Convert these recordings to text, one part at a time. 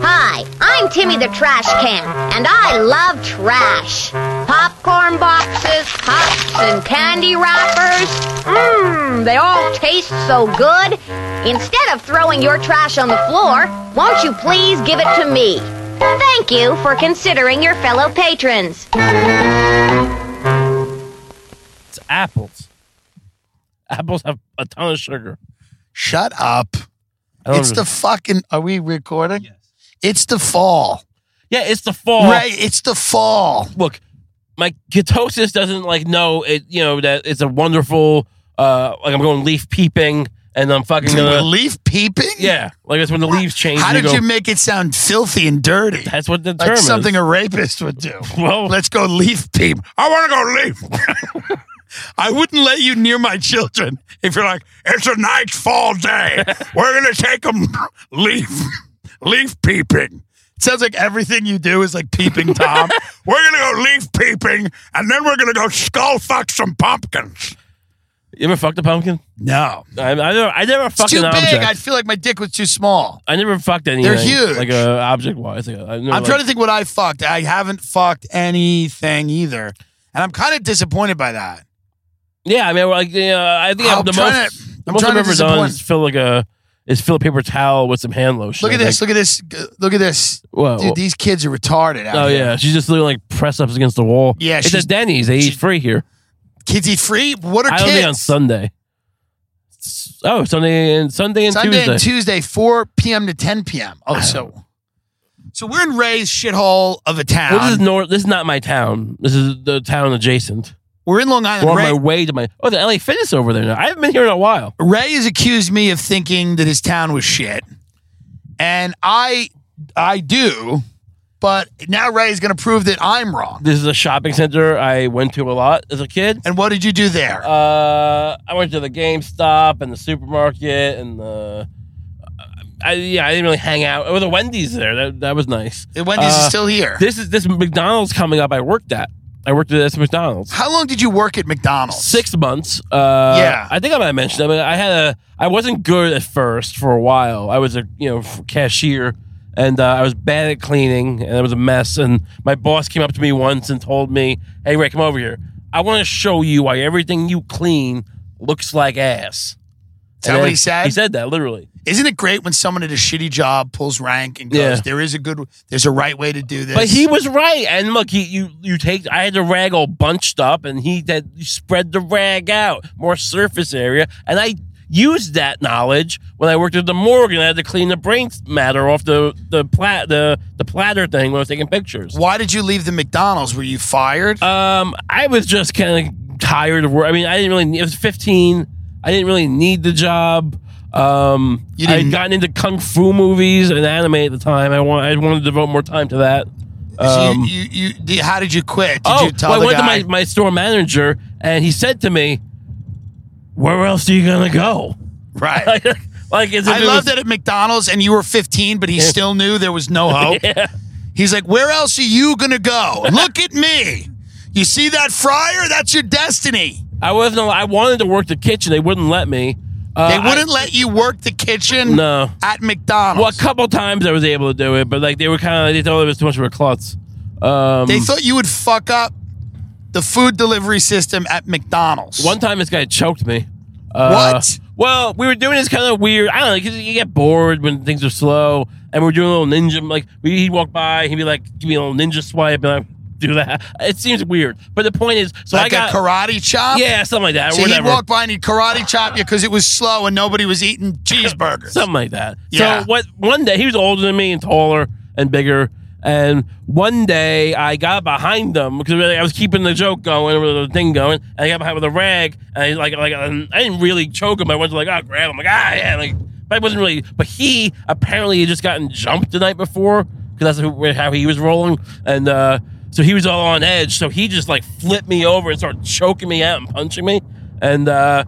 Hi, I'm Timmy the Trash Can, and I love trash. Popcorn boxes, cups, and candy wrappers. Mmm, they all taste so good. Instead of throwing your trash on the floor, won't you please give it to me? Thank you for considering your fellow patrons. It's apples. Apples have a ton of sugar. Shut up. I don't it's the under- fucking. Are we recording? It's the fall. yeah, it's the fall. Right. It's the fall. Look, my ketosis doesn't like know it. You know that it's a wonderful. uh Like I'm going leaf peeping, and I'm fucking gonna. Leaf peeping? yeah, like it's when the leaves change. How and did go, you make it sound filthy and dirty? That's what the term like is. something a rapist would do. Well- let's go leaf peep. I want to go leaf. I wouldn't let you near my children if you're like, it's a nice fall day. We're gonna take them leaf leaf peeping. It sounds like everything you do is like peeping tom. we're gonna go leaf peeping, and then we're gonna go skull fuck some pumpkins. You ever fucked a pumpkin? No, I, I never. I never it's fucked too an big. object. I feel like my dick was too small. I never fucked anything. They're huge. Like a object wise. Like, I never, I'm like, trying to think what I fucked. I haven't fucked anything either, and I'm kind of disappointed by that. Yeah, I mean, like you know, I think I'm I'm the trying most. to- the I'm most I've trying to ever done disappoint. is fill like a is fill a paper towel with some hand lotion. Look at this. Look at this. g- Look at this. Whoa. Dude, these kids are retarded. Out Oh here. yeah, she's just literally like press ups against the wall. Yeah, it's she's- at Denny's. They eat she's- free here. Kids eat free? What are I kids? only on Sunday. S- Oh, Sunday and Sunday and Sunday Tuesday. and Tuesday, 4 p.m. to 10 p.m. Oh, so. So we're in Ray's shithole of a town. well, this is north. This is not my town. This is the town adjacent. we're in Long Island. We're on Ray, my way to my. Oh, the LA Fitness over there now. I haven't been here in a while. Ray has accused me of thinking that his town was shit. And I I do, but now Ray's gonna prove that I'm wrong. This is a shopping center I went to a lot as a kid. And what did you do there? Uh, I went to the GameStop and the supermarket and the. I, yeah, I didn't really hang out. Oh, the Wendy's there. That that was nice. The Wendy's uh, is still here. This is this McDonald's coming up. I worked at. I worked at this McDonald's. How long did you work at McDonald's? six months. Uh, Yeah. I think I might have mentioned. I mean, I had a. I wasn't good at first for a while. I was a you know f- cashier, and uh, I was bad at cleaning, and it was a mess. And my boss came up to me once and told me, "Hey, Ray, come over here. I want to show you why everything you clean looks like ass." Is that And what then he said? He said that literally. Isn't it great when someone at a shitty job pulls rank and goes, Yeah. "There is a good, there's a right way to do this." But he was right. And look, he, you you take. I had the rag all bunched up, and he that spread the rag out more surface area, and I used that knowledge when I worked at the morgue and I had to clean the brain matter off the the plat the the platter thing when I was taking pictures. Why did you leave the McDonald's? Were you fired? Um, I was just kind of tired of work. I mean, I didn't really. It was fifteen. I didn't really need the job. Um, You I had didn't- gotten into kung fu movies and anime at the time. I want. I wanted to devote more time to that. So um, Oh, you, you, you, the- how did you quit? Did you tell well, the I went guy? to my, my store manager and he said to me, Where else are you going to go? right. like, like, as if I it was- love that at McDonald's, and you were 15, but he still knew there was no hope. Yeah. He's like, "Where else are you gonna go? Look at me. You see that fryer? That's your destiny." I wasn't, al- I wanted to work the kitchen. They wouldn't let me. Uh, They I- wouldn't let you work the kitchen no. at Well, a McDonald's. couple times I was able to do it, but like they were kind of, they thought it was too much of a klutz. Um, They thought you would fuck up the food delivery system at McDonald's. One time, this guy choked me. Uh, What? Well, we were doing this kind of weird. I don't know because you get bored when things are slow, and we we're doing a little ninja. Like we, he'd walk by, he'd be like, "Give me a little ninja swipe," and I do that. It seems weird, but the point is, so like I got a karate chop. yeah, something like that, or So he'd whatever, walk by and he'd karate chop you because it was slow and nobody was eating cheeseburgers. something like that. Yeah. So what? One day he was older than me and taller and bigger. And one day I got behind them because I was keeping the joke going or the thing going. And I got behind with a rag, and I like like um, I didn't really choke him. I went to like, oh, grab him, like ah yeah, like But I wasn't really. But he apparently had just gotten jumped the night before because that's who, how he was rolling, and uh, so he was all on edge. So he just like flipped me over and started choking me out and punching me, and uh,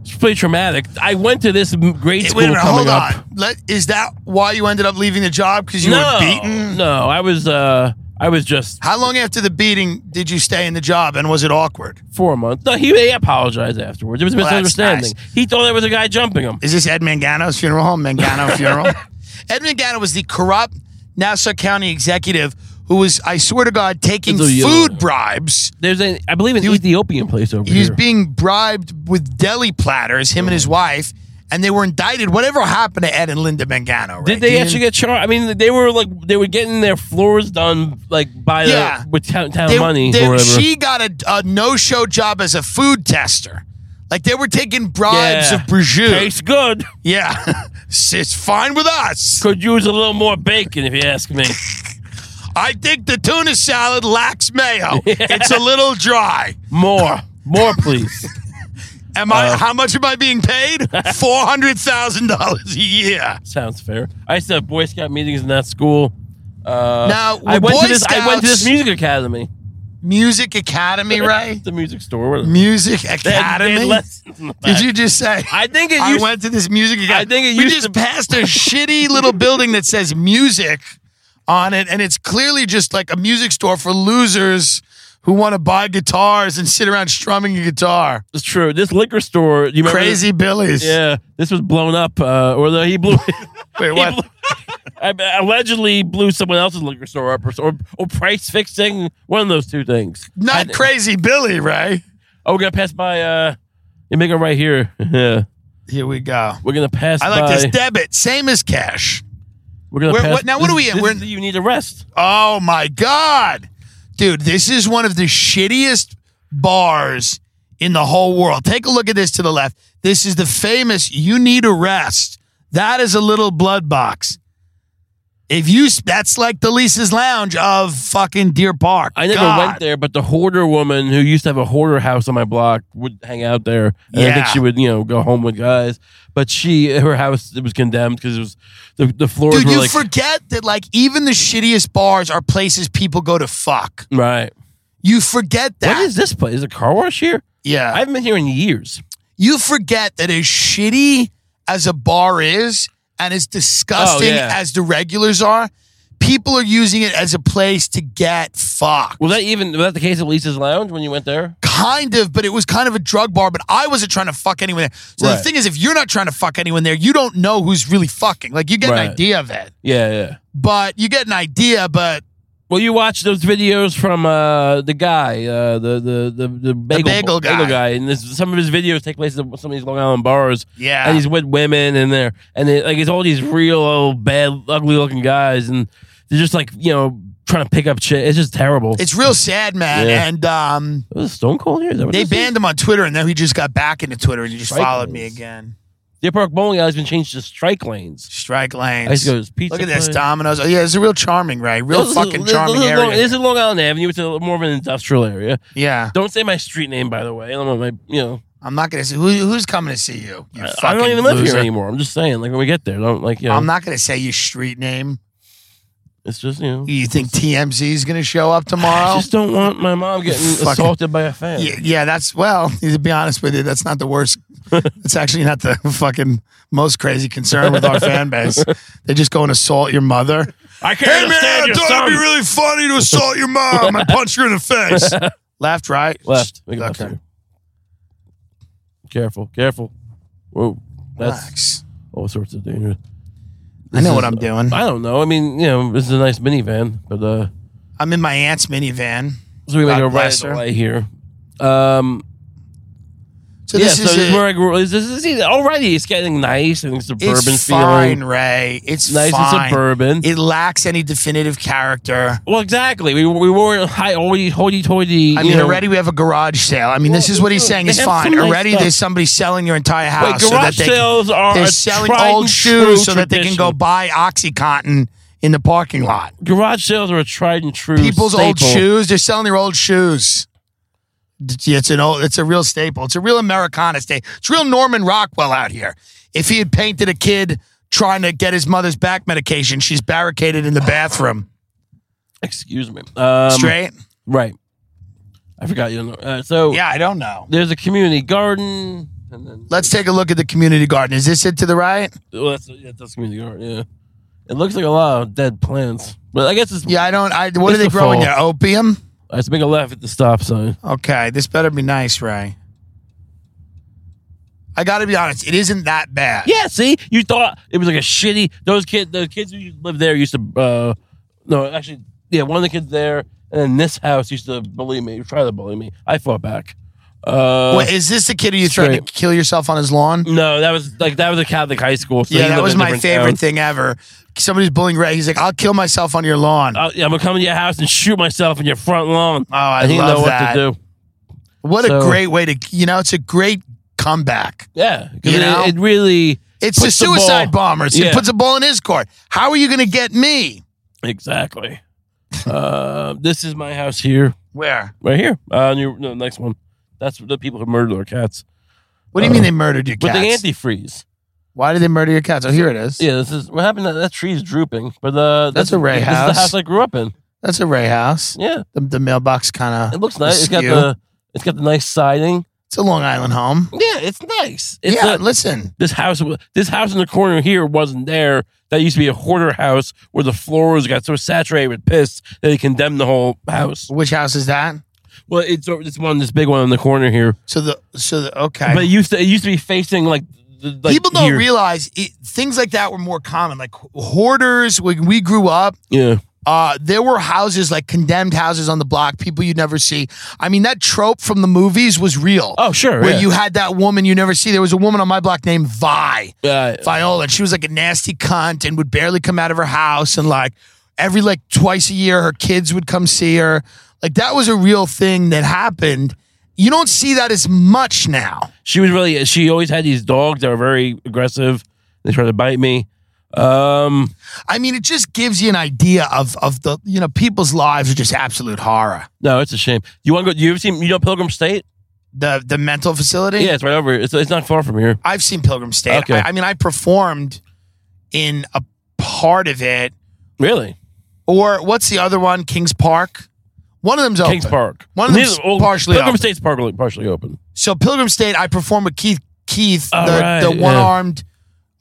it's pretty traumatic. I went to this m- grade Hey, school wait a minute, coming hold up. on. Let, is that why you ended up leaving the job? Because you no, were beaten? no, I was uh, I was just How long after the beating did you stay in the job and was it awkward? four months. No, he, he apologized afterwards. It was a Well, that's misunderstanding. He thought there was a guy jumping him. Is this Ed Mangano's funeral home? Mangano funeral? Ed Mangano was the corrupt Nassau County executive who was, I swear to God, taking It's a yellow. food bribes. There's a, I believe, an He was- Ethiopian place over He was here. being bribed with deli platters, him and his wife, and they were indicted. Whatever happened to Ed and Linda Mangano? right? Did they You- actually get charged? I mean, they were like they were getting their floors done like by Yeah. the with town, town they- money they- or whatever. She got a, a no-show job as a food tester. Like they were taking bribes Yeah. of brujou. Tastes good. Yeah, it's fine with us. Could use a little more bacon if you ask me. I think the tuna salad lacks mayo. It's a little dry. More, more, please. Am Uh. I? How much am I being paid? Four hundred thousand dollars a year. Sounds fair. I used to have Boy Scout meetings in that school. Uh, Now, I were went Boy to this. I went to this Scouts- music academy. Music Academy, right? the music store. whatever. Music They had- they had Academy. lessons in the Did back. you just say? I think it I used- went to this music. Academy. I think it We used just to- passed a shitty little building that says music on it, and it's clearly just like a music store for losers who want to buy guitars and sit around strumming a guitar. It's true. This liquor store. You remember Crazy Billies. This? Yeah, this was blown up, uh, or the, he blew. Wait, he what? blew- I mean, allegedly blew someone else's liquor store up, or, or, or price fixing. One of those two things. Not I- Crazy Billy, right? Oh, we're gonna pass by. Uh, you make it right here. Yeah, Here we go. we're gonna pass. I like by. this debit, same as cash. We're gonna Where- pass. what- now what this are we is- in? this We're- is- you need a rest. Oh my God. Dude, this is one of the shittiest bars in the whole world. Take a look at this to the left. This is the famous You Need a Rest. That is a little blood box. If you, that's like the Lisa's Lounge of fucking Deer Park. I never God. went there, but the hoarder woman who used to have a hoarder house on my block would hang out there. And I think Yeah. she would, you know, go home with guys. But she, her house, it was condemned because it was the, the floors Dude, were you like forget that like even the shittiest bars are places people go to fuck. right. You forget that. Uh, What is this place? Is it a car wash here? yeah. I haven't been here in years. you forget that as shitty as a bar is and as disgusting Oh, yeah. as the regulars are, people are using it as a place to get fucked. Was that even was that the case at Lisa's Lounge when you went there? kind of, but it was kind of a drug bar, but I wasn't trying to fuck anyone there. So the Right. thing is, if you're not trying to fuck anyone there, you don't know who's really fucking. Like you get Right. an idea of it, Yeah, yeah. but you get an idea, but Well, you watch those videos from uh, the guy, uh, the, the the the bagel, bagel guy. and this, some of his videos take place at some of these Long Island bars. yeah. and he's with women and they're and it, like it's all these real old bad ugly looking guys and they're just like you know trying to pick up shit it's just terrible it's real sad, man. Yeah. And um, was it Stone Cold here Is that what they this is? banned him on Twitter, and then he just got back into Twitter, and he just Strike followed me lanes. again. Deer Park Bowling Alley's been changed to strike lanes Strike lanes. I used to go to this pizza Look at this, place. Domino's. Oh, yeah, it's a real charming, right? Real This is- fucking this is charming Long- area. this is Long Island Avenue it's a, more of an industrial area yeah, don't say my street name by the way I don't know my you know I'm not gonna say who, who's coming to see you. you I- I fucking don't even live loser. here anymore I'm just saying like when we get there don't like you know I'm not gonna say your street name. it's just you know You think TMZ is gonna show up I tomorrow? just don't want my mom getting Fucking- assaulted by a fan yeah, yeah, that's well. To be honest with you, that's not the worst. It's actually not the fucking most crazy concern with our fan base. They just go and assault your mother. I can't understand your son really funny to assault your mom. I punch her in the face. Left, right, left. Make it left Okay. here. Careful, careful. Whoa, that's Relax. all sorts of dangerous. I know This what is- I'm doing. I don't know. I mean, you know, this is a nice minivan, but uh, I'm in my aunt's minivan. so we God make a right bless her. away here. Um, So yeah, this so is, this is a- where I grew. This is this is- already it's getting nice and suburban it's fine, feeling. Ray. It's Nice and fine. suburban. It lacks any definitive character. Well, exactly. We we weren't high hoity hoity. I mean, already we have a garage sale. I mean, this is what he's saying they is have fine. some nice Already, stuff. there's somebody selling your entire Wait, house. so that garage they, sales are They're a selling tried old and shoes true so that they can tradition. go buy OxyContin in the parking lot. Garage sales are a tried and true. People's old staple. shoes. They're selling their old shoes. It's an old. It's a real staple. It's a real Americana state. It's real Norman Rockwell out here. If he had painted a kid trying to get his mother's back medication, she's barricaded in the bathroom. Excuse me. Um, Straight? Right. I forgot you. Know. Uh, so Yeah, I don't know. there's a community garden, and then Let's take a look at the community garden. Is this it to the right? well, that's yeah, that's community garden. Yeah, it looks like a lot of dead plants, but I guess it's Yeah, I don't. I what It's are they the growing fall. there? Opium. I have to make a left at the stop sign. Okay, this better be nice, Ray. I got to be honest, it isn't that bad. Yeah, see, you thought it was like a shitty. Those kids, those kids who lived there used to. uh No, actually, yeah, one of the kids there, and then this house used to bully me, try to bully me. I fought back. Uh, Wait, is this the kid who you tried to straight. kill yourself on his lawn? no, that was like that was a Catholic high school. So yeah, he that lived was in a my different favorite town. thing ever. Somebody's bullying Ray. He's like, "I'll kill myself on your lawn." I'll, yeah, I'm gonna come to your house and shoot myself in your front lawn. Oh, I and he didn't love know that. what to do. what a so- great way to, you know, it's a great comeback. Yeah, because You know? it, it really It's puts a the suicide ball- bomber. It's- It Yeah. puts a ball in his court. How are you going to get me? Exactly. uh, this is my house here, Where? right here. Uh, your, no, next one. That's the people who murdered our cats. What do you Uh, mean they murdered your With cats? the antifreeze. Why did they murder your cats? Oh, here it is. Yeah, this is what happened. That, that tree's drooping, but uh, That's a Ray this house. Is the house I grew up in. That's a Ray house. Yeah, The, the mailbox kind it of. looks nice. It's got Askew. the it's got the nice siding. It's a Long Island home. Yeah, it's nice. It's yeah, not- listen. this house wa- this house in the corner here wasn't there. That used to be a hoarder house where the floors got so saturated with piss that they condemned the whole house. Which house is that? Well, it's over- this one, this big one in the corner here. So the so the okay. but it used to it used to be facing like, the, like People don't here. realize it, things like that were more common. Like hoarders, when we grew up, Yeah, uh, there were houses like condemned houses on the block, people you'd never see. I mean, that trope from the movies was real. Oh, sure, Where yeah. you had that woman you never see. There was a woman on my block named Vi. yeah, Viola. And she was like a nasty cunt and would barely come out of her house. And like every like twice a year, her kids would come see her. Like that was a real thing that happened. You don't see that as much now. she was really. She always had these dogs that were very aggressive. They tried to bite me. Um, I mean, it just gives you an idea of of the you know people's lives are just absolute horror. no, it's a shame. You want to go? You ever seen you know Pilgrim State? The the mental facility. Yeah, it's right over. here. It's it's not far from here. I've seen Pilgrim State. Okay. I, I mean, I performed in a part of it, Really, or what's the other one? Kings Park. One of them's open. Kings Park. One of them's Neither- well, partially Pilgrim open. State's partially partially open. So Pilgrim State, I performed with Keith Keith, Oh, the, right, the yeah. one-armed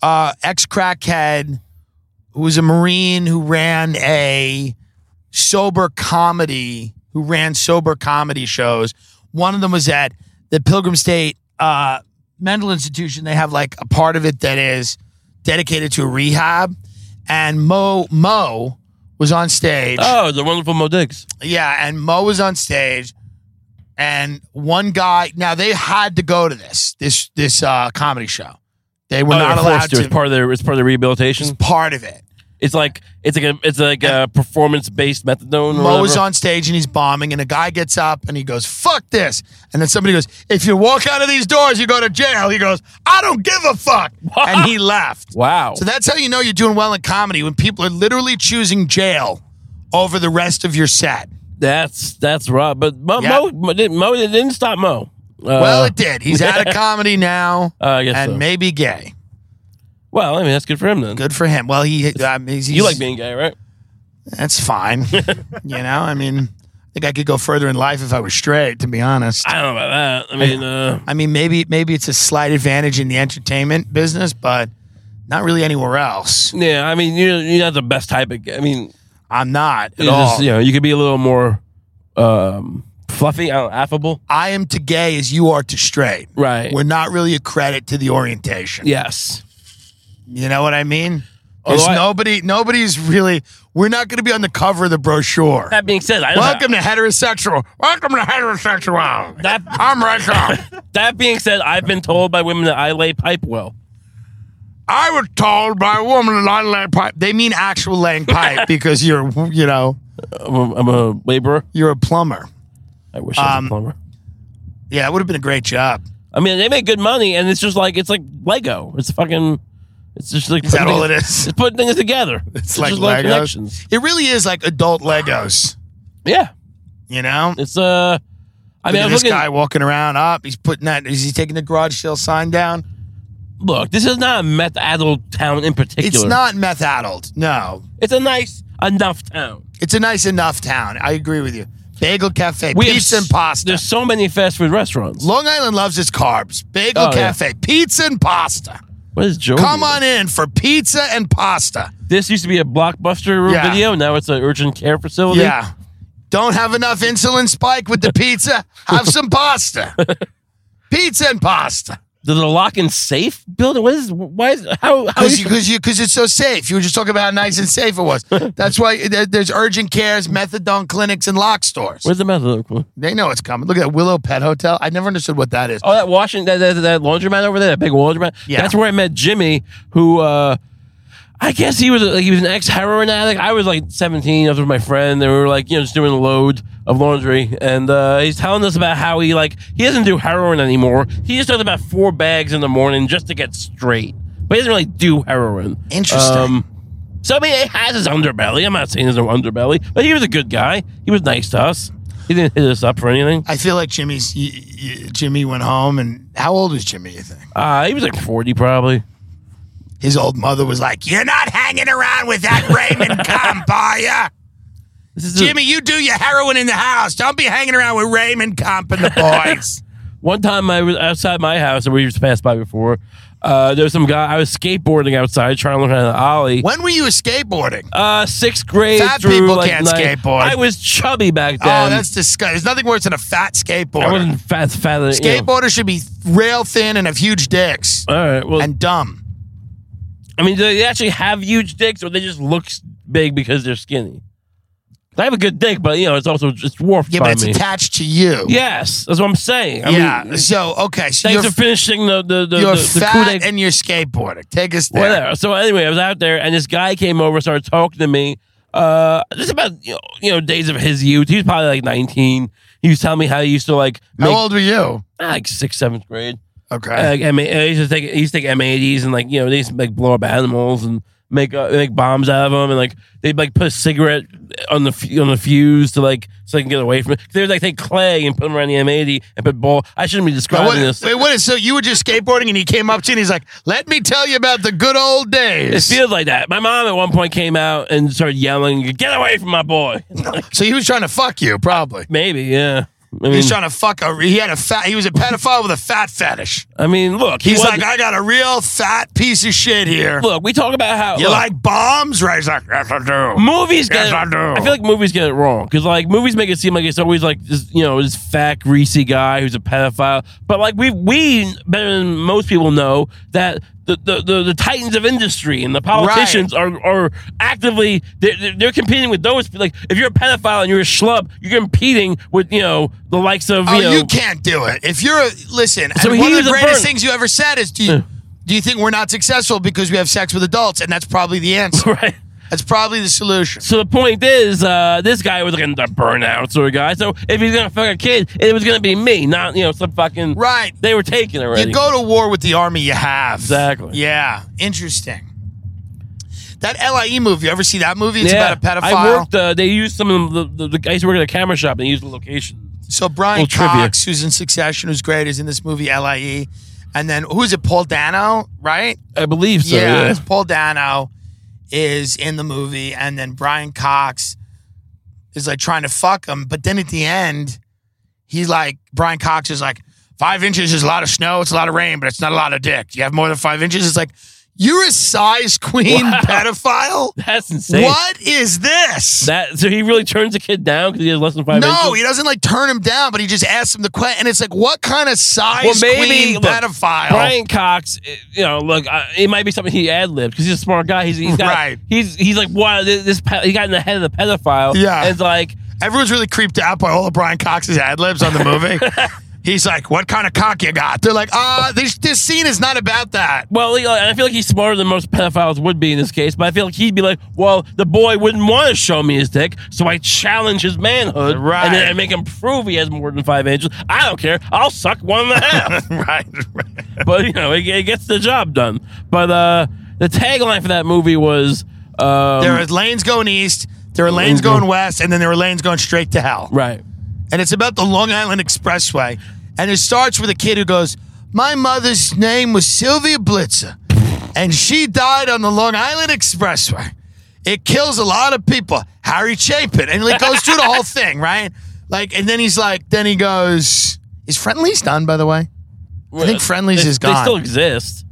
uh, ex-crackhead who was a Marine who ran a sober comedy, who ran sober comedy shows. One of them was at the Pilgrim State uh, Mental Institution. They have like a part of it that is dedicated to rehab, and Mo Mo was on stage. Oh, the wonderful Mo Diggs. Yeah, and Mo was on stage, and one guy. Now they had to go to this this this uh, comedy show. They were Oh, not they're forced allowed to. It's part of their. It's part of the It's rehabilitation. part of it. It's like it's like a it's like a performance based methadone. or Mo is whatever. on stage and he's bombing, and a guy gets up and he goes, "Fuck this!" And then somebody goes, "If you walk out of these doors, you go to jail." He goes, "I don't give a fuck," and he left. Wow. So that's how you know you're doing well in comedy when people are literally choosing jail over the rest of your set. That's that's right. But Mo, Yeah. Mo, Mo, didn't, Mo it didn't stop Mo. Uh, well, it did. He's out of comedy now, Uh, I guess and so. maybe gay. well, I mean that's good for him then. Good for him. Well, he. I mean, he's, You like being gay, right? That's fine. you know, I mean, I think I could go further in life if I was straight. To be honest, I don't know about that. I mean, uh, I mean, maybe maybe it's a slight advantage in the entertainment business, but not really anywhere else. yeah, I mean you're you're not the best type of. gay. I mean, I'm not at you all. just you know you could be a little more um, fluffy, I don't know, affable. I am to gay as you are to straight. Right. We're not really a credit to the orientation. yes. You know what I mean? There's Although I- nobody. Nobody's really. We're not going to be on the cover of the brochure. That being said, I don't Welcome to heterosexual. Welcome to heterosexuality. That- I'm Rachel. That being said, I've been told by women that I lay pipe well. I was told by a woman that I lay pipe. They mean actual laying pipe because you're, you know, I'm a, I'm a laborer. you're a plumber. I wish I was Um, a plumber. Yeah, it would have been a great job. I mean, they make good money, and it's just like it's like Lego. It's fucking. It's just like Is that putting all it things- is? It's putting things together. It's, like just Legos. connections. It really is like adult Legos, Yeah, you know? it's uh. I mean, Look I at was this looking. guy walking around up. He's putting that. Is he taking the garage sale sign down? look, this is not a meth addled town in particular. It's not meth addled. No. It's a nice enough town. It's a nice enough town. I agree with you. Bagel Cafe, We have pizza s- and pasta. There's so many fast food restaurants. Long Island loves its carbs. Bagel Oh, yeah. Cafe, pizza and pasta. What is Joe? Come doing? on in for pizza and pasta. This used to be a blockbuster Yeah. video. Now it's an urgent care facility. Yeah. Don't have enough insulin spike with the pizza? Have some pasta. Pizza and pasta. There's a lock and safe building. What is? Why is? How? how Because is Oh, you, cause you, cause it's so safe. You were just talking about how nice and safe it was. That's why there- there's urgent cares, methadone clinics, and lock stores. Where's the methadone? They know it's coming. Look at that Willow Pet Hotel. I never understood what that is. Oh, that washing that, that that laundromat over there, that big laundromat. Yeah. that's where I met Jimmy, who uh, I guess he was like, he was an ex heroin addict. I was like seventeen. I was with my friend, and we were like you know just doing a load of laundry, and uh, he's telling us about how he like he doesn't do heroin anymore. He just does about four bags in the morning just to get straight, but he doesn't really do heroin. Um, Interesting. so I mean, it has his underbelly. I'm not saying there's no underbelly, but he was a good guy. He was nice to us. He didn't hit us up for anything. I feel like Jimmy's y- y- Jimmy went home, and how old was Jimmy? You think Uh, he was like forty probably. his old mother was like, "You're not hanging around with that Raymond Comp, are ya? This is Jimmy, you do your heroin in the house. Don't be hanging around with Raymond Comp and the boys." One time I was outside my house and we just passed by before. Uh, there was some guy, I was skateboarding outside trying to learn how to Ollie. when were you skateboarding? Uh, sixth grade. Fat through, people like, can't ninth- skateboard. I was chubby back then. oh, that's disgusting. There's nothing worse than a fat skateboarder. um, I wasn't fat, fat. you know. Skateboarders should be rail thin and have huge dicks All right. Uh, Well, and dumb. I mean, do they actually have huge dicks or they just look s- big because they're skinny? 'Cause I have a good dick, but, you know, it's also it's dwarfed Yeah, by but it's me. attached to you. yes, that's what I'm saying. I yeah. Mean, so okay, so thanks you're, for finishing the, the, the, you're the, the coup fat de- and you're skateboarding. Take us there. Whatever. So anyway, I was out there, and this guy came over, started talking to me. Uh, just about you know, you know days of his youth. He was probably like nineteen. He was telling me how he used to like How make old Ah. were you? ah, like sixth, seventh grade. Okay. Uh, like, I mean, he used to take he used to take M eighties and like you know they used to like blow up animals and make uh, make bombs out of them and like they'd like put a cigarette on the fu- on the fuse to like so they can get away from it. They would like take clay and put them around the M eighty and put ball. I shouldn't be Now, describing what- this. wait, what is so you were just skateboarding and he came up to you and he's like, Let me tell you about the good old It days. feels like that. My mom at one point came out and started yelling, "Get away from my boy!" so he was trying to fuck you, probably. Maybe, yeah. I He mean, was trying to fuck a he had a fat he was a pedophile with a fat fetish. I mean, look, he He's wasn't- like, I got a real fat piece of shit here. look, we talk about how you look, like bombs? Right? He's like, Yes, I do. movies get. it, Yes, I do. feel like movies get it wrong because like movies make it seem like it's always like this, you know, this fat greasy guy who's a pedophile. But like we we better than most people know that. The, the, the, the titans of industry and the politicians are, are actively they're, they're- they're competing with those like if you're a pedophile and you're a schlub you're competing with you know the likes of Oh, you know you can't do it. If you're a listen, So and he one of was the a greatest burn- things you ever said is do you do you think we're not successful because we have sex with adults? And that's probably the answer. right That's probably the solution. So the point is, uh, this guy was like a burnout sort of guy. So if he's gonna fuck a kid, it was gonna be me, not you know some fucking Right. They were taking already. You go to war with the army you have. Exactly. Yeah. Interesting. That LIE movie, you ever see that movie? It's about a pedophile. I worked. Uh, they used some of the, the, the I used to work at a camera shop. and They used the location. so Brian Little trivia. Cox, who's in Succession, who's great, is in this movie LIE. And then who is it? Paul Dano, right? I believe so. yeah, Yeah. it's Paul Dano is in the movie, and then Brian Cox is like trying to fuck him, but then at the end, he's like Brian Cox is like five inches is a lot of snow, it's a lot of rain, but it's not a lot of dick. You have more than five inches, it's like you're a size queen pedophile. That's insane. What is this? That so he really turns the kid down because he has less than five. no, inches? he doesn't like turn him down, but he just asks him the question, and it's like, what kind of size Well, maybe, queen look, pedophile? Brian Cox, eh, you know, look, uh, it might be something he ad libbed because he's a smart guy. He's, he's got, Right. He's he's like, wow, this, this pe- he got in the head of the pedophile. Yeah. and it's like, Everyone's really creeped out by all of Brian Cox's ad libs on the movie. He's like, "What kind of cock you got?" They're like, "Ah, this this scene is not about that." Well, he- I feel like he's smarter than most pedophiles would be in this case, but I feel like he'd be like, well, the boy wouldn't want to show me his dick, so I challenge his manhood. Right. And then I make him prove he has more than five inches. I don't care. I'll suck one and a half. right, right. but, you know, it, it gets the job done. But uh, the tagline for that movie was. Um, There are lanes going east, there Mm-hmm. are lanes going west, and then there are lanes going straight to hell. right. And it's about the Long Island Expressway, and it starts with a kid who goes, My mother's name was Sylvia Blitzer, and she died on the Long Island Expressway. It kills a lot of people. Harry Chapin. And it goes through the whole thing, right? Like, and then he's like, then he goes, is Friendly's done, by the way? I think Friendly's they, is They gone. still exist.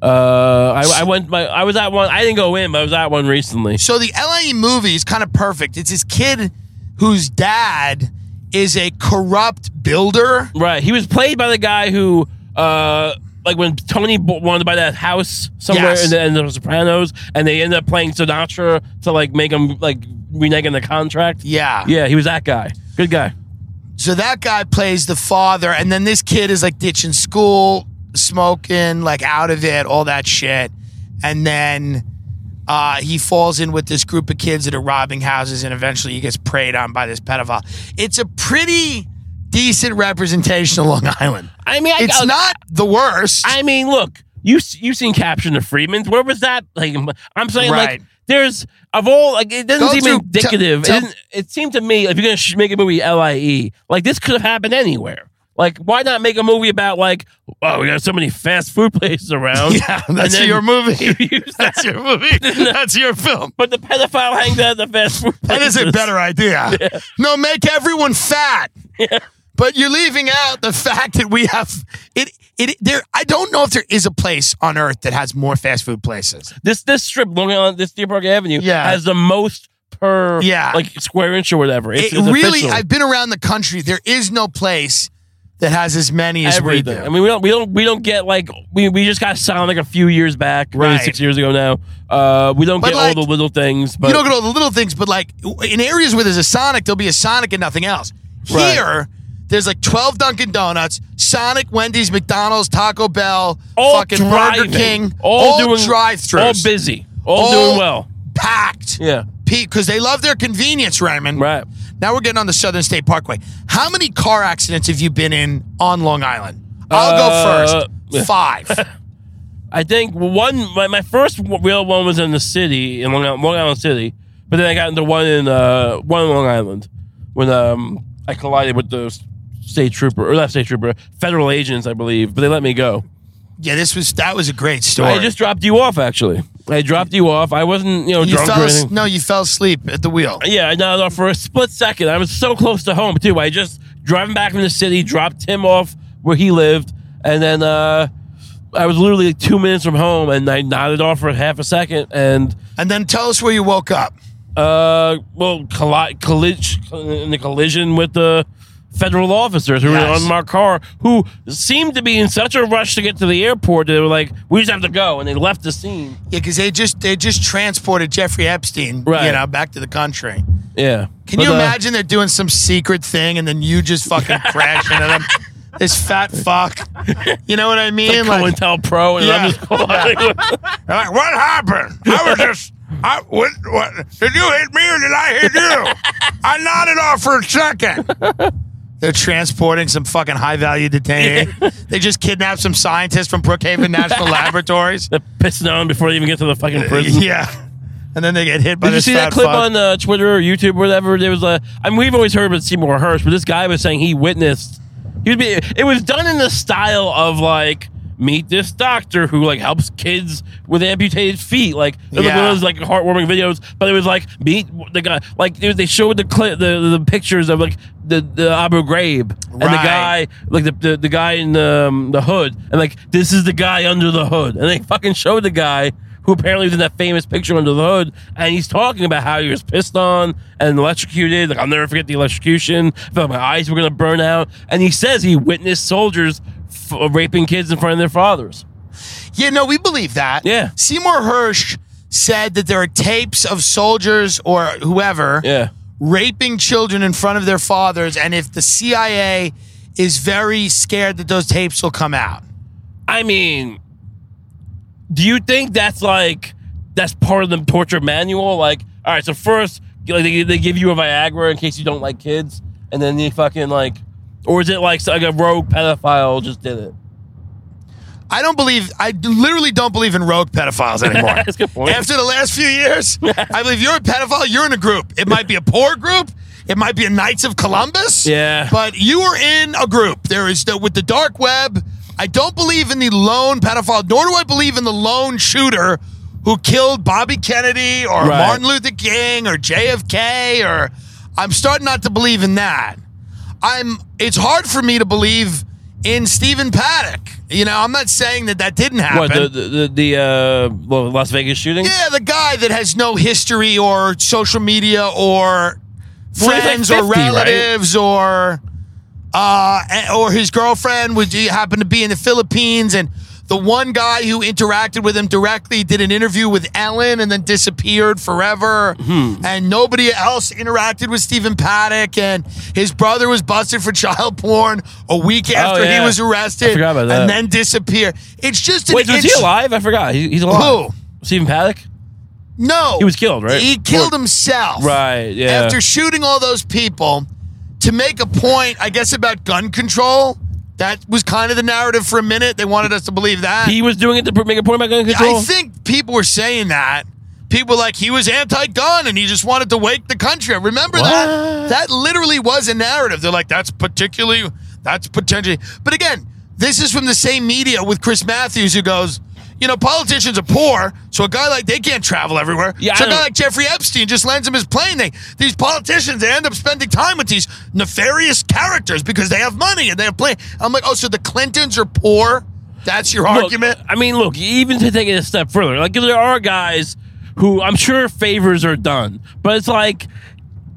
Uh, I, I went. My, I was at one. I didn't go in, but I was at one recently. So the LAE movie is kind of perfect. It's this kid whose dad is a corrupt builder. Right. He was played by the guy who, uh, like when Tony b- wanted to buy that house somewhere Yes. in, the, in the Sopranos, and they ended up playing Sinatra to like make him like reneging the contract. Yeah. Yeah, he was that guy. Good guy. So that guy plays the father, and then this kid is like ditching school, smoking, like out of it, all that shit. And then uh, he falls in with this group of kids that are robbing houses, and eventually he gets preyed on by this pedophile. It's a pretty decent representation of Long Island. I mean, I, It's I- not the worst. I mean, look, you you seen Caption the Freemans? Where was that? Like, I'm saying, Right. like, there's of all like it doesn't Go seem through- indicative. tell- it, didn't- it seemed to me if you're gonna sh- make a movie Lie, like this could have happened anywhere. Like, why not make a movie about like, oh, we got so many fast food places around? yeah, And that's then your you movie. use that. That's your movie. That's your film. But the pedophile hangs out at the fast food. That Places. is a better idea. No, make everyone fat. But you're leaving out the fact that we have it. It there. I don't know if there is a place on earth that has more fast food places. This this strip, Long Island, this Deer Park Avenue, Yeah. has the most per Yeah. like square inch or whatever. It's, it it's really. official. I've been around the country. There is no place that has as many as everything. we do. I mean, we don't, we don't, we don't get like we, we just got Sonic a few years back, maybe Right. six years ago now. Uh, we don't But, get like, all the little things, but you don't get all the little things, but like in areas where there's a Sonic, there'll be a Sonic and nothing else. Right. Here, there's like 12 Dunkin' Donuts, Sonic, Wendy's, McDonald's, Taco Bell, all fucking driving, Burger King, all, doing drive-throughs, all busy, all, All- Oh, doing well. packed. Yeah, because they love their convenience, Raymond. right. Now we're getting on the Southern State Parkway. How many car accidents have you been in on Long Island? I'll Uh, go first. Five. I think one my, my first w- real one was in the city in Long Island, Long Island City, but then I got into one in uh one in Long Island when um I collided with the s- state trooper or not state trooper federal agents I believe, but they let me go. yeah, this was that was a great story. I just dropped you off. Actually, I dropped you off. I wasn't, you know, you drunk fell or as- anything. no, you fell asleep at the wheel. Yeah, no, no. For a split second, I was so close to home too. I just driving back from the city, dropped him off where he lived, and then uh, I was literally like two minutes from home, and I nodded off for half a second, and And then tell us where you woke up. uh, well, colli- colli- in the collision with the federal officers who Yes. were on my car, who seemed to be in such a rush to get to the airport, they were like, "We just have to go," and they left the scene. Yeah, because they just they just transported Jeffrey Epstein, you Right. know, back to the country. Yeah. Can But, you uh, imagine they're doing some secret thing and then you just fucking crash into them? This fat fuck. You know what I mean? Like, COINTELPRO, and Yeah. I'm just calling. You're like, what happened? I was just. I, what, what, did you hit me or did I hit you? I nodded off for a second. They're transporting some fucking high value detainee. they just kidnapped some scientists from Brookhaven National Laboratories. They're pissing on before they even get to the fucking prison. yeah. And then they get hit by Did you this see fat that clip fuck. on uh, Twitter or YouTube or whatever? There was a. I mean, we've always heard about Seymour Hirsch, but this guy was saying he witnessed. He would be. It was done in the style of like meet this doctor who like helps kids with amputated feet. Like it was like one Yeah. of those like heartwarming videos, but it was like meet the guy. Like it was- they showed the clip, the, the pictures of like the, the Abu Ghraib and the guy, Right. like the, the the guy in the, um, the hood, and like this is the guy under the hood, and they fucking showed the guy who apparently was in that famous picture under the hood, and he's talking about how he was pissed on and electrocuted. Like I'll never forget the electrocution. I felt my eyes were gonna burn out, and he says he witnessed soldiers f- raping kids in front of their fathers. Yeah, no, we believe that. Yeah. Seymour Hirsch said that there are tapes of soldiers or whoever Yeah, raping children in front of their fathers, and if the CIA is very scared that those tapes will come out. I mean, do you think that's like that's part of the torture manual? Like, all right, so first like, they, they give you a Viagra in case you don't like kids, and then they fucking like, or is it like, so- like a rogue pedophile just did it? I don't believe, I d- literally don't believe in rogue pedophiles anymore. That's a good point. After the last few years, I believe you're a pedophile, you're in a group. It might be a poor group, it might be a Knights of Columbus. Yeah. But you are in a group. There is the, with the dark web, I don't believe in the lone pedophile, nor do I believe in the lone shooter who killed Bobby Kennedy or Right. Martin Luther King or JFK or I'm starting not to believe in that. I'm it's hard for me to believe in Stephen Paddock. You know, I'm not saying that that didn't happen. What the the, the, the uh, well, Las Vegas shooting? Yeah, the guy that has no history or social media or Well, he's like friends 50, or right? relatives or uh a- or his girlfriend would happen to be in the Philippines and the one guy who interacted with him directly did an interview with Ellen and then disappeared forever. Hmm. And nobody else interacted with Stephen Paddock. And his brother was busted for child porn a week after Oh, yeah. he was I arrested forgot about that. and then disappeared. It's just an Wait, was he it's- alive? I forgot. He, he's alive. Who? Stephen Paddock. No. He was killed, right? He killed himself. Right, yeah. After shooting all those people to make a point, I guess, about gun control. That was kind of the narrative for a minute. They wanted us to believe that. He was doing it to pr- make a point about gun control. I think people were saying that. People were like, he was anti gun and he just wanted to wake the country up. Remember that? That literally was a narrative. They're like, that's particularly, that's potentially. But again, this is from the same media with Chris Matthews who goes, you know, politicians are poor, so a guy like they can't travel everywhere. Yeah, so I a guy don't- like Jeffrey Epstein just lends him his plane. They these politicians they end up spending time with these nefarious characters because they have money and they have plane. I'm like, oh, so the Clintons are poor? That's your Look, argument? I mean, look, even to take it a step further, like 'cause there are guys who I'm sure favors are done, but it's like,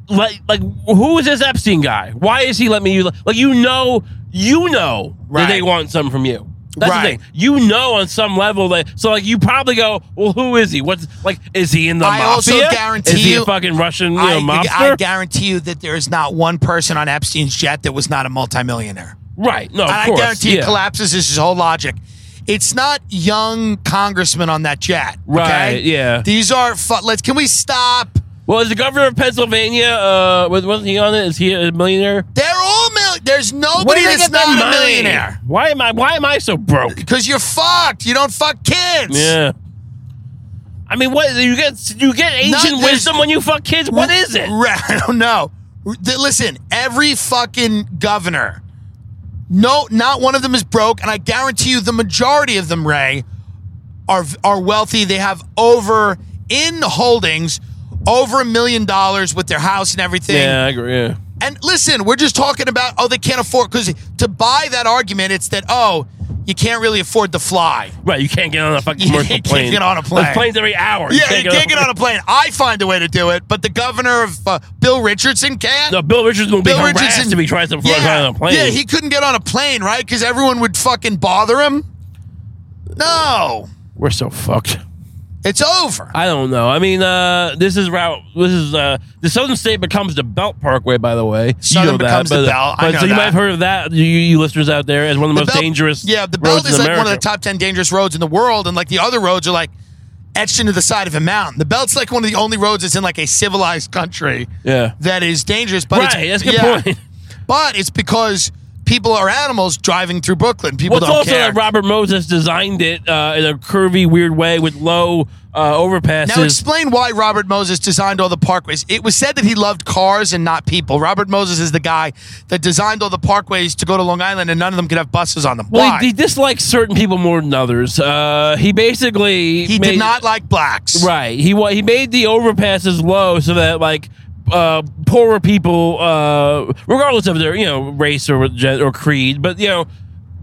like, like who is this Epstein guy? Why is he letting me? use- Like, you know, you know that Right. they want some from you. That's Right. the thing. You know, on some level, that so like you probably go, well, who is he? What's like? Is he in the I also mafia? guarantee is he a you- fucking Russian you know, I, mobster? I guarantee you that there is not one person on Epstein's jet that was not a multimillionaire. right? No, of and I course. guarantee yeah. it collapses this whole logic. It's not young congressmen on that jet. Right, Okay? yeah. These are fu- let's can we stop? Well, is the governor of Pennsylvania? Uh, was- wasn't he on it? Is he a millionaire? They're all mil- there's Where nobody did I that's get that not a money? millionaire. Why am I? Why am I so broke? Because you're fucked. You don't fuck kids. Yeah. I mean, what you get? You get Not- ancient there's- wisdom when you fuck kids. What is it? Ra- I don't know. R- th- Listen, every fucking governor, no, not one of them is broke, and I guarantee you, the majority of them, Ray, are are wealthy. They have over in holdings over a million dollars with their house and everything. Yeah, I agree. Yeah. And listen, we're just talking about oh, they can't afford because to buy that argument, it's that oh, you can't really afford to fly. Right, you can't get on a fucking You commercial can't plane. get on a plane. There's planes every hour. Yeah, you can't get on a plane. I find a way to do it, but the governor of uh, Bill Richardson can't. No, Bill Richardson will be Bill harassed Richardson if he tries to fly on a plane. Yeah, he couldn't get on a plane, right? Because everyone would fucking bother him. No, We're so fucked. it's over. I don't know. I mean, uh, this is route. This is uh, the Southern State becomes the Belt Parkway. By the way, Southern you know becomes that, the but, Belt. I but know so you that. might have heard of that, you, you listeners out there, as one of the, most Belt- dangerous. Yeah, the roads belt is in like one of the America. top ten dangerous roads in the world, and like the other roads are like etched into the side of a mountain. The belt's like one of the only roads that's in like a civilized country. Yeah. that is dangerous. But Right, that's it's, a good yeah. point. But it's because people are animals driving through Brooklyn. People What's don't also care. that Robert Moses designed it uh, in a curvy, weird way with low uh, overpasses. Now explain why Robert Moses designed all the parkways. It was said that he loved cars and not people. Robert Moses is the guy that designed all the parkways to go to Long Island, and none of them could have buses on them. well, why? he, he dislikes certain people more than others. Uh, he basically He made- did not like blacks. right. He wa- he made the overpasses low so that like uh, poorer people, uh, regardless of their you know race or gen- or creed, but you know.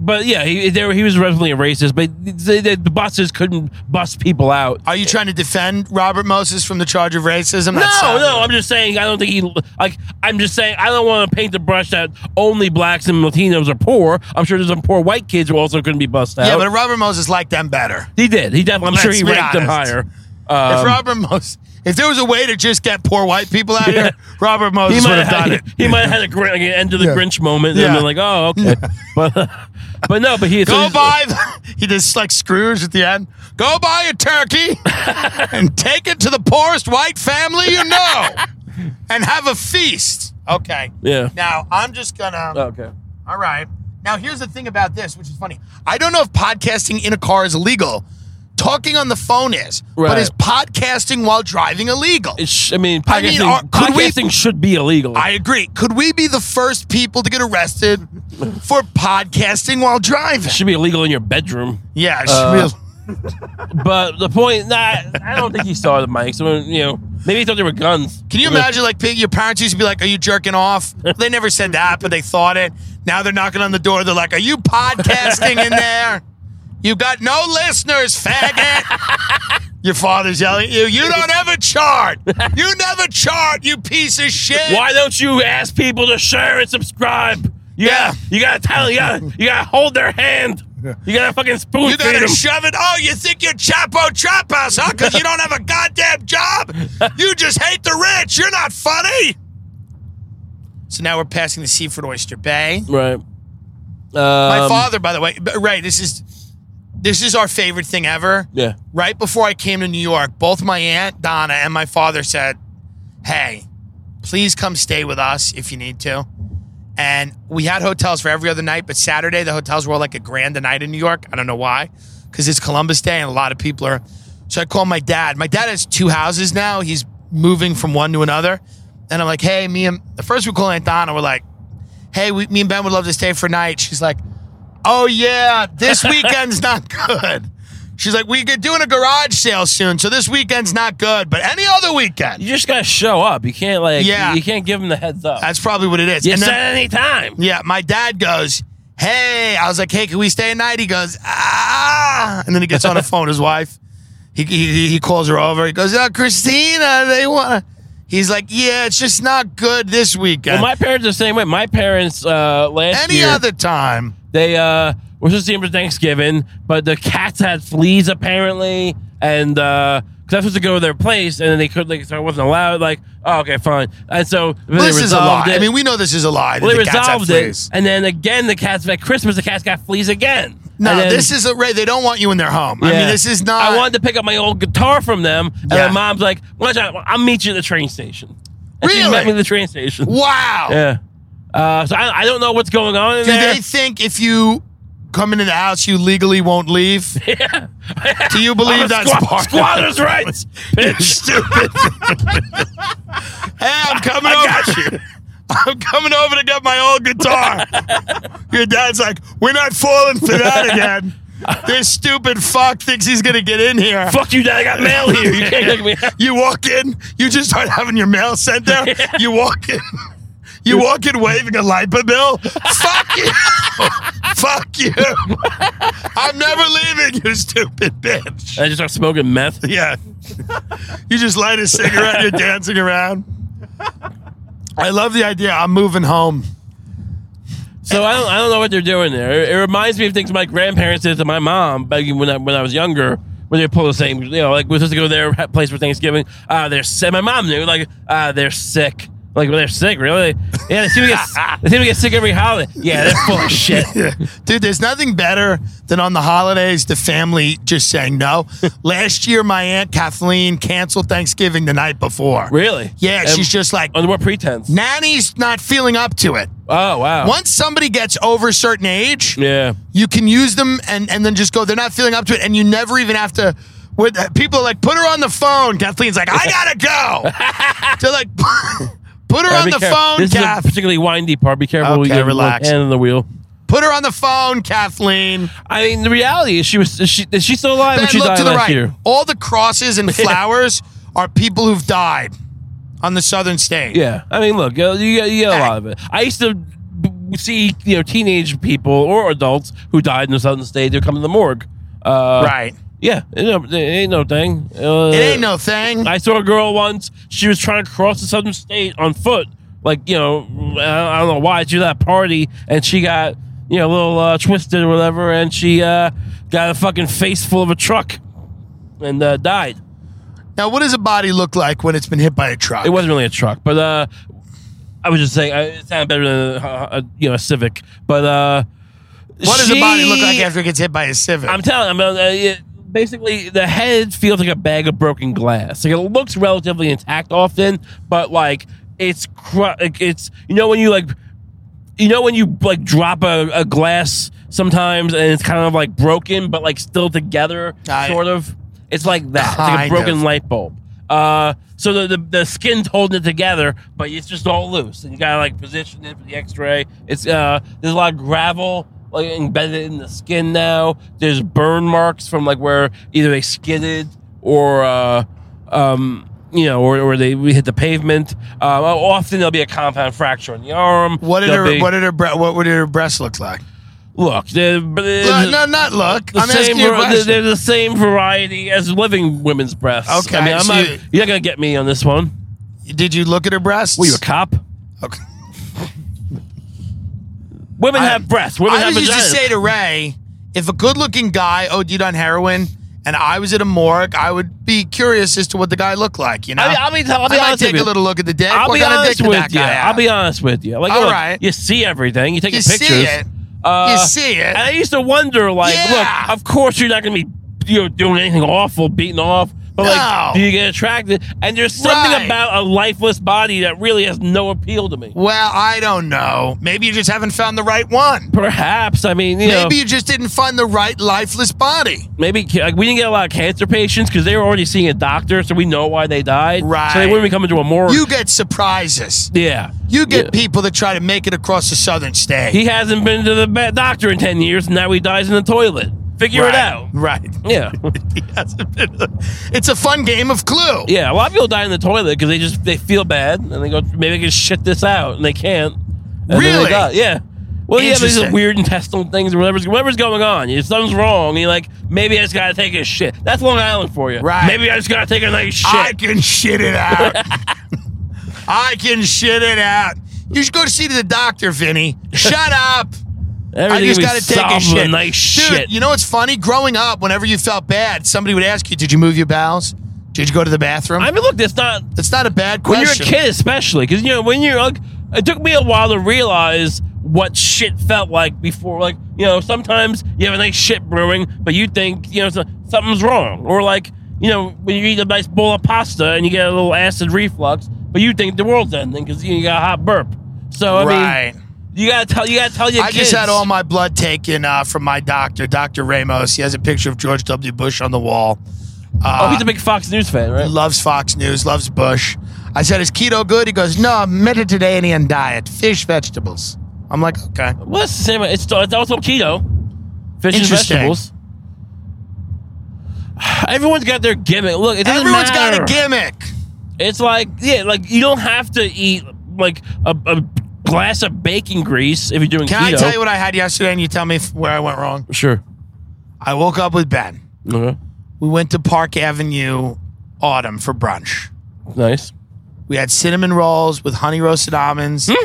But yeah, he there, he was definitely a racist. But the, the, the buses couldn't bus people out. Are you trying to defend Robert Moses from the charge of racism? No, That's sad. no, I'm just saying. I don't think he like. I'm just saying. I don't want to paint the brush that only blacks and Latinos are poor. I'm sure there's some poor white kids who also couldn't be bussed out. Yeah, but Robert Moses liked them better. he did. He definitely. I'm sure Let's he be ranked them honest. higher. if Um, Robert Moses, if there was a way to just get poor white people out here, Robert Moses would have done it. he might have had a gr- like an end of the Grinch moment and Yeah. been like, oh, okay. but, but no, but he so Go he's- buy. The, he just like screws at the end. Go buy a turkey and take it to the poorest white family you know, and have a feast. Okay. Yeah. Uh. Now I'm just gonna. Oh, Okay. All right. Now here's the thing about this, which is funny. I don't know if podcasting in a car is illegal. talking on the phone is, Right. but is podcasting while driving illegal? It's, sh- I mean, podcasting, I mean, are- could we- podcasting should be illegal. I agree. Could we be the first people to get arrested for podcasting while driving? it should be illegal in your bedroom. Yeah, it's Uh, real. But the point, nah, I don't think he saw the mics. I mean, you know, maybe he thought they were guns. Can you imagine, like, pe- your parents used to be like, Are you jerking off? They never said that, but they thought it. Now they're knocking on the door. They're like, Are you podcasting in there? You got no listeners, faggot. Your father's yelling at you. You don't ever chart. You never chart, you piece of shit. Why don't you ask people to share and subscribe? You Yeah. gotta, you gotta tell, you gotta, you gotta hold their hand. You gotta fucking spoon You feed gotta them. shove it. Oh, you think you're Chapo Chapas, huh? Because you don't have a goddamn job. You just hate the rich. You're not funny. So now we're passing the Seaford Oyster Bay. right. Um, My father, by the way, b- Ray, this is this is our favorite thing ever. Yeah. Right before I came to New York, both my aunt Donna and my father said, "Hey, please come stay with us if you need to." And we had hotels for every other night, but Saturday the hotels were like a grand a night in New York. I don't know why, because it's Columbus Day and a lot of people are. So I called my dad. My dad has two houses now. He's moving from one to another, and I'm like, "Hey, me and the first we call Aunt Donna, we're like." hey, we, me and Ben would love to stay for a night. She's like, oh yeah, this weekend's not good. She's like, we're doing a garage sale soon, so this weekend's not good, but any other weekend. You just gotta show up. You can't like. Yeah. You can't give them the heads up. That's probably what it is. you And said then- any time. yeah, my dad goes, hey, I was like, hey, can we stay a night? He goes, ah, and then he gets on the phone, his wife. He, he, he calls her over. He goes, oh, Christina, they want to. He's like, yeah, it's just not good this Well, weekend. my parents are the same way. My parents uh, last any year other time. they uh, were supposed to see him for Thanksgiving, but the cats had fleas apparently, and because I was supposed to go to their place, and then they could like so I wasn't allowed. Like, oh, okay, fine. And so Well, this is a lie. It. I mean, we know this is a lie. that Well, they the cats have resolved it, fleas. and then again, the cats at Christmas, the cats got fleas again. No, And then- this is a Ray. They don't want you in their home. I Yeah. mean, this is not. I wanted to pick up my old guitar from them, and Yeah. my mom's like, "Why don't I- I'll meet you at the train station." And She Really? met me at the train station. Wow. Yeah. Uh, so I, I don't know what's going on in Do there. they think if you come into the house, you legally won't leave? Do I'm you a believe that's squat- part? squatters' rights, bitch. Stupid. hey, I'm coming over. I'm coming over to get my old guitar. Your dad's like, we're not falling for that again. This stupid fuck thinks he's gonna get in here. Fuck you, Dad. I got mail here. You can't take me. out. You walk in, you just start having your mail sent there. You walk in, you walk in waving a LIPA bill. Fuck you. Fuck you. I'm never leaving, you stupid bitch. And I just start smoking meth. Yeah. You just light a cigarette, you're dancing around. I love the idea. I'm moving home. So I don't, I don't know what they're doing there. It, it reminds me of things my grandparents did to my mom back when I, when I was younger. When they pull the same, you know, like we're supposed to go to their ha- place for Thanksgiving. Ah, they're sick. My mom knew, like, ah, they're sick. Like, well, they're sick, really? Yeah, they seem to get, s- they seem to get sick every holiday. Yeah, they're full of Oh, shit. Dude, there's nothing better than on the holidays the family just saying no. Last year, my aunt Kathleen canceled Thanksgiving the night before. Really? Um, uh, Yeah, And she's just like, under what pretense? Nanny's not feeling up to it. Oh wow. Once somebody gets over a certain age, Yeah. you can use them and, and then just go, they're not feeling up to it. And you never even have to. With, people are like, put her on the phone. Kathleen's like, I gotta go. they're like, put her Yeah, on be the careful. phone, This Kath. is a particularly windy part. Be careful. Okay, you have relax. Hand on the wheel. put her on the phone, Kathleen. I mean, the reality is she was. Is she, is she still alive? or Ben, she look died to the last right. year? All the crosses and flowers are people who've died on the southern state. Yeah, I mean, look, you, you get you get a lot of it. I used to b- see you know teenage people or adults who died in the southern state. They come to the morgue. Uh, Right. Yeah, it ain't, it ain't no thing. Uh, It ain't no thing. I saw a girl once. She was trying to cross the southern state on foot. Like you know, I I don't know why she was at a party and she got you know a little uh, twisted or whatever, and she uh, got a fucking face full of a truck and uh, died. now, what does a body look like when it's been hit by a truck? It wasn't really a truck, but uh, I was just saying uh, it sounded better than a, a you know a Civic. But uh, What does the body look like she- after it gets hit by a civet? I'm telling. I'm uh, it, basically the head feels like a bag of broken glass. Like it looks relatively intact often, but like it's cru- like, it's you know when you like you know when you like drop a, a glass sometimes and it's kind of like broken but like still together I- sort of it's like that it's like a Kind broken of. light bulb uh, so the, the the skin's holding it together but it's just all loose and you gotta like position it for the x-ray it's uh there's a lot of gravel like embedded in the skin now there's burn marks from like where either they skidded or uh um you know, or, or they we hit the pavement. Um, often there'll be a compound fracture in the arm. What did There'll her be- What did her bre- What would her breast look like? Look, they're, but it's Uh, no, not look. the I'm same. asking you a var- question. they're the same variety as living women's breasts. Okay, I mean, I'm so not, you- you're not gonna get me on this one. Did you look at her breasts? Were you a cop? okay. Women I- have breasts. Women I have used to vaginas. say to Ray, if a good-looking guy OD'd on heroin and I was at a morgue, I would be curious as to what the guy looked like. You know, I mean, I'll be, I'll be I might honest take with you. a little look at the dick. I'll what be kind of honest dick did that with you. guy have? I'll be honest with you. Like, All look, right. you see everything. You take You the see pictures. it. Uh, you see it. And I used to wonder, like, Yeah. look, of course you're not going to be you know, doing anything awful, beating off, but No. like, do you get attracted? And there's something Right. about a lifeless body that really has no appeal to me. well, I don't know. Maybe you just haven't found the right one. Perhaps I mean, you know, Maybe you just didn't find the right lifeless body. maybe ca- like, we didn't get a lot of cancer patients because they were already seeing a doctor, so we know why they died. So they Right. wouldn't be coming to a morgue. You get surprises. yeah, You get Yeah. people that try to make it across the southern state. He hasn't been to the ba- doctor in ten years, and now he dies in the toilet. Figure right. it out. Right. Yeah, He hasn't been- it's a fun game of Clue. yeah. A lot of people die in the toilet because they just they feel bad and they go maybe I can shit this out and they can't. And then they Really? die. Yeah. Well, yeah, but these are Interesting. weird intestinal things or whatever's whatever's going on. If something's wrong, and you're like, maybe I just gotta take a shit. That's Long Island for you. Right. Maybe I just gotta take a nice shit. I can shit it out. I can shit it out. You should go see to the doctor, Vinny. Shut up. I Everything just we got to take a solve shit. nice Dude, shit. You know what's funny? Growing up, whenever you felt bad, somebody would ask you, "Did you move your bowels? Did you go to the bathroom?" I mean, look, that's not That's not a bad when question. you're a kid, especially because you know when you're like, it took me a while to realize what shit felt like before. Like you know, sometimes you have a nice shit brewing, but you think you know so- something's wrong, or like you know when you eat a nice bowl of pasta and you get a little acid reflux, but you think the world's ending because you got a hot burp. So I right. mean, you gotta tell you gotta tell your I kids. just had all my blood taken uh, from my doctor, Dr. Ramos. He has a picture of George W. Bush on the wall. oh, he's a big Fox News fan, right? Loves Fox News, loves Bush. I said, Is keto good? He goes, No, Mediterranean diet, fish, vegetables. I'm like, Okay. Well, it's the same. It's, it's also keto, fish and Interesting. vegetables. Everyone's got their gimmick. Look, it doesn't Everyone's matter. got a gimmick. It's like yeah, like you don't have to eat like a, a glass of baking grease if you're doing Can keto. I tell you what I had yesterday and you tell me f- where I went wrong? Sure. I woke up with Ben. Okay. We went to Park Avenue Autumn for brunch. Nice. We had cinnamon rolls with honey roasted almonds. Hmm?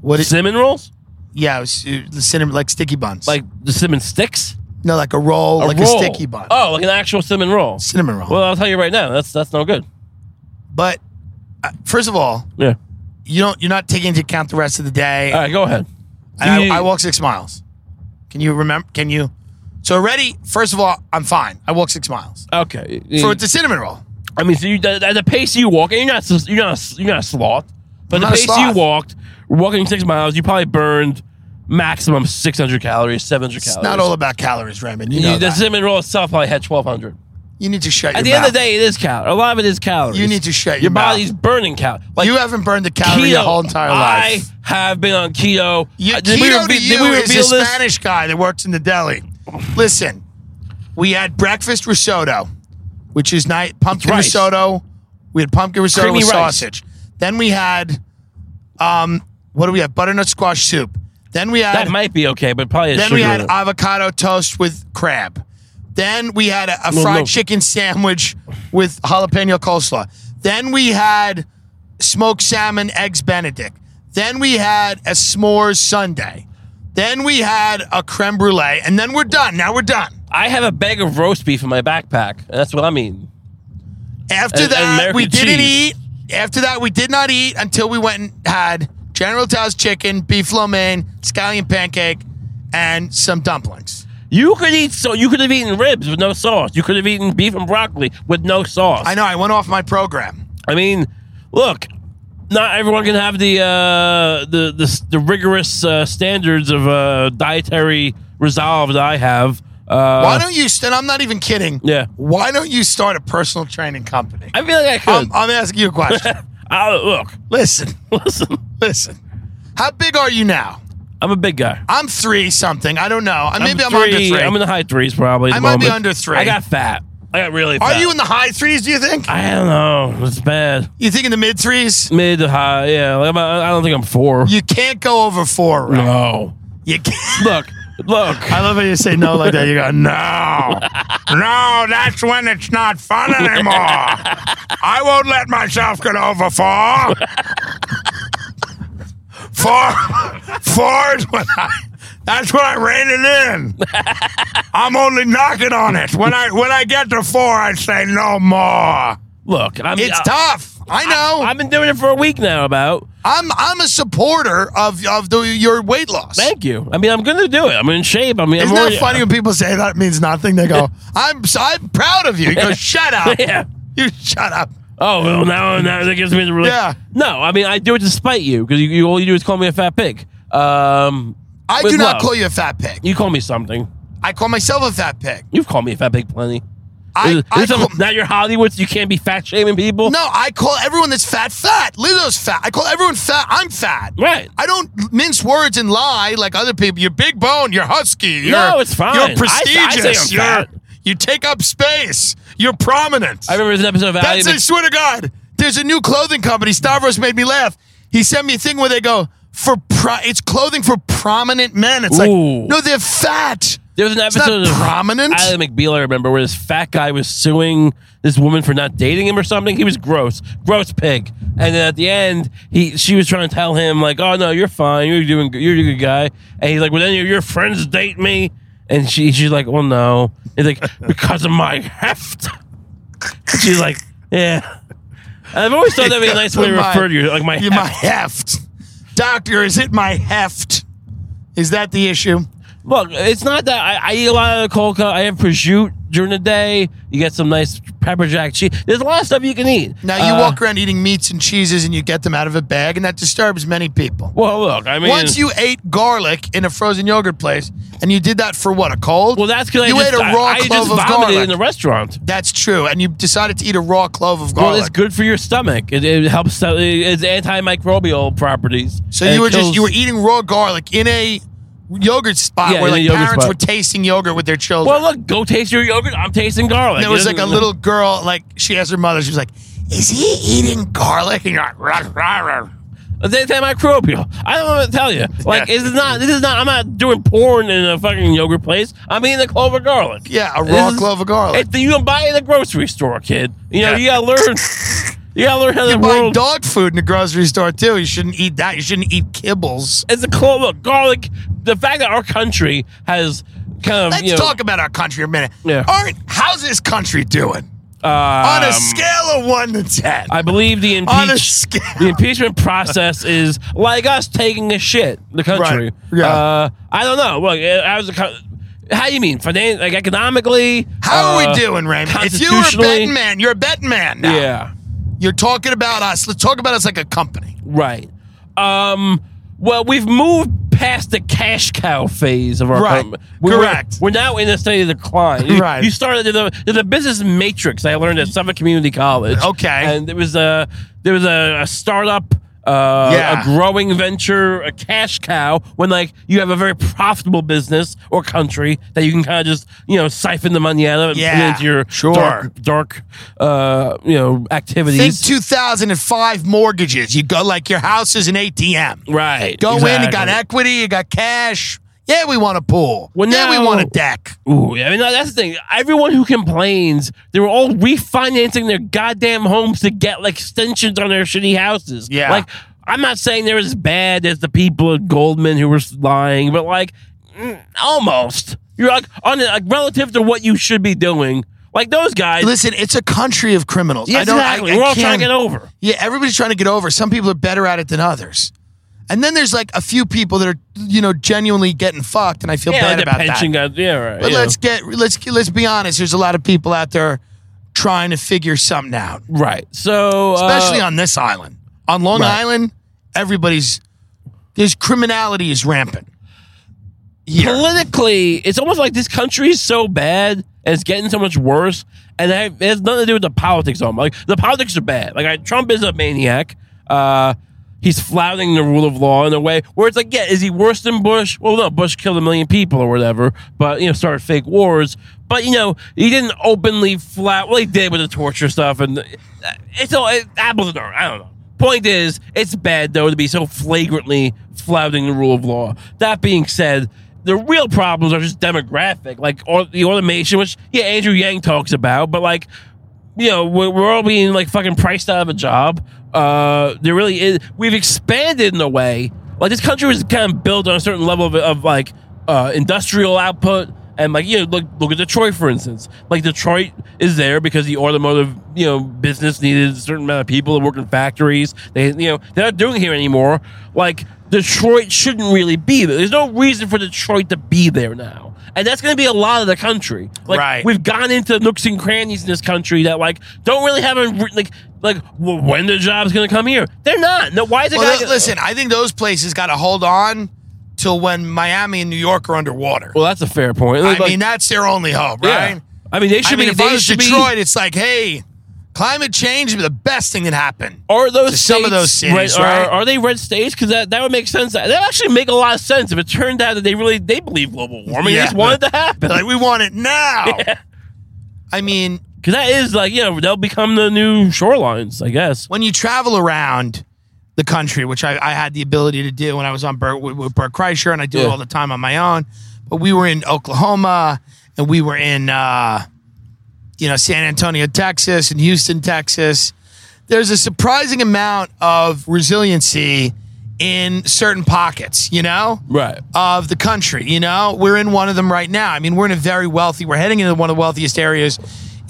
What is Cinnamon rolls, Yeah, it was, uh, the cinnamon like sticky buns. like the cinnamon sticks, no, like a roll, a like roll. a sticky bun. Oh, like an actual cinnamon roll. cinnamon roll. Well, I'll tell you right now, that's that's no good. but uh, first of all, Yeah. you don't you're not taking into account the rest of the day. All right, go ahead. and You- I, I walked six miles. Can you remember? Can you? So already, first of all, I'm fine. I walked six miles Okay. for the cinnamon roll. I mean, so you at the pace you walk, and you're not s- you're not s- you're not a sloth, but I'm the not a pace you sloth. walked, walking six miles, you probably burned maximum 600 calories, 700 It's calories. not all about calories, Raymond. You You- know the that. cinnamon roll itself probably had 1,200. You need to shut At your the end of the day, it is calories. A lot of it is calories. You need to shut your mouth. body's burning calories. you haven't burned a calorie your whole entire life. I have been on keto. You, Uh, keto we re- to did you we is a reveal this? Spanish guy that works in the deli. Listen, we had breakfast risotto, which is night pumpkin rice. risotto. We had pumpkin risotto Creamy with rice. sausage. Then we had, um, what do we have? Butternut squash soup. Then we had That might be okay, but probably a then sugar we in had uh, it. avocado toast with crab. Then we had a, a No, fried no. chicken sandwich with jalapeno coleslaw. Then we had smoked salmon eggs Benedict. Then we had a s'mores sundae. Then we had a creme brulee, and then we're done. Now we're done. I have a bag of roast beef in my backpack, and that's what I mean. After And- and that, American we didn't cheese. eat. After that, we did not eat until we went and had General Tso's chicken, beef lo mein, scallion pancake, and some dumplings. You could eat so you could have eaten ribs with no sauce. You could have eaten beef and broccoli with no sauce. I know I went off my program. I mean, look, not everyone can have the uh, the, the the rigorous uh, standards of uh, dietary resolve that I have. Uh, Why don't you? And I'm not even kidding. Yeah. Why don't you start a personal training company? I feel like I could. I'm, I'm asking you a question. I'll, look, listen, listen. listen. How big are you now? I'm a big guy. I'm three something. I don't know. I- Maybe I'm, three, under three. I'm in the high threes probably. at I the might be moment. under three. I got fat. I got really. are fat. you in the high threes? Do you think? I don't know. It's bad. You think in the mid threes? Mid to high. Yeah. Like, I'm, I don't think I'm four. You can't go over four. Right? no. You can't. Look. Look. I love how you say no like that. You go no. No, no, that's when it's not fun anymore. I won't let myself get over four. Four, four is when I. That's when I rein it in. I'm only knocking on it. When I when I get to four, I say no more. Look. I'm, It's I- tough. I know. I've been doing it for a week now. About. I'm I'm a supporter of of the, your weight loss. Thank you. I mean, I'm gonna do it. I'm in shape. I mean, Isn't I'm that already- funny when people say that means nothing? They go, "I'm so- I'm proud of you." You go, "Shut up! Yeah. You shut up." Oh well, now now that gives me the relief. Yeah. No, I mean I do it to spite you because you, you all you do is call me a fat pig. Um, I with do not love. call you a fat pig. You call me something. I call myself a fat pig. You've called me a fat pig plenty. I- Is- I is some- call- now you're Hollywood. So you can't be fat shaming people. No, I call everyone that's fat fat. Lizzo's fat. I call everyone fat. I'm fat. Right. I don't mince words and lie like other people. You're big bone. You're husky. You're, No, it's fine. I- I You're say prestigious. I'm fat. You're- you take up space. You're prominent. I remember there's an episode of Ali. That's it. Swear to God, there's a new clothing company. Stavros made me laugh. He sent me a thing where they go for pro- it's clothing for prominent men. It's like Ooh. no, they're fat. There was an It's not episode of prominent. Ally McBeal, I remember, where this fat guy was suing this woman for not dating him or something. He was gross, gross pig. And then at the end, he she was trying to tell him like, "Oh no, you're fine. You're doing. good- You're a good guy." And he's like, "Well, then your, your friends date me." And she she's like, "Well, no." He's like, "Because of my heft." She's like, "Yeah." And I've always thought that'd be a nice way to My- refer to you, like my You- heft. my heft. Doctor, is it my heft? Is that the issue? Look, it's not that I, I eat a lot of cold cut. I have prosciutto during the day. You get some nice pepper jack cheese. There's a lot of stuff you can eat. Now you Uh, walk around eating meats and cheeses and you get them out of a bag, and that disturbs many people. Well, look, I mean, Once you ate garlic in a frozen yogurt place, and you did that for what a cold? well, that's because you I just, ate a raw I, I clove just of vomited garlic. in the restaurant. that's true, and you decided to eat a raw clove of garlic. Well, it's good for your stomach. It, it helps. uh, It's antimicrobial properties. So And you it were just kills- you were eating raw garlic in a yogurt spot Yeah, where in a like yogurt parents spot. were tasting yogurt with their children. Well, look, go taste your yogurt. I'm tasting garlic. and there It was like a doesn't- little girl, like she asked her mother, she was like, "Is he eating garlic?" And you're like, "Rah, rah, rah." It's antimicrobial. I don't know what to tell you. Like, Yeah. this is not. This is not. I'm not doing porn in a fucking yogurt place. I'm eating a clove of garlic. Yeah, a This raw is- clove of garlic. It, you can buy it in the grocery store, kid. You know, Yeah. you gotta learn. You gotta learn how You the buy world. dog food in the grocery store too. You shouldn't eat that. You shouldn't eat kibbles. It's a clove of garlic. The fact that our country has kind of Let's you know, talk about our country a minute. Yeah. Aren't how's this country doing on um, a scale of one to ten? I believe the On a impeach, scale. the impeachment process is like us taking a shit. The country. Right. Yeah. Uh, I don't know. Look, I was a. co- How do you mean? Finan- like economically? How are uh, we doing, Raymond? If you were a constitutionally? betting man, you're a betting man now. Yeah. You're talking about us. Let's talk about us like a company. Right. Um. Well, we've moved past the cash cow phase of our Right. company. We were- Correct. We're, now in a state of decline. You, Right. You started there's a, there's a business matrix I learned at Suffolk Community College. Okay. And there was a there was a, a startup. Uh, Yeah. A growing venture, a cash cow. When like you have a very profitable business or country that you can kind of just you know siphon the money out of and put Yeah, into your sure. dark, dark uh, you know activities. Think 2005 mortgages. You go like your house is an ATM. right. Go in, you got exactly. equity, you got cash. Yeah, we want a pool. Well, yeah, we now- want a deck. Ooh, yeah, I mean, no, that's the thing. Everyone who complains, they were all refinancing their goddamn homes to get like extensions on their shitty houses. Yeah. Like, I'm not saying they're as bad as the people at Goldman who were lying, but like, mm, almost. You're like, on a, like, relative to what you should be doing, like those guys. Listen, it's a country of criminals. Yes, I don't, I- exactly. I we're all trying can't- to get over. Yeah, everybody's trying to get over. Some people are better at it than others. And then there's like a few people that are, you know, genuinely getting fucked, and I feel Yeah, bad like the about that. pension guys. Yeah, right. But yeah. let's get let's let's be honest. There's a lot of people out there trying to figure something out, right. So, especially uh, on this island. On Long Right. Island, everybody's there's criminality is rampant. politically, it's almost like this country is so bad and it's getting so much worse, and it it has nothing to do with the politics. Almost like the politics are bad. Like I, Trump is a maniac. Uh, he's flouting the rule of law in a way where it's like, yeah, is he worse than Bush? Well, no, Bush killed a million people or whatever, but you know, started fake wars. But you know, he didn't openly flout. Well, he did with the torture stuff, and uh, it's all it, apples and oranges. I don't know. Point is, it's bad though to be so flagrantly flouting the rule of law. That being said, the real problems are just demographic, like all the automation, which yeah, Andrew Yang talks about, but like you know, we're, we're all being like fucking priced out of a job. Uh, there really is. We've expanded in a way. Like this country was kind of built on a certain level of, of like uh, industrial output, and like you know, look look at Detroit for instance. Like Detroit is there because the automotive you know business needed a certain amount of people to work in factories. They you know they're not doing it here anymore. Like Detroit shouldn't really be there. There's no reason for Detroit to be there now. And that's going to be a lot of the country. Like Right. we've gone into nooks and crannies in this country that like don't really have a re- like like well, when the job's going to come here. They're not. No, why is it? Well, gonna, th- listen, I think those places got to hold on till when Miami and New York are underwater. Well, that's a fair point. I Like, mean, that's their only hope, yeah. right? I mean, they should I mean, be. if I They was should Detroit, be. it's like, hey, climate change would be the best thing that happened. Are those to some of those red- cities, are, right? Are they red states? Because that, that would make sense. That would actually make a lot of sense if it turned out that they really they believe global warming. Yeah. They just wanted to happen. Like, we want it now. I mean, Because that is like, you know, they'll become the new shorelines, I guess. when you travel around the country, which I, I had the ability to do when I was on Bert, with, with Bert Kreischer, and I do Yeah. it all the time on my own. But we were in Oklahoma, and we were in, uh, you know, San Antonio, Texas, and Houston, Texas. There's a surprising amount of resiliency in certain pockets, you know, Right. of the country. You know, we're in one of them right now. I mean, we're in a very wealthy. We're heading into one of the wealthiest areas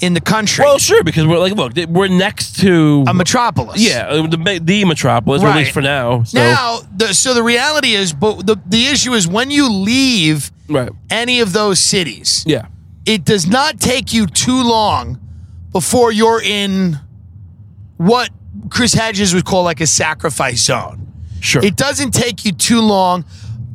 in the country. Well, sure, because we're like, look, th- we're next to a metropolis. yeah, uh, the, ma- the metropolis, or at least Right. for now. So, Now, the, so the reality is, but the, the issue is when you leave right, any of those cities, yeah, it does not take you too long before you're in what Chris Hedges would call like a sacrifice zone. sure, It doesn't take you too long.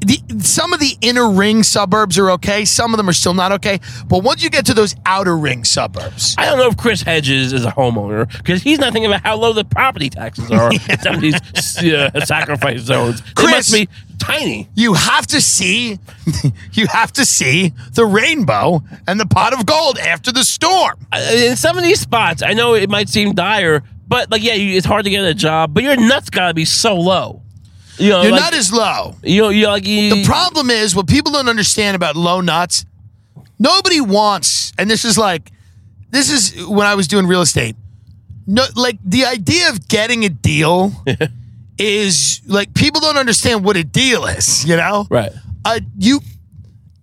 The, some of the inner ring suburbs are okay. Some of them are still not okay. But once you get to those outer ring suburbs, I don't know if Chris Hedges is a homeowner because he's not thinking about how low the property taxes are in some of these s- uh, sacrifice zones. They Chris- must be tiny. you have to see, you have to see the rainbow and the pot of gold after the storm. Uh, In some of these spots, I know it might seem dire, but like, yeah, you, it's hard to get a job, but your nuts gotta be so low. You know, You're like, Mm. not as low. you know, you like, you, The problem is what people don't understand about low nuts. Nobody wants, and this is like, this is when I was doing real estate. No, like the idea of getting a deal is like people don't understand what a deal is. You know, right? uh, you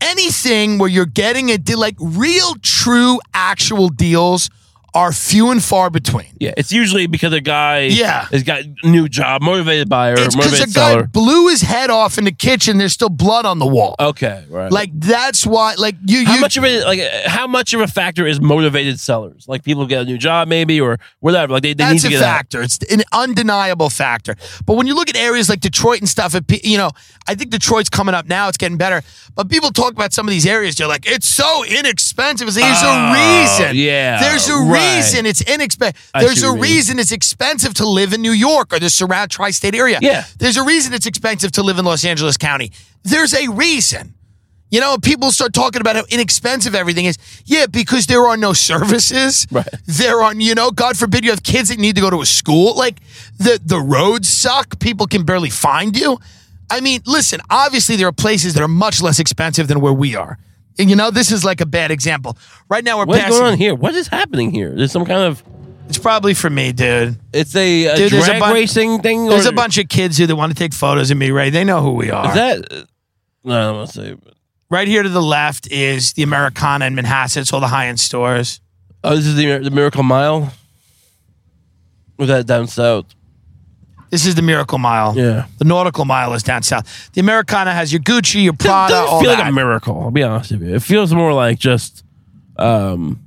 anything where you're getting a deal, like real, true, actual deals are few and far between. Yeah, it's usually because a guy Yeah. has got new job, motivated buyer, It's because a motivated guy seller. blew his head off in the kitchen. There's still blood on the wall. Okay, right. Like that's why, like you, how you much of it like uh, how much of a factor is motivated sellers like people get a new job maybe or whatever like they, they need that's to a get out. factor. It's an undeniable factor. But when you look at areas like Detroit and stuff, it, pe- you know, I think Detroit's coming up now. It's getting better. But people talk about some of these areas. They're like, it's so inexpensive. It's like, There's Oh, a reason. yeah, There's a right. reason it's inexpensive. I see There's a what you mean. reason it's expensive to live in New York or the surround tri-state area. Yeah. There's a reason it's expensive to live in Los Angeles County. There's a reason. You know, people start talking about how inexpensive everything is. Yeah, because there are no services. Right. There are, you know, God forbid you have kids that need to go to a school. Like the the roads suck. People can barely find you. I mean, listen, obviously there are places that are much less expensive than where we are. And you know, this is like a bad example. Right now we're what's passing going on here what is happening here there's some kind of It's probably for me, dude. it's a, a Dude, there's a drag bun- racing thing There's or- a bunch of kids here that want to take photos of me, right? They know who we are. is that uh, no I don't want to say but- right here to the left is the Americana in Manhasset. It's all the high end stores. oh this is the, the Miracle Mile was that down south This is the Miracle Mile. Yeah. The Nautical Mile is down south. The Americana has your Gucci, your it Prada, doesn't all feel that. like a miracle I'll be honest with you it feels more like just um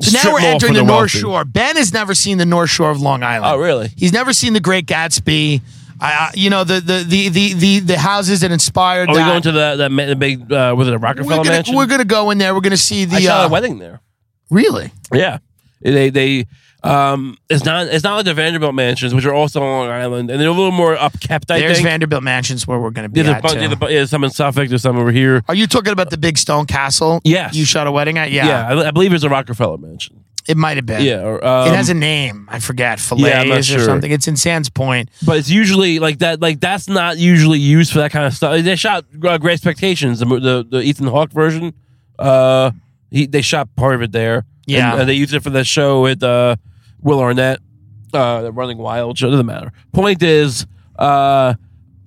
So now Strip we're mall entering for the, the North wealthy. Shore. Ben has never seen the North Shore of Long Island. Oh, really? He's never seen the Great Gatsby. I, I you know the the the the the, the houses that inspired. Are we that. going to the that ma- the big uh, was it a Rockefeller We're gonna, mansion? we're gonna go in there. We're gonna see the I shot uh, a wedding there. Really? Yeah, they they um it's not it's not like the Vanderbilt mansions, which are also on Long Island, and they're a little more upkept. I There's think Vanderbilt Mansions where we're gonna be there's, a at. bunch, too. there's, a, bu- yeah, some in Suffolk, there's some over here. Are you talking about the big stone castle? Yes. You shot a wedding at? Yeah. Yeah, I, I believe it's a Rockefeller mansion. It might have been. Yeah, or, um, it has a name. I forget. Fillets Yeah, I'm not or sure. something. It's in Sands Point. but it's usually like that. Like that's not usually used for that kind of stuff. Like, They shot uh, Great Expectations, the, mo- the the Ethan Hawke version. Uh, he, they shot part of it there. Yeah. and, uh, they used it for that show with uh, Will Arnett, uh, the Running Wild show. Doesn't matter. Point is, uh,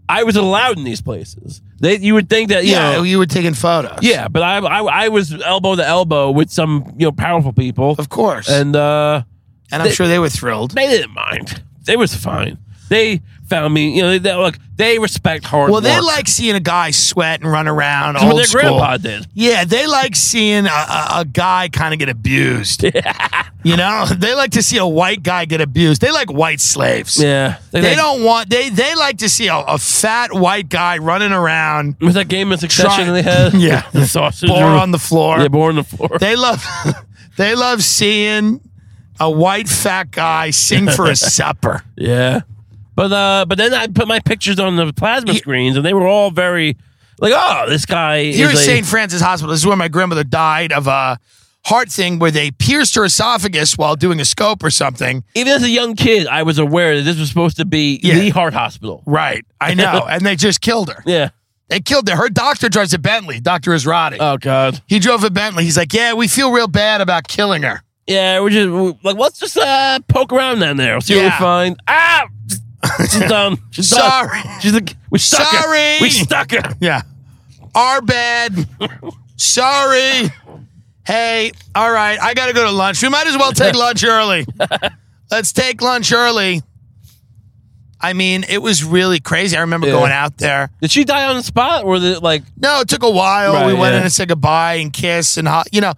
I was allowed in these places. They you would think that you Yeah. oh, know. you were taking photos. Yeah, but I, I I was elbow to elbow with some you know powerful people, Of course. and And, uh, I'm they- sure they were thrilled. they didn't mind. They was fine. They found me. You know, they, they- look, they respect hard. Well, they work. like seeing a guy sweat and run around. That's what old their school. grandpa did. Yeah, they like seeing a, a, a guy kind of get abused. You know, they like to see a white guy get abused. They like white slaves. Yeah, They, don't want they they like to see a, a fat white guy running around Was that game of succession Try- they had? Yeah. the sausage bore roll. on the floor. Yeah, bore on the floor. They love they love seeing a white fat guy sing for a supper. yeah, but uh, but then I put my pictures on the plasma screens, and they were all very like, oh, this guy. Here is at a- St. Francis Hospital, this is where my grandmother died of a heart thing where they pierced her esophagus while doing a scope or something. Even as a young kid, I was aware that this was supposed to be Yeah. the heart hospital. Right. I know. and they just killed her. Yeah. They killed her. Her doctor drives a Bentley, Dr. Israti. Oh God. he drove a Bentley. He's like, Yeah, we feel real bad about killing her. Yeah, we're just we- like let's just uh, poke around down there, see what Yeah. we find. Ah, she's done. She's Sorry. done. She's like, we stuck Sorry. her. We stuck her. Yeah. Our bad. Sorry. Hey, all right, I got to go to lunch. We might as well take lunch early. Let's take lunch early. I mean, it was really crazy. I remember Yeah. going out there. Did she die on the spot, or the like? No, it took a while. Right, we went yeah. in and said goodbye and kiss and ho- you know,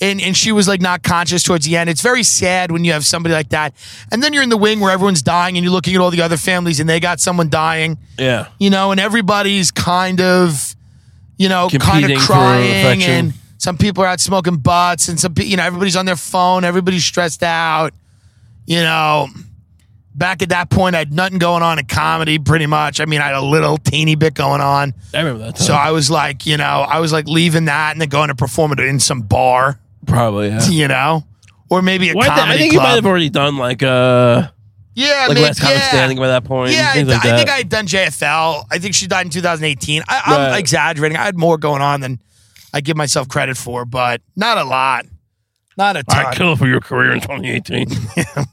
and and she was like not conscious towards the end. It's very sad when you have somebody like that, and then you're in the wing where everyone's dying and you're looking at all the other families and they got someone dying, Yeah. you know, and everybody's kind of, you know, kind Competing of for crying affection. and some people are out smoking butts and some pe- you know everybody's on their phone, everybody's stressed out, you know. Back at that point, I had nothing going on in comedy, pretty much. I mean, I had a little teeny bit going on. I remember that. Time. So I was like, you know, I was like leaving that and then going to perform it in some bar, Probably. Yeah. you know, or maybe a Well, I thi- comedy I think you club. might have already done like uh yeah, like maybe- last comic yeah. standing by that point. Yeah, I, things like I that. think I had done JFL. I think she died in 2018. I, I'm Right. exaggerating. I had more going on than I give myself credit for, but not a lot, not a I ton. killed for your career in 2018.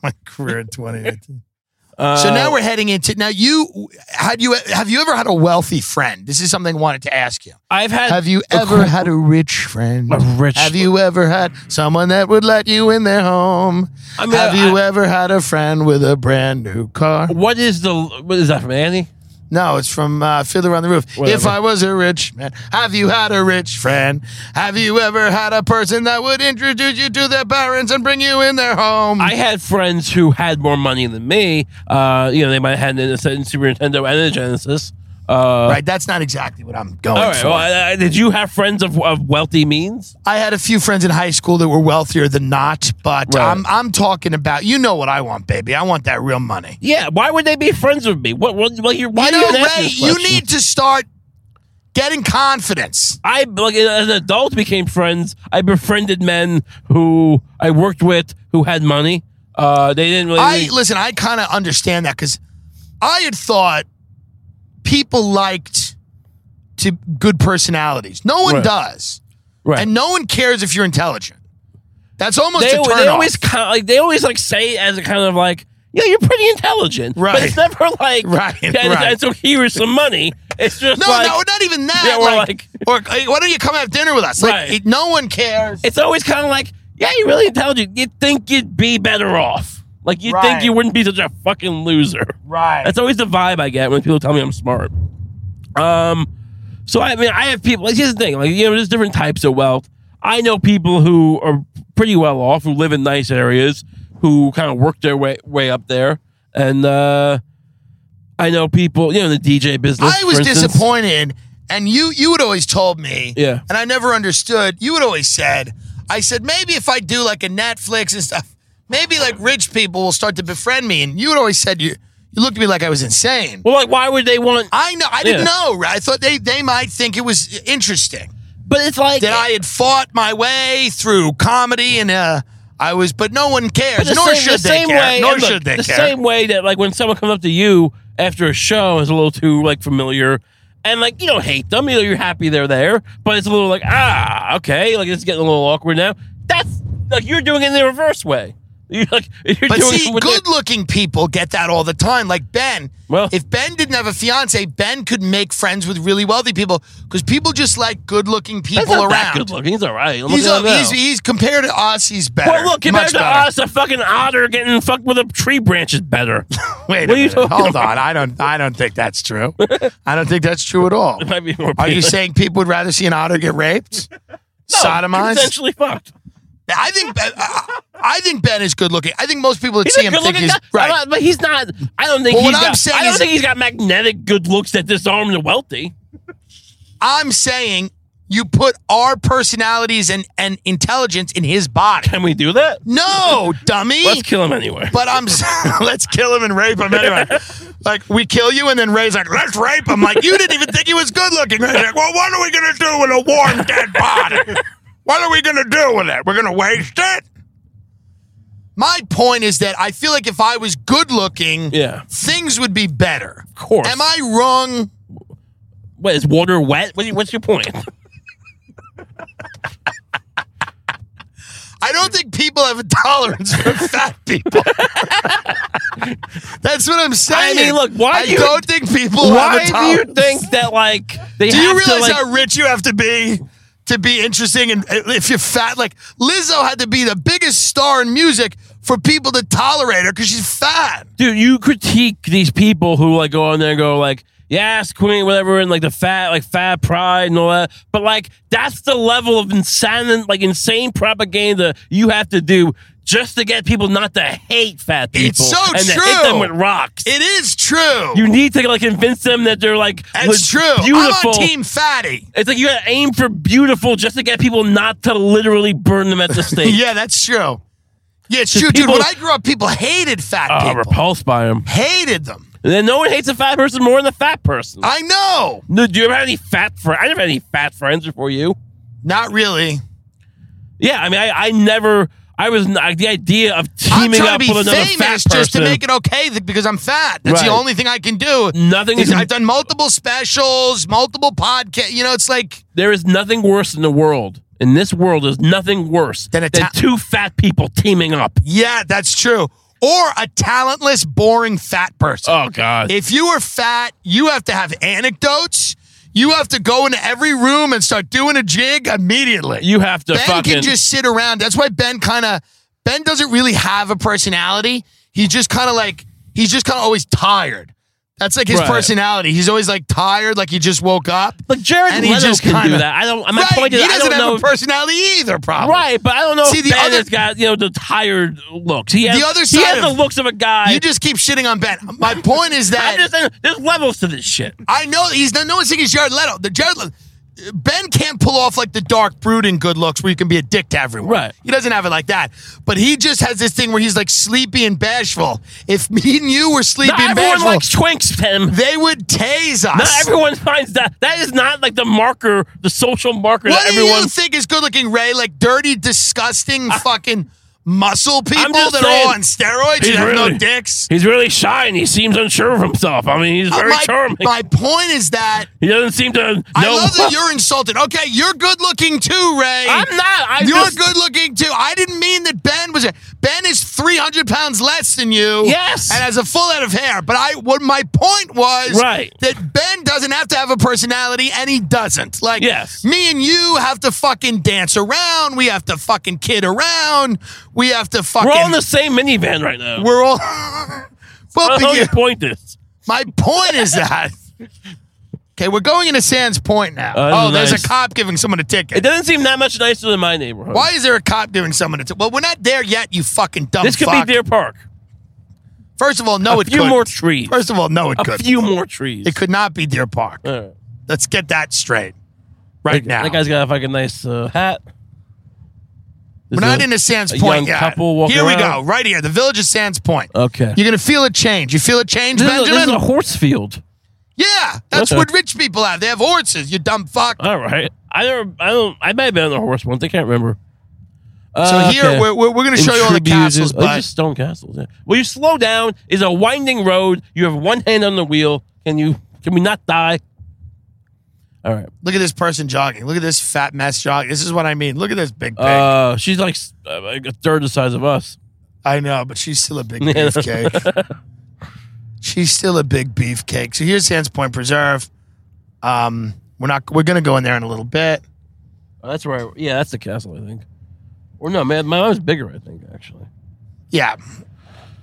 My career in 2018. Uh, so now we're heading into now. You had you have you ever had a wealthy friend? This is something I wanted to ask you. I've had Have you ever had a rich friend? A rich- Have you ever had someone that would let you in their home? I mean, Have I- you ever had a friend with a brand new car? What is the what is that from Annie? No, it's from uh, Fiddler on the Roof. If Whatever. I was a rich man, have you had a rich friend? Have you ever had a person that would introduce you to their parents and bring you in their home? I had friends who had more money than me. Uh, you know, they might have had a certain Super Nintendo and a Genesis. Uh, right, that's not exactly what I'm going All right. for. Well, I, I- did you have friends of, of wealthy means? I had a few friends in high school that were wealthier than not, but Right. I'm I'm talking about you know what I want, baby. I want that real money. Yeah. Why would they be friends with me? What? what like, you're, why you do know, even ask Ray, this you question? need to start getting confidence. I like uh, as an adult became friends. I befriended men who I worked with who had money. Uh, they didn't really. I listen. I kind of understand that because I had thought people liked to good personalities. No one Right. does, right. and no one cares if you're intelligent. That's almost they, a al- turn they always kind of, like they always like say it as a kind of like yeah you're pretty intelligent Right. but it's never like Right, and, and right. so here is some money it's just No, like no, not even that. Yeah, we're or hey, why don't you come have dinner with us? Like, Right. it- no one cares. it's always kind of like yeah you're really intelligent you'd think you'd be better off like you'd Right. think you wouldn't be such a fucking loser Right. that's always the vibe I get when people tell me I'm smart um so I mean I have people like here's the thing like you know there's different types of wealth I know people who are pretty well off, who live in nice areas, who kind of work their way way up there, and uh, I know people, you know, in the DJ business. I was for instance. disappointed, and you you had always told me, Yeah. and I never understood. You had always said, I said maybe if I do like a Netflix and stuff, maybe like rich people will start to befriend me. And you had always said you you looked at me like I was insane. Well, like, why would they want? I know I didn't Yeah. know. Right? I thought they they might think it was interesting But it's like that I had fought my way through comedy and uh. I was, but no one cares. But the Nor same- should the they same care. way- Nor and look, should they the care. same way that like when someone comes up to you after a show is a little too like familiar, and like you don't hate them, you know, you're happy they're there, but it's a little like ah okay, like it's getting a little awkward now. That's like you're doing it in the reverse way. You're like you're But doing see, it with the- good-looking people get that all the time. Like Ben. Well- if Ben didn't have a fiance, Ben could make friends with really wealthy people because people just like good-looking That's people not around. That good looking. He's all right. I'm He's, looking up, at him he's, now. he's compared to us. He's better. well, look, compared Much to better. us, a fucking otter getting fucked with a tree branch is better. Wait, what a are you minute. talking hold about? on. I don't. I don't think that's true. I don't think that's true at all. Might be more Are you appealing. saying people would rather see an otter get raped, sodomized? Essentially fucked. I think. Ben, I, I think Ben is good-looking. I think most people that He's see a him good think looking he's guy. right. I'm not- but he's not. I don't think Well, he's what I'm got. saying I don't is- think he's got magnetic good looks that disarm the wealthy. I'm saying you put our personalities and, and intelligence in his body. Can we do that? No, dummy. Let's kill him anyway. but I'm s- let's kill him and rape him anyway. like we kill you and then Ray's like, let's rape him. Like you didn't even think he was good looking. He's like, well, what are we going to do with a warm, dead body? What are we going to do with it? We're going to waste it? My point is that I feel like if I was good looking, Yeah. things would be better. Of course. Am I wrong? What is water wet? What do you- what's your point? I don't think people have a tolerance for fat people. That's what I'm saying. mean, look, why I do you- don't think people Why have do a you tolerance. think that like they Do you have to realize like? how rich you have to be to be interesting? And if you're fat, like Lizzo had to be the biggest star in music for people to tolerate her because she's fat. dude, you critique these people who like go on there and go like, yes, queen, whatever, and like the fat, like fat pride and all that. But like, that's the level of insane, like insane propaganda you have to do just to get people not to hate fat people It's so and to true. hit them with rocks. It is true. you need to like convince them that they're like That's le- true. beautiful. I'm on Team Fatty. It's like you gotta aim for beautiful just to get people not to literally burn them at the stake. Yeah, that's true. Yeah, it's true, dude. people- When I grew up, people hated fat Uh, people. repulsed by them. hated them. And then no one hates a fat person more than a fat person. I know. No, do you ever have any fat friends? I never had any fat friends before you. Not really. Yeah, I mean, I, I never. I was n- like the idea of I'm teaming trying to up be with another fat famous person. just to make it okay th- because I'm fat. That's the Right. only thing I can do. Nothing Is is- I've done multiple specials, multiple podcast. You know, it's like there is nothing worse in the world. In this world, there's nothing worse Than a ta- two fat people teaming up. yeah, that's true. Or a talentless, boring fat person. Oh God! If you are fat, you have to have anecdotes. You have to go into every room and start doing a jig immediately. you have to ben fucking. can just sit around. That's why Ben kind of Ben doesn't really have a personality. He just kind of like he's just kind of always tired. That's like his Right. personality. He's always like tired, like he just woke up. like Jared and and he Leto just can kinda- do that. I don't. My right? point is, he I doesn't don't have know. a personality either. Probably Right, but I don't know See, if the Ben other- has got you know the tired looks. He has The other He side has of- the looks of a guy. You just keep shitting on Ben. My point is I'm that just saying, there's levels to this shit. I know he's not. No one's thinking Jared Leto. The Jared Leto. Ben can't pull off like the dark brooding good looks where you can be a dick to everyone. Right. He doesn't have it like that. But he just has this thing where he's like sleepy and bashful. If me and you were sleepy Not and everyone bashful, likes twinks, Tim. they would tase us. Not everyone finds that. That is not like the marker, the social marker what that do everyone. you think is good looking, Ray? Like dirty, disgusting fucking muscle people just that saying- are all on steroids and He's have no really- dicks? Uh, He's really shy and he seems unsure of himself. I mean, he's very my, charming. my point is that he doesn't seem to know. I love that you're insulted. Okay, you're good looking too, Ray. I'm not. I You're just, good looking too. I didn't mean that Ben was. Ben is 300 pounds less than you. Yes. And has a full head of hair. But I, what my point was, Right. that Ben doesn't have to have a personality, and he doesn't. Like, Yes. me and you have to fucking dance around. We have to fucking kid around. We have to fucking. We're all in the same minivan right now. We're all. I don't Well, know but what you- your point is. my point is that Okay, we're going into Sands Point now. Uh, oh, there's nice. a cop giving someone a ticket. It doesn't seem that much nicer than my neighborhood. Why is there a cop giving someone a ticket? Well, we're not there yet, you fucking dumb This could fuck. be Deer Park. First of all, no, A it few couldn't. more trees. First of all, no, it A couldn't. few more trees. It could not be Deer Park. All right. Let's get that straight right now. That guy's got a fucking nice uh, hat. We're not in a Sands a Point young yet. couple walking Here we go, around. right here, the village of Sands Point. Okay. You're gonna feel a change. You feel a change, This is, a, Benjamin? this is a horse field. yeah, that's Okay. Uh, what rich people have. They have horses. You dumb fuck. All right. I never. I don't. I may have been on a horse once. I can't remember. so Uh, here okay. we're, we're, we're gonna show you all the Intrigues. castles, Oh, but just stone castles. Yeah. Will you slow down? Is a winding road. You have one hand on the wheel. Can you? Can we not die? All right. look at this person jogging. Look at this fat mess jogging. This is what I mean. Look at this big pig. Uh, she's like s- uh, like a third the size of us. I know, but she's still a big beefcake. she's still a big beefcake. So here's Sands Point Preserve. Um, we're not. We're gonna go in there in a little bit. Oh, that's where. I, yeah, that's the castle. I think. Or no, man. My mom's bigger. I think actually. Yeah,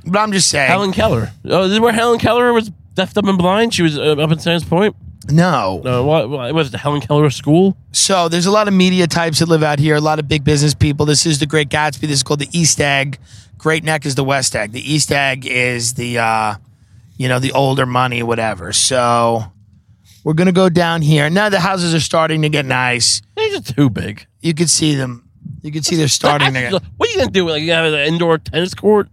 but I'm just saying. Helen Keller. Oh, this is where Helen Keller was deaf, dumb, and blind. She was uh, up in Sands Point. no. No, what, what was it? The Helen Keller School. So there's a lot of media types that live out here, a lot of big business people. This is the Great Gatsby. This is called the East Egg. Great Neck is the West Egg. The East Egg is the, uh, you know, the older money, whatever. So we're gonna go down here. Now the houses are starting to get nice. These are too big. You can see them. You can see they're starting to. Get, Actually, What are you gonna do? Like, you have an indoor tennis court?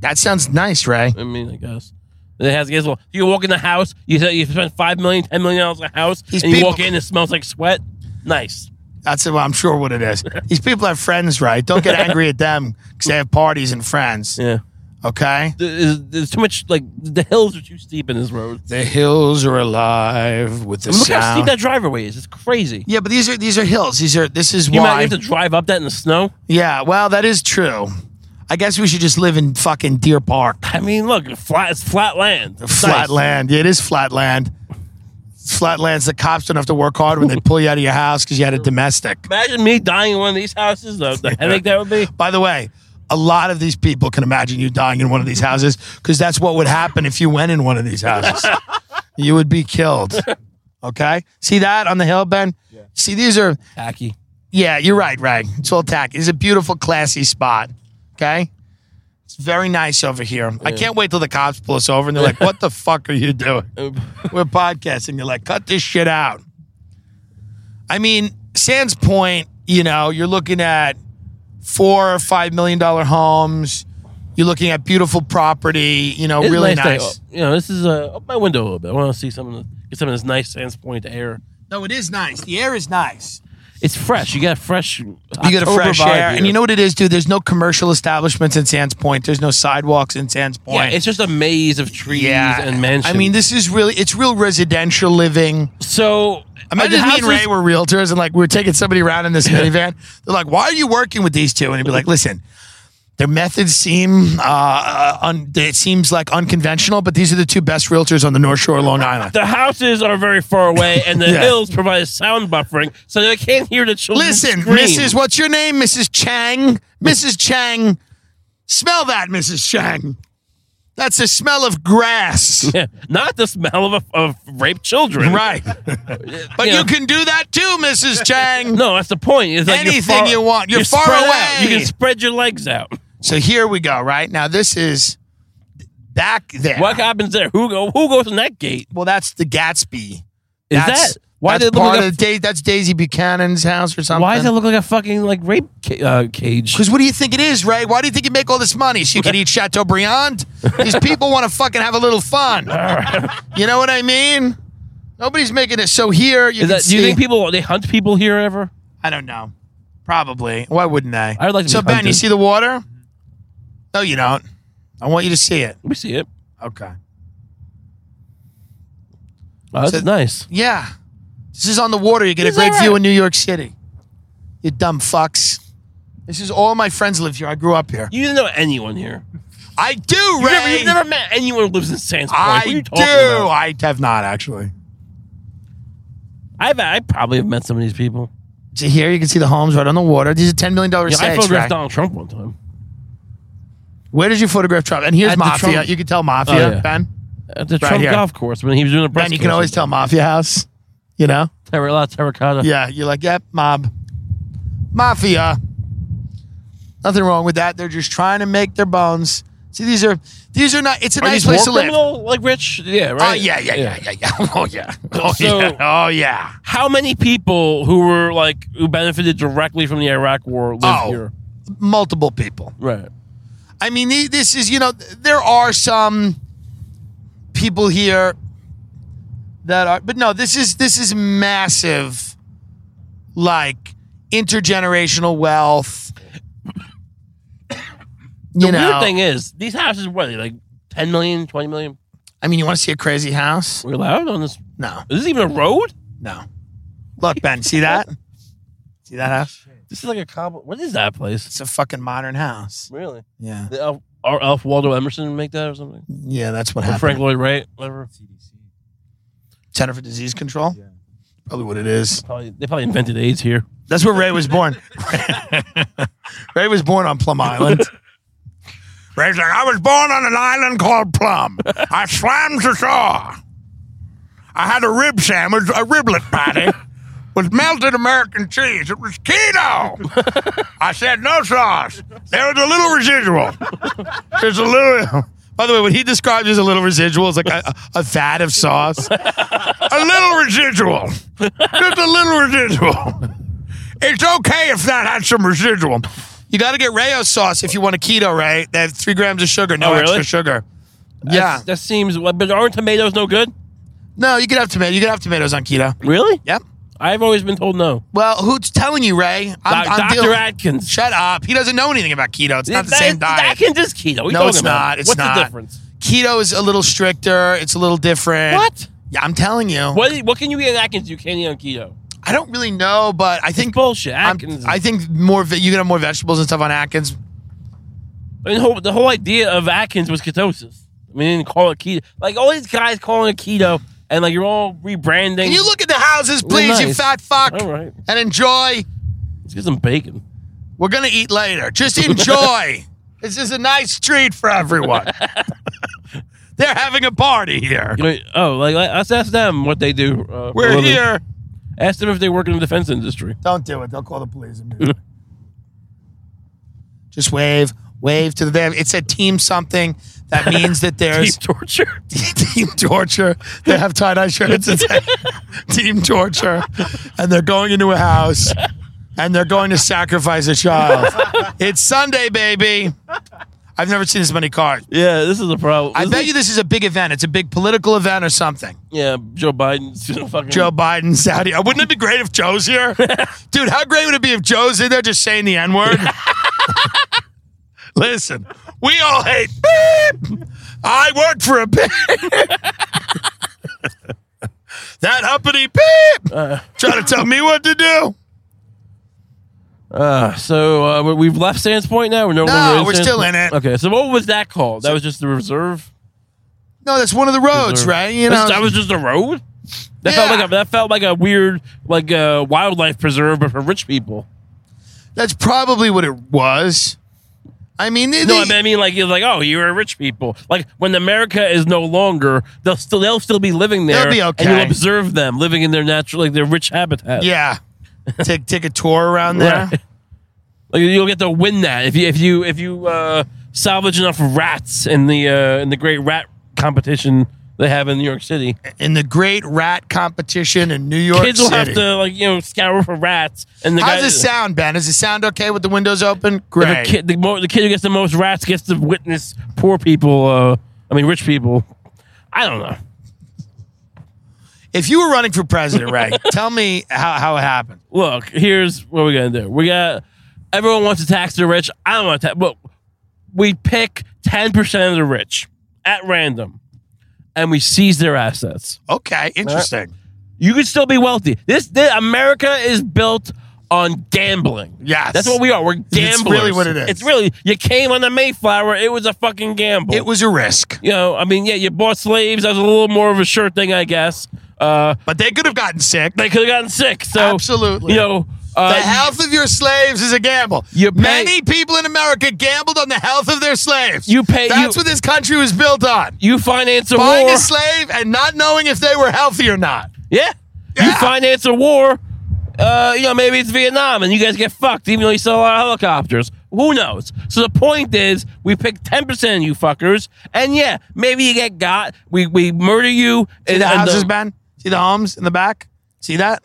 that sounds nice, Ray. I mean, I guess. It has guess what? You walk in the house, you say you spend five million, ten million dollars on a house, These and you people- walk in, it smells like sweat. Nice. That's well, I'm sure what it is. These people have friends, right? Don't get angry at them because they have parties and friends. Yeah. Okay. There's, there's too much. Like the hills are too steep in this road. The hills are alive with the I mean, look how sound. steep that driveway is. It's crazy. Yeah, but these are these are hills. These are this is You might why. have to drive up that in the snow. yeah, well, that is true. I guess we should just live in fucking Deer Park, I mean, look, it's flat. It's flat land. It's flat nice. land. Yeah, it is flat land. It's Flat lands. The cops don't have to work hard when they pull you out of your house because you had a domestic. Imagine me dying in one of these houses. The, the headache that would be. By the way, a lot of these people can imagine you dying in one of these houses because that's what would happen if you went in one of these houses. you would be killed. Okay, see that on the hill, Ben. See these are Tacky. Yeah, you're right, Rag. It's all tack. It's a beautiful, classy spot. Okay? It's very nice over here. I can't wait till the cops pull us over and they're like, what the fuck are you doing? We're podcasting. You're like, cut this shit out. I mean, Sands Point, you know, you're looking at four or five million dollar homes. You're looking at beautiful property, you know, It's really nice to- nice. you know, this is uh, up my window a little bit. I want to see some of the, get some of this nice Sands Point air. No, it is nice. The air is nice. It's fresh. You got fresh. You You get a fresh air. And you know what it is, dude? There's no commercial establishments in Sands Point. There's no sidewalks in Sands yeah, Point. it's just a maze of trees and mansions. I mean, this is really, it's real residential living. so Imagine the me and houses- Ray were realtors and like we were taking somebody around in this minivan. They're like, why are you working with these two? And he'd be like, listen, their methods seem, uh, uh, un- it seems like unconventional, but these are the two best realtors on the North Shore of Long Island. The houses are very far away, and the Yeah. hills provide sound buffering, so they can't hear the children. Listen, scream. Mrs. What's your name? Mrs. Chang? Mrs. Chang. Smell that, Mrs. Chang. That's the smell of grass. Yeah, not the smell of, of raped children. right. but Yeah. you can do that too, Mrs. Chang. No, that's the point. It's like you're Anything far- you want. You're far spread out. away. You can spread your legs out. So here we go, right? Now this is back there. What happens there? Who go? Who goes in that gate? Well, that's the Gatsby. Is that's, that why that's they look part like a of Da- that's Daisy Buchanan's house or something? Why does it look like a fucking like rape ca- uh, cage? Because what do you think it is, Ray? Why do you think you make all this money? So you can eat Chateaubriand? These people want to fucking have a little fun. you know what I mean? Nobody's making it. So here, Is you can that, do you see- think people they hunt people here ever? I don't know. Probably. Why wouldn't they? I would like to So be Ben, you hunted. see the water? No, you don't. I want you to see it. Let me see it. Okay. Oh, that's So- nice. Yeah. This is on the water. You get It's a great all right. view in New York City. You dumb fucks. This is all my friends live here. I grew up here. You didn't know anyone here. I do, Ray. You've never, you've never met anyone who lives in Sands Point. I What are you do. talking about? I have not actually. I've, I probably have met some of these people. So here you can see the homes right on the water. These are ten million dollar You know, I estates. photographed Ray. Donald Trump one time. Where did you photograph Trump? And here's At the Mafia. Trump- You can tell Mafia, Oh, yeah. Ben. At the Right Trump here. golf course when he was doing a press Ben, you can always conference. tell Mafia House. You know? Terra, a lot of terracotta. Yeah, you're like, yep, mob. Mafia. Nothing wrong with that. They're just trying to make their bones. See, these are these are not it's a Are nice these place war to live. Oh criminal, like rich? Yeah, right. yeah, yeah, yeah, yeah, yeah. Oh yeah. Oh So- yeah. Oh yeah. How many people who were like who benefited directly from the Iraq War live Oh. here? Multiple people. Right. I mean, the- this is, you know, there are some people here that are, but no, this is, this is massive, like intergenerational wealth. The You know, weird thing is, these houses what are they like 10 million, 20 million? I mean, you want to see a crazy house? We're allowed on this. No, Is this even a road? no. Look, Ben, see that? See that house? This is like a combo. What is that place? It's a fucking modern house. Really? Yeah. The Elf, or Elf Waldo Emerson make that or something? Yeah, that's what Or happened. Frank Lloyd Wright? Whatever. Center for Disease Control? Probably what it is. Probably they probably invented AIDS here. That's where Ray was born. Ray was born on Plum Island. Ray's like, I was born on an island called Plum. I swam to shore. I had a rib sandwich, a riblet patty with melted American cheese. It was keto. I said no sauce. There was a little residual. There's a little. By the way, what he described as a little residual is like a, a vat of sauce. A little residual. Just a little residual. It's okay if that had some residual. You got to get Rayo's sauce if you want a keto, right? They have three grams of sugar, no Oh, really? extra sugar. That's- yeah. That seems. But aren't tomatoes no good? No, you could have tomato. You could have tomatoes on keto. Really? Yep. I've always been told no. Well, who's telling you, Ray? I'm, Doc- I'm Dr. dealing- Atkins. Shut up. He doesn't know anything about keto. It's not the That- same that- diet. Atkins is keto. What are you No, talking it's about? not. It's What's not. the difference? Keto is a little stricter. It's a little different. What? Yeah, I'm telling you. What, what can you eat on Atkins you can't eat on keto? I don't really know, but I think Bullshit. I'm- Atkins. I I, think more ve- you can have more vegetables and stuff on Atkins. mean, the whole, the whole idea of Atkins was ketosis. I mean, they didn't call it keto. Like, all these guys calling it keto, and, like, you're all rebranding. Can you look at the houses, please, you nice. fat fuck? All right. And enjoy. Let's get some bacon. We're gonna eat later. Just enjoy. this is a nice treat for everyone. They're having a party here. You know, oh, like, like, let's ask them what they do. Uh, for a We're living. here. Ask them if they work in the defense industry. Don't do it. They'll call the police. immediately. Just wave, wave to the. They have- It said team something. That means that Deep there's torture. team torture. They have tie dye shirts. that say team torture, and they're going into a house, and they're going to sacrifice a child. It's Sunday, baby. I've never seen this many cars. Yeah, this is a problem. I This bet is- you this is a big event. It's a big political event or something. Yeah, Joe Biden's gonna fucking. Joe Biden, Saudi. uh, Wouldn't it be great if Joe's here? Dude, how great would it be if Joe's in there just saying the N word? Listen, we all hate beep. I work for a beep. that uppity beep. trying to tell me what to do. Uh, so uh, we- we've left Sands Point now. We're no, No, longer in we're Sands still Point? in it. Okay, so what was that called? That was just the reserve. No, that's one of the roads, Reserve. right? You That's- know, that was just a road. That Yeah. felt like a, that felt like a weird like uh, wildlife preserve, but for rich people. that's probably what it was. I mean, the- No, I mean, I mean like it's like oh, you're a rich people. Like when America is no longer, they'll still they'll still be living there. They'll be And okay. you'll observe them living in their natural like their rich habitat. yeah. take take a tour around there. Right. Like you'll get to win that if you if you if you uh, salvage enough rats in the uh, in the great rat competition they have in New York City. in the great rat competition in New York Kids will City. have to like you know scour for rats and the How guy. does it sound, Ben? Is it sound okay with the windows open? if a Great. kid- the, mo- the kid who gets the most rats gets to witness poor people. Uh, I mean, rich people. I don't know. if you were running for president, Ray, tell me how, how it happened. Look, here's what we're gonna do. We got everyone wants to tax the rich. I don't want to. Ta- but we pick ten percent of the rich at random, and we seize their assets. Okay, interesting. You could still be wealthy. This, this America is built on gambling. Yes. that's what we are. We're gamblers. It's really what it is. It's really you came on the Mayflower. It was a fucking gamble. It was a risk, You know, I mean, yeah, you bought slaves. That was a little more of a sure thing, I guess. Uh, but they could have gotten sick. they could have gotten sick. So Absolutely. you know, the uh, health of your slaves is a gamble. You pay- Many people in America gambled on the health of their slaves. You pay- That's you- what this country was built on. you finance a Buying war. a slave and not knowing if they were healthy or not. yeah, You finance a war. Uh, you know, maybe it's Vietnam, and you guys get fucked, even though you sell a lot of helicopters. Who knows? So the point is, we pick ten percent of you fuckers, and yeah, maybe you get got. We we murder you. See and- the and houses, Ben? See the homes in the back? See that?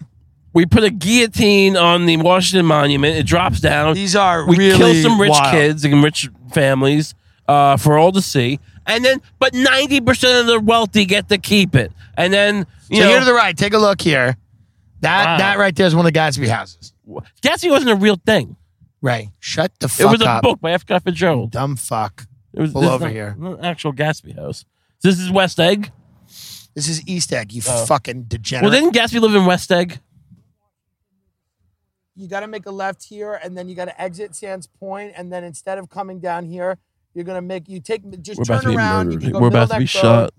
we put a guillotine on the Washington Monument. It drops down. These are we kill really some rich wild. kids and rich families uh, for all to see, and then but ninety percent of the wealthy get to keep it, and then you so know here to the right, take a look here. That Wow. that right there is one of the Gatsby houses. Gatsby wasn't a real thing. Right. Shut the fuck It was a up. book by F. Scott Fitzgerald. Dumb fuck. It was Pull this is over not- here. not an actual Gatsby house. This is West Egg. This is East Egg, you fucking degenerate. Well, didn't Gatsby live in West Egg? you got to make a left here, and then you got to exit Sands Point, and then instead of coming down here, you're gonna make you take just We're about to turn be around. you murdered. can go We're about to Middle be Neck Road, shot.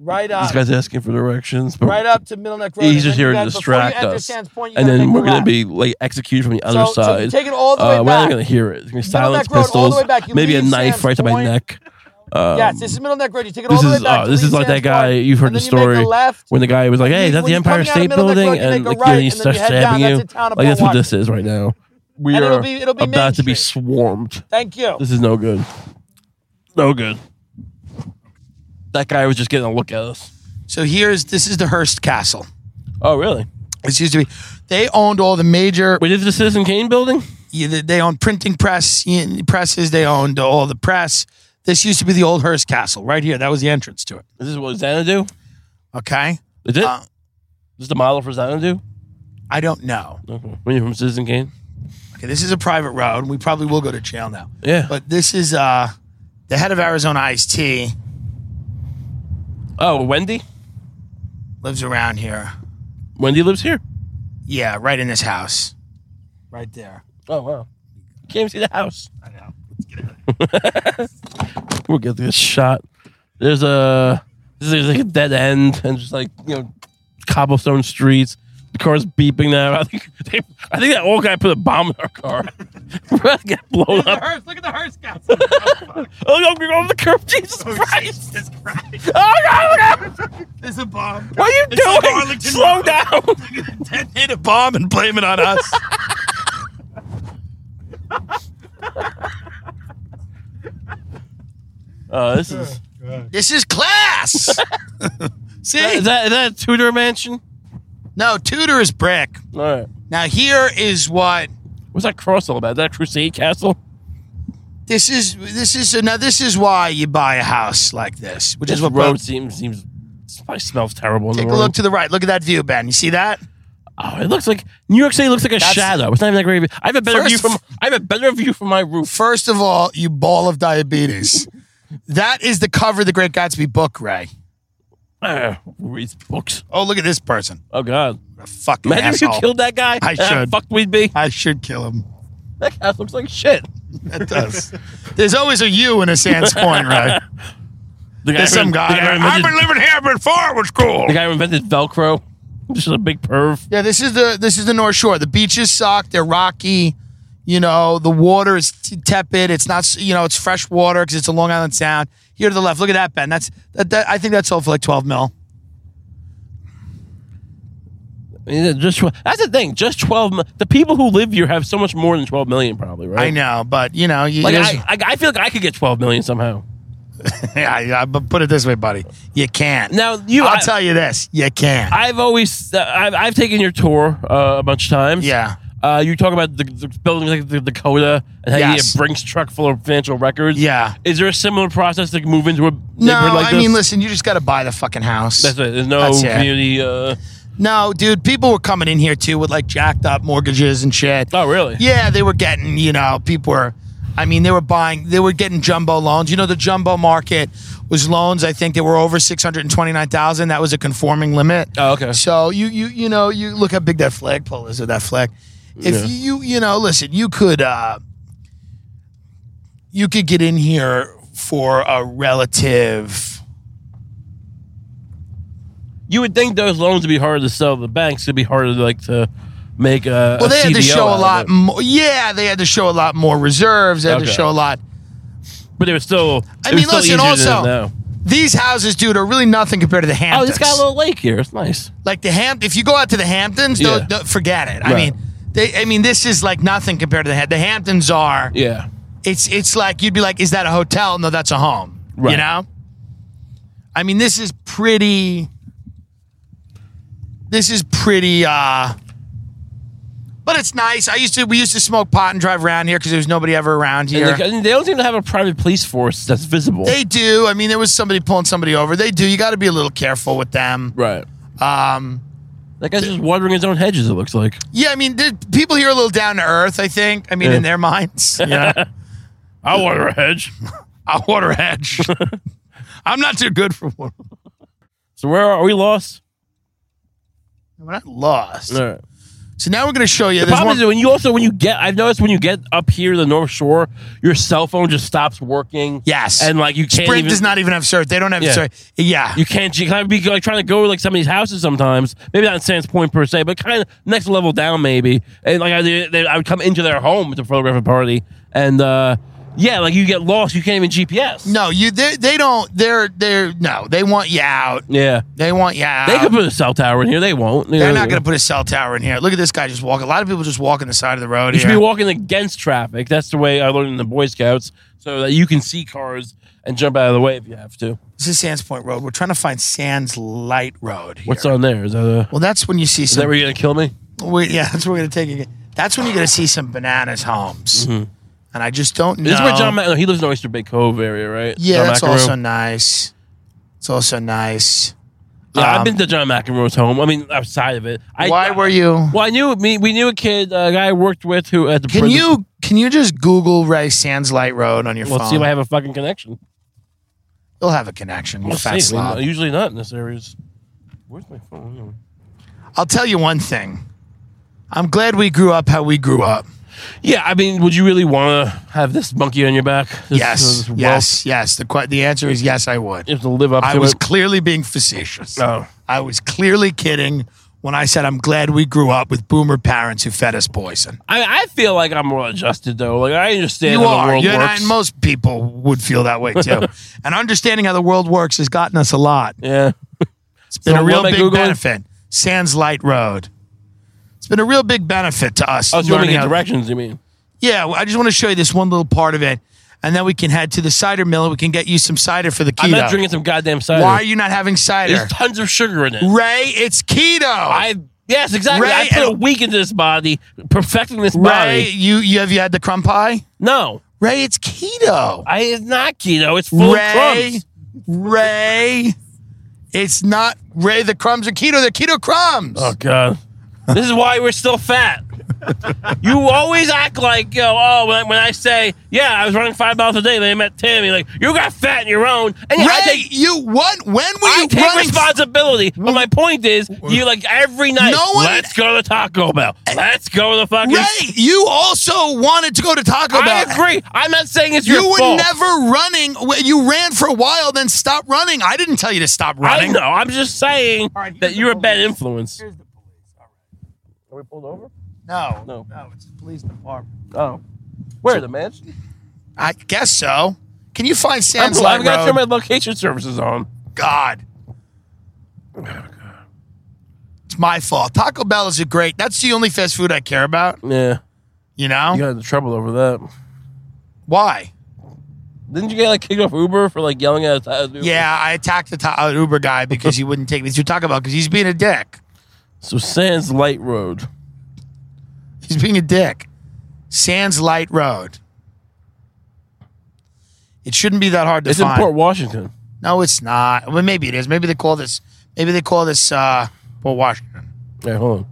Right up, These guys asking for directions, but right up to Middle Neck Road. he's and just then you here to gotta- before you distract enter us. Sands Point, you and gotta then make a we're going to left. be like executed from the So- other so side. take it all the way uh, we're not back. going to hear it. It's going to be Middle silenced Neck Road, all pistols, the way back. You maybe a leave knife Sam's right to my Point. neck. Um, yes, this is Middle Neck Road. You take it all this the way is back. uh, to this is leave like that Sands guy. Point, You've heard and the then you make a story left. when the guy was like, "Hey, is that When the you Empire come down State Middle Neck Building?" Road, you And make a like, then right, he and then starts you head down. stabbing you. That's the town of Like that's what Milwaukee. this is right now. We And are it'll be- it'll be Main about to be Street. swarmed. Thank you. This is no good. No good. That guy was just getting a look at us. So here's this is the Hearst Castle. Oh, really? This used to be. They owned all the major. Wait, is it the Citizen Kane building? yeah, They they owned printing press yeah, presses. They owned all the press. This used to be the old Hearst Castle right here. That was the entrance to it. Is this what Xanadu? Okay. Is it? Uh, is this the model for Xanadu? I don't know. Okay. When you're from Citizen Kane? Okay, this is a private road. We probably will go to jail now. Yeah. But this is uh the head of Arizona Iced Tea Oh, Wendy? lives around here. Wendy lives here. Yeah, right in this house. Right there. Oh, wow. You can't even see the house. I know. We'll get this shot. There's a, this is like a dead end and just like, you know, cobblestone streets. The car's beeping now. I think, they, I think that old guy put a bomb in our car. We're about to get blown up. Look at the Hearst Castle. Oh, no, we're on the curb. Jesus Christ. Oh, Jesus Christ. Oh, God, look out. It's a bomb. What are you It's like doing? Arlington Slow Road. down. Detonate a bomb and blame it on us. Uh, this is. This is class. See? Is that, is that a Tudor mansion? No, Tudor is brick. All right. Now here is what What's that cross all about? Is that Crusade Castle? this is this is so now this is why you buy a house like this, which This is what road seems seems this probably smells terrible. In the Take a morning. look to the right. Look at that view, Ben. You see that? Oh, it looks like New York City looks like a That's- shadow. It's not even that great. of a view. I have a better First- view from I have a better view from my roof. First of all, you ball of diabetes. that is the cover of the Great Gatsby book, Ray. Uh, reads books. Oh, look at this person. Oh God! A fucking Imagine if asshole. you killed that guy. I and how should. fucked we'd be. I should kill him. That guy looks like shit. That does. There's always a you in a Sans Point, right? The guy There's some guy. The guy, who I've been invented, living here before it was cool. the guy who invented Velcro. Just a big perv. Yeah, this is the this is the North Shore. The beaches suck. They're rocky. You know, the water is t- tepid. It's not s- you know, it's fresh water because it's a Long Island Sound. Here to the left. Look at that, Ben. That's that, that. I think that's all for like 12 mil. I mean, Just tw- that's the thing. Just twelve. mi- The people who live here have so much more than twelve million, probably. Right. I know, but you know, you, Like there's- I, I, I feel like I could get twelve million somehow. yeah, yeah, but put it this way, buddy, you can't. Now, you- I'll I- tell you this, you can't. I've always uh, I've, I've taken your tour uh, a bunch of times. Yeah. Uh, you talk about the, the buildings like the Dakota and how you Yes. get a Brinks truck full of financial records. Yeah. Is there a similar process to move into a no, neighborhood like I this? mean, listen, you just got to buy the fucking house. That's it. There's no That's it. community. Uh, No, dude, people were coming in here too with like jacked up mortgages and shit. oh, really? Yeah, they were getting, you know, people were, I mean, they were buying, they were getting jumbo loans. You know, the jumbo market was loans, I think they were over 629,000. That was a conforming limit. Oh, okay. So you, you, you know, you look how big that flagpole is of that flag. If you, you know, listen, you could, uh, you could get in here for a relative. You would think those loans would be harder to sell to the banks. It'd be harder to like to make a. Well, a they had to CDO show out a of lot it. more. Yeah, they had to show a lot more reserves. They had Okay. to show a lot. but they were still. I it was mean, still listen, easier than also- now. These houses, dude, are really nothing compared to the Oh, Hamptons. it's got a little lake here. It's nice. like the Hamp. If you go out to the Hamptons, Yeah. don't, don't- forget it. I Right. mean, they. I mean, this is like nothing compared to the Ham- the Hamptons are. Yeah. It's it's like you'd be like, is that a hotel? No, that's a home. You Right. know. I mean, this is pretty. This is pretty. uh But it's nice. I used to. We used to smoke pot and drive around here because there was nobody ever And around here. they, and they don't even have a private police force that's visible. They do. I mean, there was somebody pulling somebody over. They do. You got to be a little careful with them. right. Um, That guy's just watering his own hedges. It looks like. yeah, I mean, there- people here are a little down to earth. I think. I mean, Yeah. in their minds. Yeah. I water a hedge. I water hedge. I'm not too good for water. So where are, are we lost? We're not lost. All right. So now we're going to show you. The there's problem one- is when you also when you get I've noticed when you get up here to the North Shore, your cell phone just stops working. Yes. and like you can't Sprint even, does not even have search. They don't have Yeah. search. Yeah. you can't you kind of be like trying to go to like somebody's houses sometimes. Maybe not in Sands Point per se, but kind of next level down maybe. And like I, did- I would come into their home to photograph a party, and uh yeah, like you get lost. You can't even GPS. no, you. They, they don't. They're. They're. No, they want you out. Yeah. They want you out. They could put a cell tower in here. They won't. Um, they're not going to put a cell tower in here. Look at this guy just walking. A lot of people just walking the side of the road. You should be here. walking against traffic. That's the way I learned in the Boy Scouts, so that you can see cars and jump out of the way if you have to. This is Sands Point Road. We're trying to find Sands Light Road. Here. What's on there? Is that a, Well, that's when you see is some. that where you're gonna kill me? we, yeah, that's where we're gonna take it. That's when you're gonna see some bananas homes, and I just don't Mm-hmm. know. This is where John. Mac- no, he lives in Oyster Bay Cove area, right? yeah, John that's McEnroe. also nice. It's also nice. Yeah, um, I've been to John McEnroe's home. I mean, outside of it. I, Why were you? Well, I knew me. We knew a kid, a guy I worked with who at the. Can prison- you can you just Google Ray Sands Light Road on your Well, phone? see if I have a fucking connection. You'll have a connection. You We'll fat see. slob. Usually not in this area. Where's my phone? I'll tell you one thing. I'm glad we grew up how we grew up. Yeah, I mean, would you really want to have this monkey on your back? This- Yes, this wealth? yes, yes. The que- the answer is yes. I would. You have to live up to I was it. clearly being facetious. Oh. I was clearly kidding when I said I'm glad we grew up with boomer parents who fed us poison. I, I feel like I'm well adjusted though. Like I understand You how are, the world you and, I- works. and most people would feel that way too. and understanding how the world works has gotten us a lot. yeah. It's been So a real what am I big Googling? benefit. Sands Light Road. It's been a real big benefit to us. Oh, so you want me learning to get how- directions? You mean? Yeah, well, I just want to show you this one little part of it, and then we can head to the cider mill and we can get you some cider for the keto. I'm not drinking some goddamn cider. Why are you not having cider? There's tons of sugar in it. Ray, it's keto. I yes, exactly. Ray I put a and- week into this body, perfecting this Ray, body. you you have you had the crumb pie? No, Ray, it's keto. I it's not keto. It's full of Ray, crumbs. Ray, it's not Ray. The crumbs are keto. They're keto crumbs. Oh god, this is why we're still fat. you always act like you know, oh when I, when I say yeah I was running five miles a day. They met Tim. You're like you got fat in your own. And yeah, Ray, I take, you what? When were I you take running? responsibility. But my point is, you like every night. No one- Eh. let's go to Taco Bell. Let's go to the fucking. Ray, you also wanted to go to Taco Bell. I agree. I'm not saying it's your You were fault. never running. Well, You ran for a while, then stopped running. I didn't tell you to stop running. I know. I'm just saying right, that here's you're a the bad police. influence. Here's the police. All Are we pulled over? right. No, No. no, it's the police department. Oh. Where the mansion? I guess so. Can you find I'm Sam's live. Light I gotta Road? turn my location services on. God. It's my fault. Taco Bell is a great. That's the only fast food I care about. Yeah. You know You got into trouble over that. why? Didn't you get like kicked off Uber for like yelling at a Uber? Yeah, I attacked the ta- uh, Uber guy because he wouldn't take me to Taco Bell because he's being a dick. So Sands Light Road. He's being a dick. Sands Light Road. It shouldn't be that hard to It's find. in Port Washington. No, it's not. Well, maybe it is. Maybe they call this. Maybe they call this uh, Port Washington. Yeah, hold on.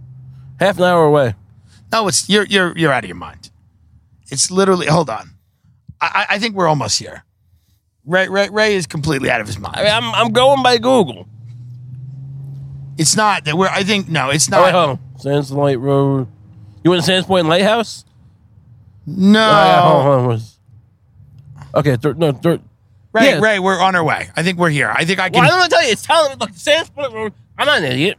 Half an hour away. No, it's you're you're you're out of your mind. It's literally. Hold on. I, I I think we're almost here. Ray, Ray, Ray is completely out of his I mean, mind. I'm, I'm going by Google. It's not that we're. I think no. It's Oh, wait, not. hold on. Sands Light Road. You went to Sands Point Lighthouse? no. Oh, yeah, hold on, hold on. What's- Okay, thir- no, thir- Ray, yeah. Ray, we're on our way. I think we're here. I think I Well, can. I don't want to tell you. It's telling me, look, Sands Point Road. I'm not an idiot.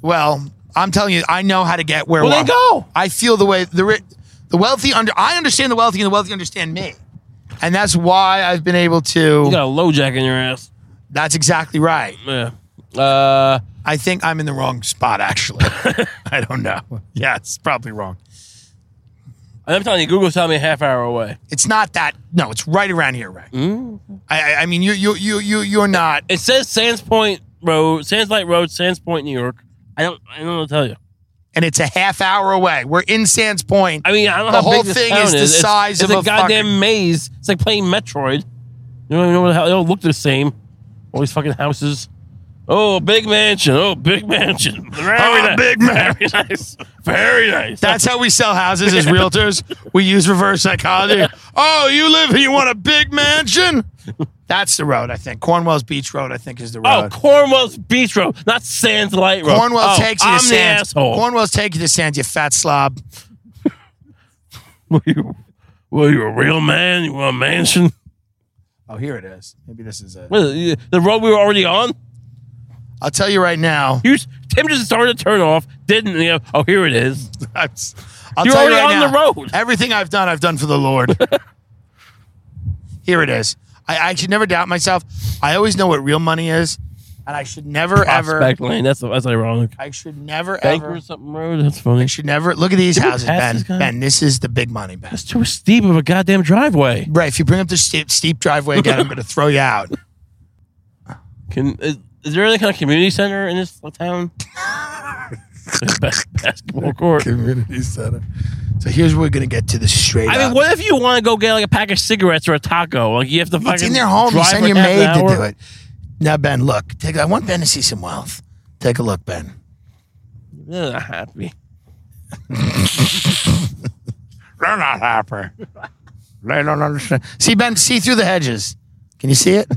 Well, I'm telling you, I know how to get where. Well, we're- then go. I feel the way the ri- the wealthy under. I understand the wealthy, and the wealthy understand me, and that's why I've been able to. You got a low jack in your ass. That's exactly right. Yeah. Uh, I think I'm in the wrong spot, actually. I don't know. Yeah, it's probably wrong. I'm telling you, Google's telling me a half hour away. It's not that. No, it's right around here, right? Mm. I, I- I mean, you, you, you, you, you're not. It says Sands Point Road, Sands Light Road, Sands Point, New York. I don't, I don't know what to tell you. and it's a half hour away. We're in Sands Point. I mean, I don't know The how whole big this thing town is the It's- size it's of a goddamn fucking- maze. It's like playing Metroid. You don't even know what the hell. They all look the same. All these fucking houses. Oh, big mansion. Oh, big mansion. Very Oh, nice. big Very nice. Very nice. Ah, That's how we sell houses as realtors. we use reverse psychology. Oh, you live here. You want a big mansion? That's the road, I think. Cornwell's Beach Road, I think, is the oh, road. Cornwall's Beach Road, not Sands Light Road. Cornwell Oh, takes you to I'm the Sands. asshole. Cornwell's take you to Sands, you fat slob. Were you, were you a real man? You want a mansion? Oh, here it is. Maybe this is it. What is it? The road we were already on? I'll tell you right now. You, Tim just started to turn off, didn't you? know, Oh, here it is. I'm- I'll You're tell you already right on now, the road. Everything I've done, I've done for the Lord. Here it is. I, I should never doubt myself. I always know what real money is, and I should never ever. Prospect Lane. That's, that's ironic. I should never Banker ever. or something road. That's funny. I should never look at these we houses, pass this Ben. guy? Ben, this is the big money, Ben. That's too steep of a goddamn driveway. Right? If you bring up the steep, steep driveway again, I'm going to throw you out. Can is, is there any kind of community center in this town? Bas- basketball court. Community center. So here's where we're going to get to the straight. I mean, up. what if you want to go get like a pack of cigarettes or a taco? Like you have to fucking. It's in their home. You drive send for your half an maid to hour? do it. Now, Ben, look. Take. I want Ben to see some wealth. Take a look, Ben. They're not happy. They're not happy. They don't understand. See Ben, see through the hedges. Can you see it?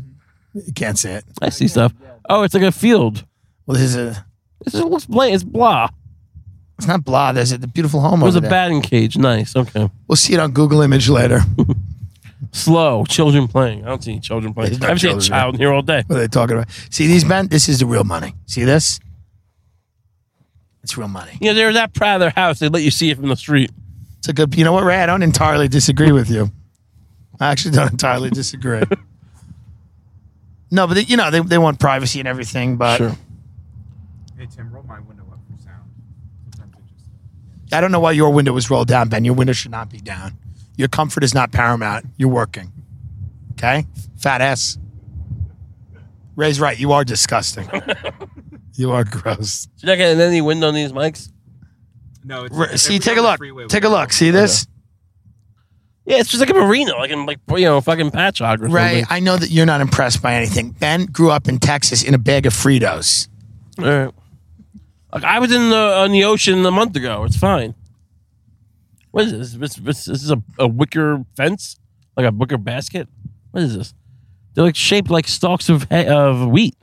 You can't see it. I see stuff. Oh, it's like a field. Well, there's a. This is, looks blank. It's blah. It's not blah. There's a the beautiful home It was over a there. batting cage. Nice. Okay. we'll see it on Google Image later. what Slow. Children playing. I don't see any children playing. There's I no haven't seen a children. child in here all day. are they talking about? See these Ben? This is the real money. See this? It's real money. You know, they were that proud of their house. They let you see it from the street. It's a good. You know what, Ray? I don't entirely disagree with you. I actually don't entirely disagree. no, but they, you know they, they want privacy and everything. But Sure. Hey Tim, roll my window up for sound. Sometimes it just I don't know why your window was rolled down, Ben. Your window should not be down. Your comfort is not paramount. You're working. Okay? Fat ass. Ray's right. You are disgusting. you are gross. So you're not getting any wind on these mics? no. It's, Ra- it's See, every take a other look. freeway we Take a go. look. See this? Yeah, it's just like a marina, like in like you know fucking patch hog or Ray, something. I know that you're not impressed by anything. Ben grew up in Texas in a bag of Fritos. All right. Like I was in the on the ocean a month ago. It's fine. What is this? This, this, this is a, a wicker fence, like a wicker basket. What is this? They're like shaped like stalks of hay, of wheat.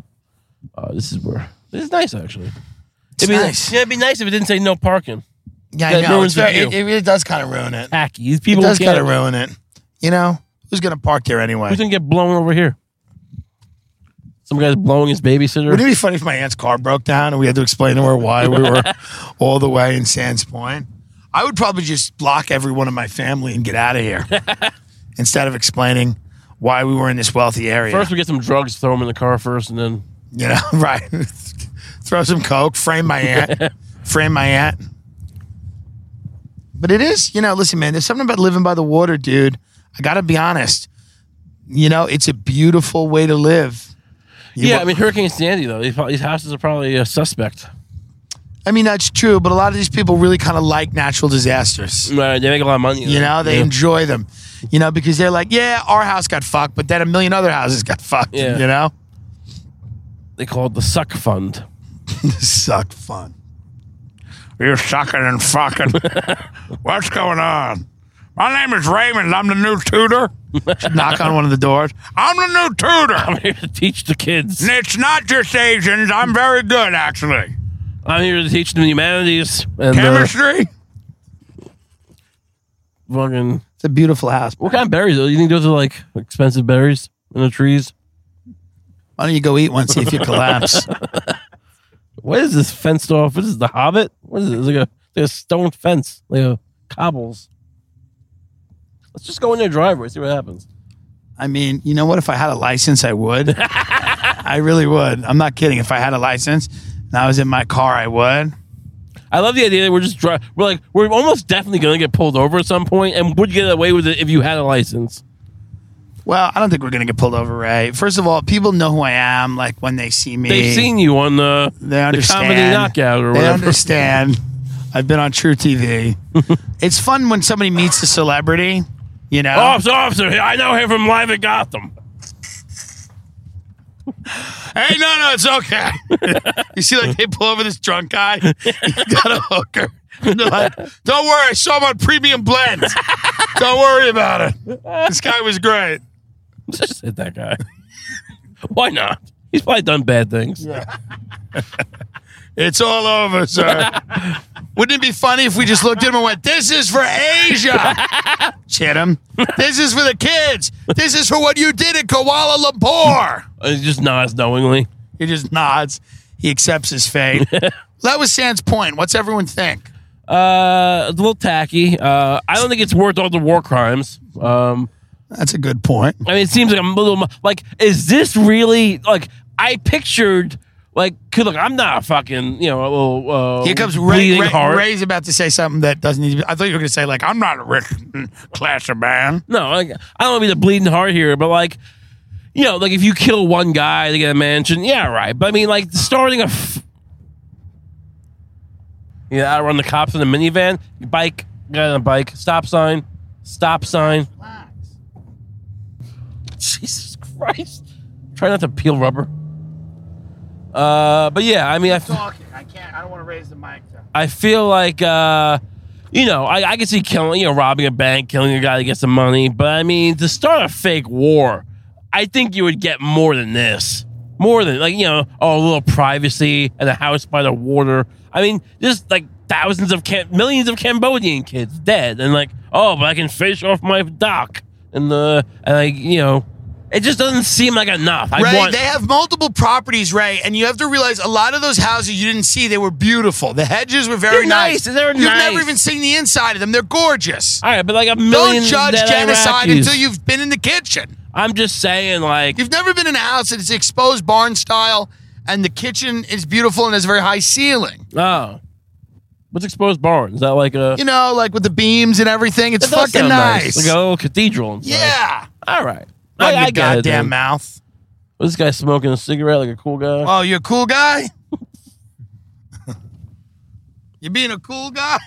Uh, this is where this is nice actually. It's it'd be, nice. Yeah, it'd be nice if it didn't say no parking. Yeah, That I know. ruins It's very, the it, view. it really does kind of ruin it. It Tacky. These people does can't- kind of ruin it. You know? Who's going to park there anyway? Who's gonna get blown over here? Some guy's blowing his babysitter. Wouldn't it be funny if my aunt's car broke down and we had to explain to her why we were all the way in Sands Point? I would probably just block everyone in my family and get out of here instead of explaining why we were in this wealthy area. First, we get some drugs, throw them in the car first, and then you know, right? Throw some coke, frame my aunt, frame my aunt. But it is, you know, listen, man, there's something about living by the water, dude. I got to be honest. You know, it's a beautiful way to live. You yeah, wa- I mean Hurricane Sandy though. These, these houses are probably a suspect. I mean, that's true, but a lot of these people really kind of like natural disasters. Right, they make a lot of money. You know, they yeah. enjoy them, you know, because they're like, yeah, our house got fucked, but then a million other houses got fucked, Yeah. you know? they call it the suck fund. Suck fun. You're sucking and fucking. What's going on? My name is Raymond. I'm the new tutor. Should knock on one of the doors. I'm the new tutor. I'm here to teach the kids. And it's not just Asians. I'm very good, actually. I'm here to teach them the humanities and uh, Chemistry? fucking. It's a beautiful house. What kind of berries? though? You think those are like expensive berries in the trees? Why don't you go eat one, see if you collapse? What is this fenced off? What is this, the Hobbit? What is it? It's like a, like a stone fence, like a cobbles. Let's just go in their driveway, see what happens. I mean, you know what? If I had a license, I would. I really would. I'm not kidding. If I had a license and I was in my car, I would. I love the idea that we're just dri- we're like we're almost definitely going to get pulled over at some point, and would get away with it if you had a license. Well, I don't think we're gonna get pulled over, right? First of all, people know who I am. Like when they see me, They've seen you on the, They the understand. comedy knockout or They whatever. understand. I've been on True TV. it's fun when somebody meets a celebrity. You know, Officer, officer, I know him from Live at Gotham. Hey, no, no, it's okay. you see, like they pull over this drunk guy, he got a hooker. And they're like, don't worry, I saw him on Premium Blend. don't worry about it. This guy was great. Just hit that guy. Why not? He's probably done bad things. It's all over, sir. Wouldn't it be funny if we just looked at him and went, "This is for Asia." Chit him. This is for the kids. This is for what you did in Kuala Lumpur. Uh, Just nods knowingly. He just nods. He accepts his fate. that was Sans point. What's everyone think? Uh, it's a little tacky. Uh, I don't think it's worth all the war crimes. Um, That's a good point. I mean, it seems like I'm a little mu- like, is this really like I pictured? Like, could look, I'm not a fucking you know a little. Uh, Here comes Ray. bleeding Ray heart. Ray's about to say something that doesn't need to be. I thought you were going to say, like, I'm not a rich class of man. No, like, I don't want to be the bleeding heart here, but like, you know, like if you kill one guy to get a mansion, yeah, right. But I mean, like starting a. F- yeah, I run the cops in a minivan, bike, guy on a bike, stop sign, stop sign. Jesus Christ! Try not to peel rubber. Uh, but yeah, I mean, I. f- Talking. I can't. I don't want to raise the mic. I feel like uh you know, I, I can see killing, you know, robbing a bank, killing a guy to get some money. But I mean, to start a fake war, I think you would get more than this. More than, like, you know, oh, a little privacy and a house by the water. I mean, just like thousands of, Cam- millions of Cambodian kids dead. And like, oh, but I can fish off my dock. And, uh, and like, you know, it just doesn't seem like enough. I Ray, want, they have multiple properties, Ray, and you have to realize a lot of those houses you didn't see, they were beautiful. The hedges were very They're nice. They're You've never nice. even seen the inside of them. They're gorgeous. all right, but like a 1000000 Don't judge dead genocide Iraqis. until you've been in the kitchen. I'm just saying, like, You've never been in a house that's exposed barn style, and the kitchen is beautiful and has a very high ceiling. Oh. What's exposed barn? Is that like a You know, like with the beams and everything. It's That does sound fucking nice. Like a little cathedral. Inside. yeah. All right. Run your get it, goddamn dude. mouth. This guy smoking a cigarette like a cool guy. Oh, you're a cool guy? you being a cool guy?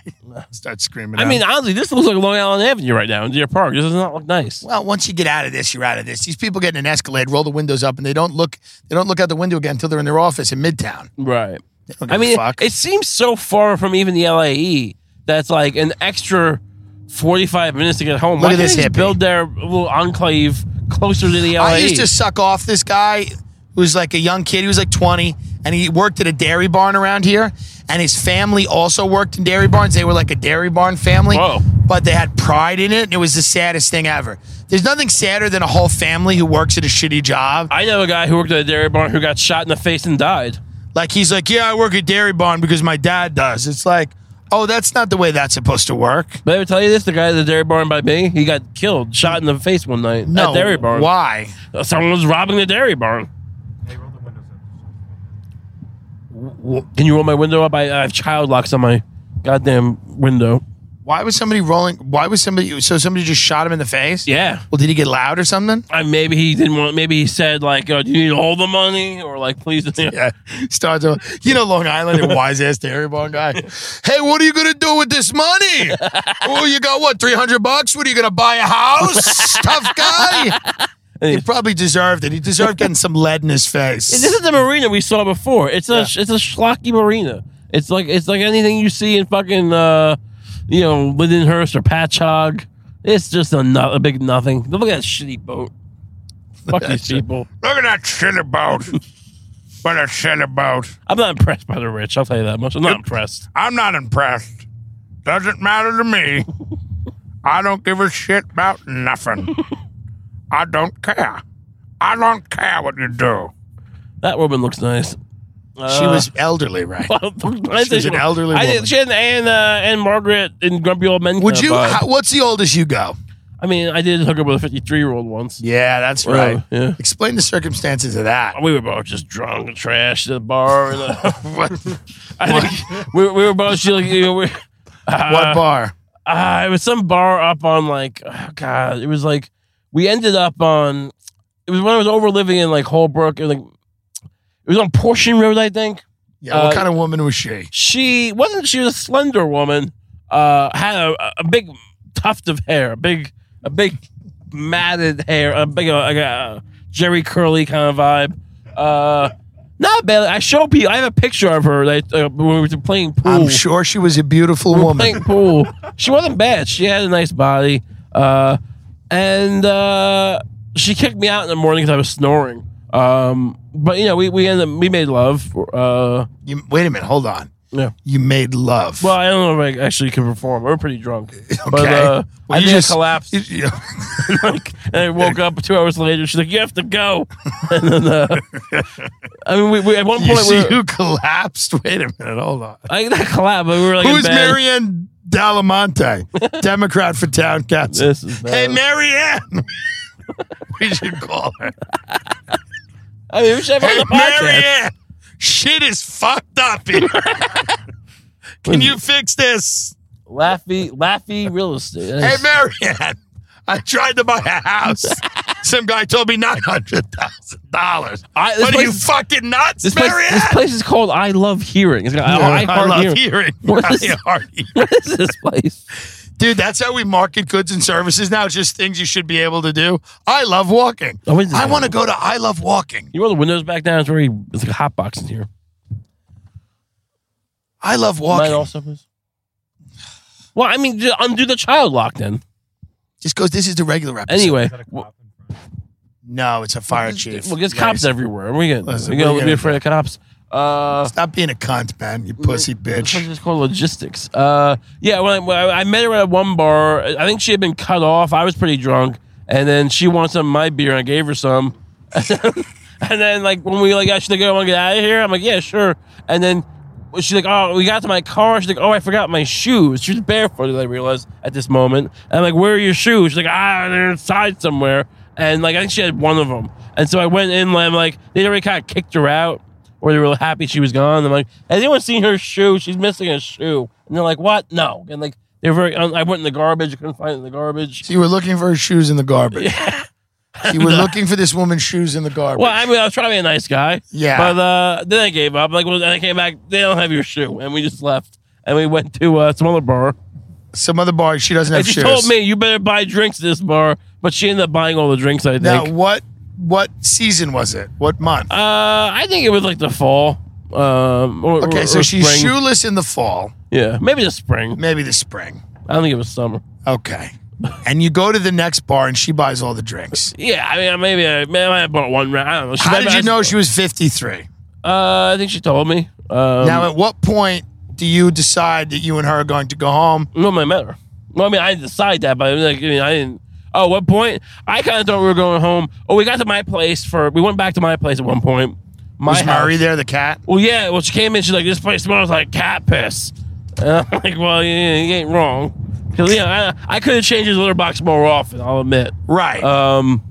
Start screaming. I out. mean, honestly, this looks like Long Island Avenue right now in Deer Park. This does not look nice. well, once you get out of this, you're out of this. These people get in an escalade, roll the windows up, and they don't look. They don't look out the window again until they're in their office in Midtown. Right. don't give I a mean, fuck. it, it seems so far from even the LAE that's like an extra 45 minutes to get home. Look Why at can't this they just hippie. build their little enclave closer to the E? LAE? I used to suck off this guy who was like a young kid. He was like 20, and he worked at a dairy barn around here. And his family also worked in dairy barns. They were like a dairy barn family, Whoa. but they had pride in it, and it was the saddest thing ever. There's nothing sadder than a whole family who works at a shitty job. I know a guy who worked at a dairy barn who got shot in the face and died. Like he's like, yeah, I work at dairy barn because my dad does. It's like, oh, that's not the way that's supposed to work. But I ever tell you this? The guy at the dairy barn by me, he got killed, shot in the face one night No, at dairy barn. Why? Someone was robbing the dairy barn. Hey, roll the windows up. Can you roll my window up? I, I have child locks on my goddamn window. Why was somebody rolling? Why was somebody? So somebody just shot him in the face. Yeah. Well, did he get loud or something? I, maybe he didn't want. Maybe he said like, oh, "Do you need all the money?" Or like, "Please." Yeah, starts off. You know, Long Island, a wise ass dairy barn guy. Hey, what are you gonna do with this money? oh, you got what, three hundred bucks? What are you gonna buy a house? Tough guy. He probably deserved it. He deserved getting some lead in his This face. is the marina we saw before. It's a it's a schlocky marina. It's like it's like anything you see in fucking uh, you know Lindenhurst or Patch Hog. It's just a, no, a big nothing. Look at that shitty boat. Fuck these people. Look at that shitty boat. what a shitty boat. I'm not impressed by the rich. I'll tell you that much. I'm not impressed. I'm not impressed. Doesn't matter to me. I don't give a shit about nothing. I don't care. I don't care what you do. That woman looks nice. Uh, She was elderly, right? I She was an elderly I woman. did, she had and uh, and Margaret and Grumpy Old Men. Would kind of you? vibe. How, what's the oldest you go? I mean, I did hook up with a 53 year old once. Yeah, that's Well, right. yeah. Explain the circumstances of that. We were both just drunk and trash at the bar. And, uh, I think we, we were both just like, you know, we, what bar? uh, it was some bar up on like, oh God, it was like, we ended up on, it was when I was over living in like Holbrook. It was like, it was on Portion Road, I think. Yeah, what uh, kind of woman was she? She wasn't, she was a slender woman, uh, had a, a big tuft of hair, a big, a big matted hair, a big, uh, like a Jerry Curly kind of vibe. Uh, not bad. I show people, I have a picture of her that, uh, when we were playing pool. I'm sure she was a beautiful We're woman. playing pool. She wasn't bad. She had a nice body. Uh, and uh, she kicked me out in the morning because I was snoring. Um, but you know, we we ended up, we made love. Uh, You, wait a minute, hold on. yeah. You made love. Well, I don't know if I actually could perform. We were pretty drunk. But Okay. uh, Well, I you think I just- collapsed. You- like, and I woke up two hours later. She's like, "You have to go." And then, uh, I mean, we, we at one you point we see were, who collapsed? Wait a minute, hold on. I not collapsed, but we were like, in Who's bed. Marianne Dalamonte, Democrat for town council? This is bad. hey, Marianne. we should call her. I mean, we should have her Hey, on the podcast. Marianne. Shit is fucked up here. Can you fix this? Laffy, Laffy Real Estate. Hey, Marianne. I tried to buy a house. Some guy told me nine hundred thousand dollars. I- this What are you place- fucking nuts, this place, Marianne? this place is called I Love Hearing. It's got, Yeah, I, Heart love Hearing. hearing. What I is- heart hearing. What is this place? Dude, that's how we market goods and services now. It's just things you should be able to do. I love walking. Oh, wait a I second. want to go to I love walking. You roll the windows back down. It's very it's like a hot box in here. I love Mine walking. also, please. Well, I mean, just undo the child lock then. just goes. This is the regular episode. Anyway, Is that a well, cop in front? no, it's a fire chief. well, there's Nice. cops everywhere. We gonna Listen, we what are you gonna gonna be afraid of cops. Uh, Stop being a cunt, man. Mm. You pussy This bitch. is called logistics. Uh, yeah, when I, when I met her at one bar, I think she had been cut off. I was pretty drunk, and then she wanted some of my beer, and I gave her some. and then, like when we like, she's like, "I want to get out of here." I'm like, "Yeah, sure." And then she's like, "Oh, we got to my car." She's like, "Oh, I forgot my shoes." She was barefooted. I realized at this moment. And I'm like, "Where are your shoes?" She's like, "Ah, they're inside somewhere." And like, I think she had one of them. And so I went in, and I'm like, they already kind of kicked her out or they were happy she was gone. I'm like, has anyone seen her shoe? She's missing a shoe. And they're like, what? No. And like, they're very. I went in the garbage. I couldn't find it in the garbage. So you were looking for her shoes in the garbage. You were looking for this woman's shoes in the garbage. Well, I mean, I was trying to be a nice guy. Yeah. But uh, then I gave up. Like, well, then I came back. They don't have your shoe, and we just left. And we went to uh, some other bar. Some other bar, she doesn't have And she shoes. told me you better buy drinks at this bar, but she ended up buying all the drinks. I think. Now, uh, what what season was it? What month? Uh, I think it was like the fall. Um, or, okay, or- so or she's spring. shoeless in the fall, Yeah, maybe the spring. maybe the spring. I don't think it was summer. Okay. And you go to the next bar and she buys all the drinks. Yeah, I mean, maybe I, maybe I bought one round. I don't know. She How might- did you I- know she was 53? Uh, I think she told me. Um, now, at what point do you decide that you and her are going to go home? no, I met her. Well, I mean, I didn't decide that, but I, mean, like, I, mean, I didn't. Oh, what point? I kind of thought we were going home. Oh, we got to my place for. We went back to my place at one point. My Was Murray house. there, the cat? Well, yeah. Well, she came in. She's like, "This place smells like cat piss." And I'm like, "Well, you, you ain't wrong." Because yeah, I, I could have changed his litter box more often. I'll admit. Right. Um,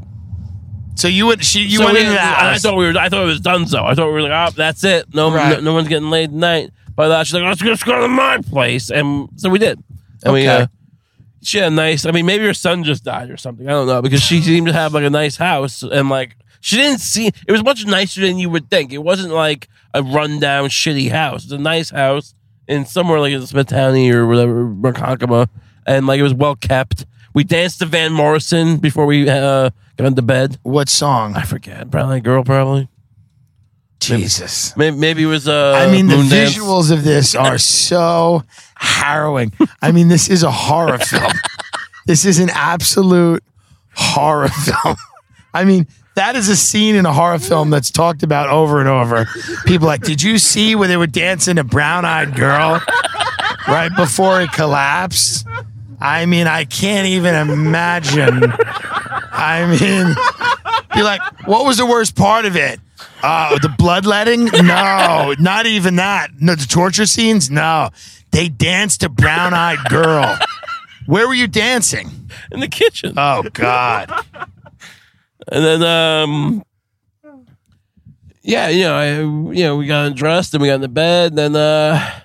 so you went. She you So went we- into the and I house. thought we were. I thought it was Dunzo. I thought we were like, oh, that's it. No, Right. no, no one's getting laid tonight. But uh, she's like, let's just go to my place, and so we did. And we, Okay. uh, she had a nice. I mean, maybe her son just died or something. I don't know because she seemed to have like a nice house and like she didn't see. It was much nicer than you would think. It wasn't like a rundown shitty house. It's a nice house in somewhere like in Smithtown or whatever Ronkonkoma, and like it was well kept. We danced to Van Morrison before we uh, got into bed. what song? I forget. Probably like girl. Probably. Jesus. Maybe, maybe it was. Uh, I mean, the Moon Dance. visuals of this are so harrowing. I mean, this is a horror film. this is an absolute horror film. I mean, that is a scene in a horror film that's talked about over and over. People are like, did you see where they were dancing a brown eyed girl right before it collapsed? I mean, I can't even imagine. I mean, be like, what was the worst part of it? Uh, the bloodletting? No, not even that. No, the torture scenes? No. They danced a brown eyed girl. Where were you dancing? in the kitchen. Oh God. And then, um, yeah, you know, I, you know, we got undressed and we got in the bed. And then, uh,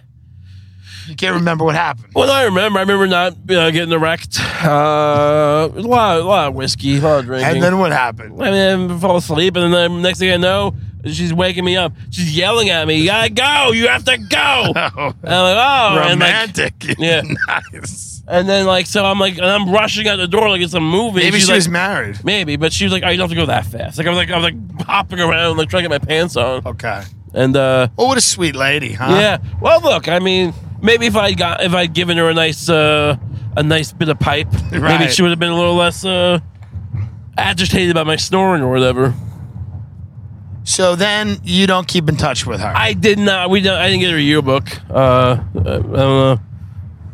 you can't remember what happened. what I remember, I remember not you know, getting erect. Uh, a lot, a lot of whiskey, a lot of drinking. And then what happened? I mean, I fall asleep, and then the next thing I know, she's waking me up. She's yelling at me, "You gotta go! You have to go!" and I'm like, "Oh," and like, Romantic. yeah. nice. and then like, so I'm like, and I'm rushing out the door like it's a movie. Maybe She's she was like, married. Maybe, but she was like, "Oh, you don't have to go that fast." Like I was like, I was like hopping around, like trying to get my pants on, Okay. and uh, Oh, what a sweet lady, huh? yeah. Well, look, I mean, maybe if I got if I'd given her a nice uh, a nice bit of pipe, maybe Right. she would have been a little less uh, agitated by my snoring or whatever. So then you don't keep in touch with her. I did not. We don't, I didn't get her yearbook. Uh, I don't know.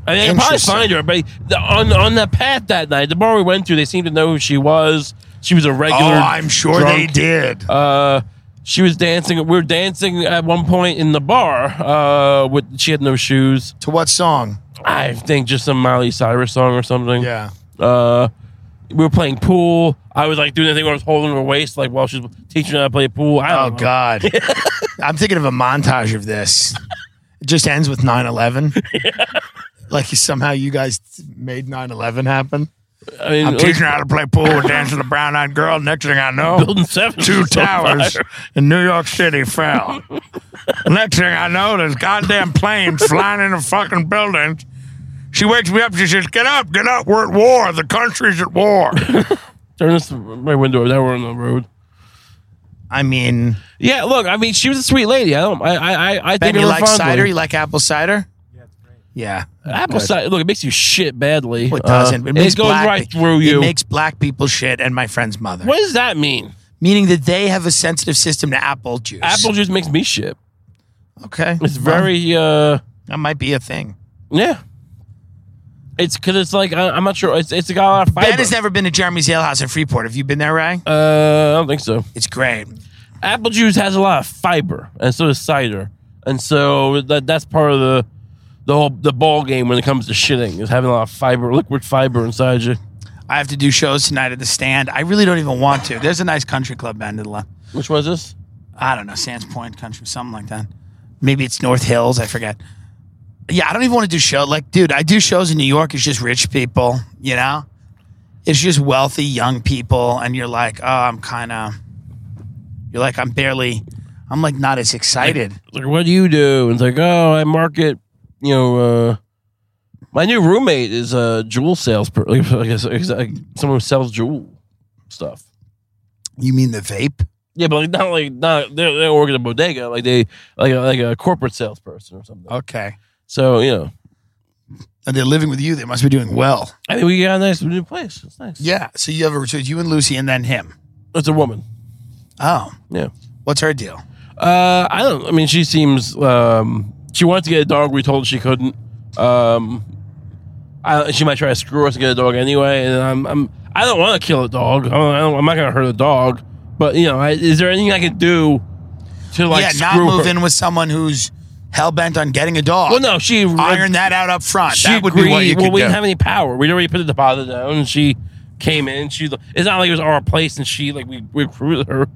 I mean, I could probably Interesting. find her, but the, on on the path that night, the bar we went to, they seemed to know who she was. She was a oh, regular. I'm sure they drunk. did. Uh, she was dancing. We were dancing at one point in the bar. Uh, with she had no shoes. to what song? I think just some Miley Cyrus song or something. Yeah. Uh, we were playing pool. I was like doing the thing where I was holding her waist, like while she's teaching her how to play pool. I Oh don't know. God. I'm thinking of a montage of this. It just ends with 9/11. Like somehow you guys made 9/11 happen. I mean, I'm teaching her how to play pool with dancing the brown eyed girl. Next thing I know, building seven. two towers in New York City fell. Next thing I know, there's goddamn planes flying in the fucking buildings. She wakes me up. She says, "Get up, get up. We're at war. The country's at war." Turn this my window. Now we're on the road. I mean, Yeah, look. I mean, she was a sweet lady. I don't. I. I. I, I Ben, think you of her like fondly. cider? You like apple cider? Yeah, it's great. Yeah. Apple cider. Look, it makes you shit badly. Well, it doesn't. Uh, it makes goes black right pe- through you. It makes black people shit and my friend's mother. what does that mean? Meaning that they have a sensitive system to apple juice. Apple juice makes me shit. Okay. It's Well, very. uh that might be a thing. Yeah. It's because it's like I, I'm not sure. It's it's got a lot of fiber. Ben has never been to Jeremy's Ale House in Freeport. Have you been there, Ray? uh, I don't think so. It's great. Apple juice has a lot of fiber, and so does cider, and so that that's part of the the whole the ball game when it comes to shitting is having a lot of fiber, liquid fiber inside you. I have to do shows tonight at the stand. I really don't even want to. There's a nice country club band in the left. Which was this? I don't know, Sands Point Country, something like that. Maybe it's North Hills. I forget. Yeah, I don't even want to do show. Like, dude, I do shows in New York. It's just rich people, you know. It's just wealthy young people, and you're like, oh, I'm kind of. You're like, I'm barely. I'm like not as excited. like, what do you do? And it's like, oh, I market, you know, uh, my new roommate is a jewel salesperson. Like, I guess like, like, someone who sells jewel stuff. you mean the vape? Yeah, but like not like not they're, they're working a bodega, like they like a, like a corporate salesperson or something. Okay. So you know, And they're living with you. They must be doing well. I mean, we got a nice new place. It's nice. Yeah. So you have a so it's you and Lucy, and then him. It's a woman. Oh, Yeah. what's her deal? Uh, I don't. I mean, she seems. Um, she wanted to get a dog. We told her she couldn't. Um, I, she might try to screw us to get a dog anyway. And I'm. I'm I don't want to kill a dog. I don't, I don't, I'm not going to hurt a dog. But you know, I, is there anything I can do to like yeah, not screw move her? in with someone who's hell bent on getting a dog. Well, no, she iron that out up front. She that would agreed. be what you well, could we do. didn't have any power. We'd already put the deposit down. And she came in. She. It's not like it was our place, and she like we we recruited her.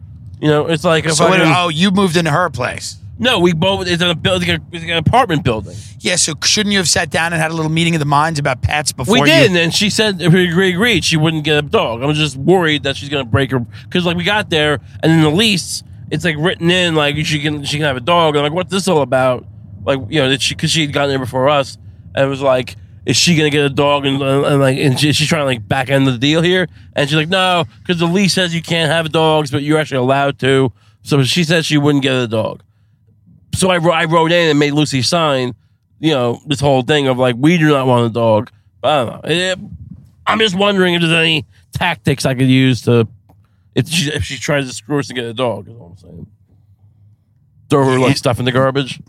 You know, it's like a so what, fucking- oh, you moved into her place. no, we both. It's a building, it's an apartment building. Yeah, so shouldn't you have sat down and had a little meeting of the minds about pets before We you? did, and she said if we agree, agreed she wouldn't get a dog. I'm just worried that she's gonna break her because like we got there, and in the lease, it's like written in like she can she can have a dog. And I'm like, what's this all about? Like you know, that she because she had gotten there before us, and it was like, is she gonna get a dog? And, and like, and she, she's trying to like back end the deal here, and she's like, no, because the lease says you can't have dogs, but you're actually allowed to. So she said she wouldn't get a dog so I, wrote- I wrote in and made Lucy sign, you know, this whole thing of like, we do not want a dog. I don't know. It- I'm just wondering if there's any tactics I could use to, if she, if she tries to screw us to get a dog, is all I'm saying. Throw her like stuff in the garbage.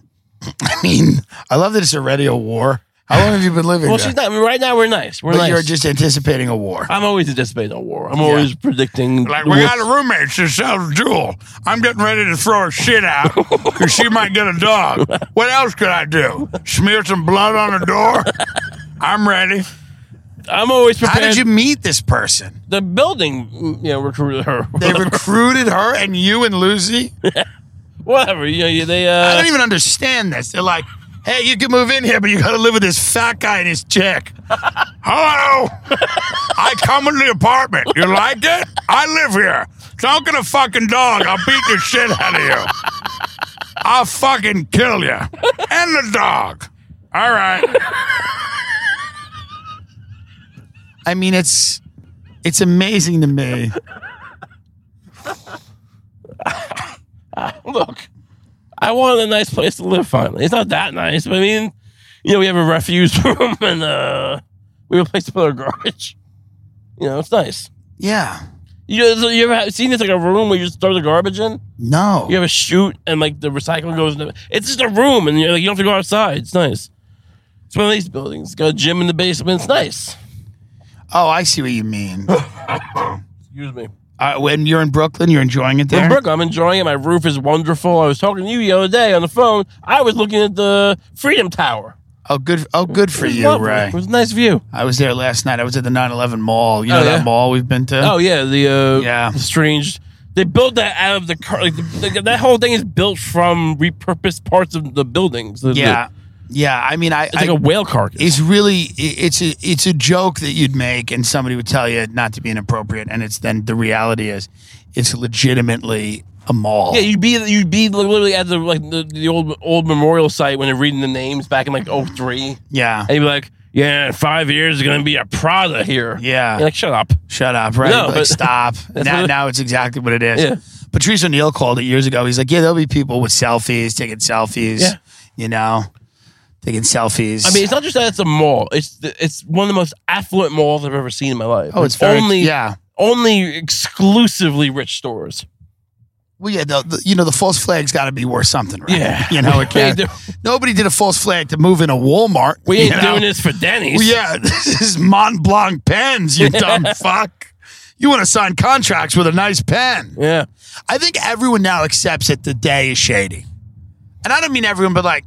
I mean, I love that it's already a war. How long have you been living Well, there? she's not. Right now, we're nice. We're But nice. You're just anticipating a war. I'm always anticipating a war. I'm always predicting. Like we got a roommate that sells jewel. I'm getting ready to throw her shit out because she might get a dog. What else could I do? Smear some blood on the door. I'm ready. I'm always How prepared. did you meet this person? the building, you know, recruited her. They recruited her and you and Lucy? Whatever. You know, you- they. I Uh, don't even understand this. They're like, hey, you can move in here, but you got to live with this fat guy and his chick. Hello. I come in the apartment. You like it? I live here. Don't get a fucking dog. I'll beat the shit out of you. I'll fucking kill you. And the dog. All right. I mean, it's it's amazing to me. look, I wanted a nice place to live. Finally, it's not that nice, but I mean, you know, we have a refuse room and uh, we have a place to put our garbage. You know, it's nice. Yeah. You know, so you ever have, seen this like a room where you just throw the garbage in? No. You have a chute and like the recycling goes. In the, it's just a room and you're, like, you don't have to go outside. It's nice. It's one of these buildings. It's got a gym in the basement. It's nice. Oh, I see what you mean. Excuse me. Uh, when you're in Brooklyn, you're enjoying it there. Well, Brooke, I'm enjoying it. My roof is wonderful. I was talking to you the other day on the phone. I was looking at the Freedom Tower. Oh, good. Oh, good for It was you, lovely. Ray. It was a nice view. I was there last night. I was at the 9/11 mall. You know Oh, that yeah? mall we've been to. Oh yeah, the uh, Yeah. the strange. They built that out of the car. Like, the, the- that whole thing is built from repurposed parts of the buildings. The- the- yeah, yeah. I mean, I. it's like I- a whale carcass. it's really i- it's a it's a joke that you'd make and somebody would tell you not to be inappropriate and it's then the reality is it's legitimately a mall Yeah, you'd be you'd be literally at the like the, the old old memorial site when they're reading the names back in like '03, yeah and you'd be like, "Yeah, in five years is gonna be a Prada here." Yeah. You're like shut up. Shut up, right? No, like, but- stop. now, what- now it's exactly what it is. Yeah. Patrice O'Neill called it years ago. He's like, yeah, there'll be people with selfies, taking selfies, Yeah. you know, taking selfies. I mean, it's not just that it's a mall. It's the, it's one of the most affluent malls I've ever seen in my life. oh, it's very, only yeah. only exclusively rich stores. Well, yeah, the, the, you know, the false flag's got to be worth something, right? Yeah. You know, it We ain't can't. do- Nobody did a false flag to move in a Walmart. We you ain't know? doing this for Denny's. Well, yeah, this is Mont Blanc pens, you dumb fuck. You want to sign contracts with a nice pen. yeah. I think everyone now accepts that the day is shady. And I don't mean everyone, but like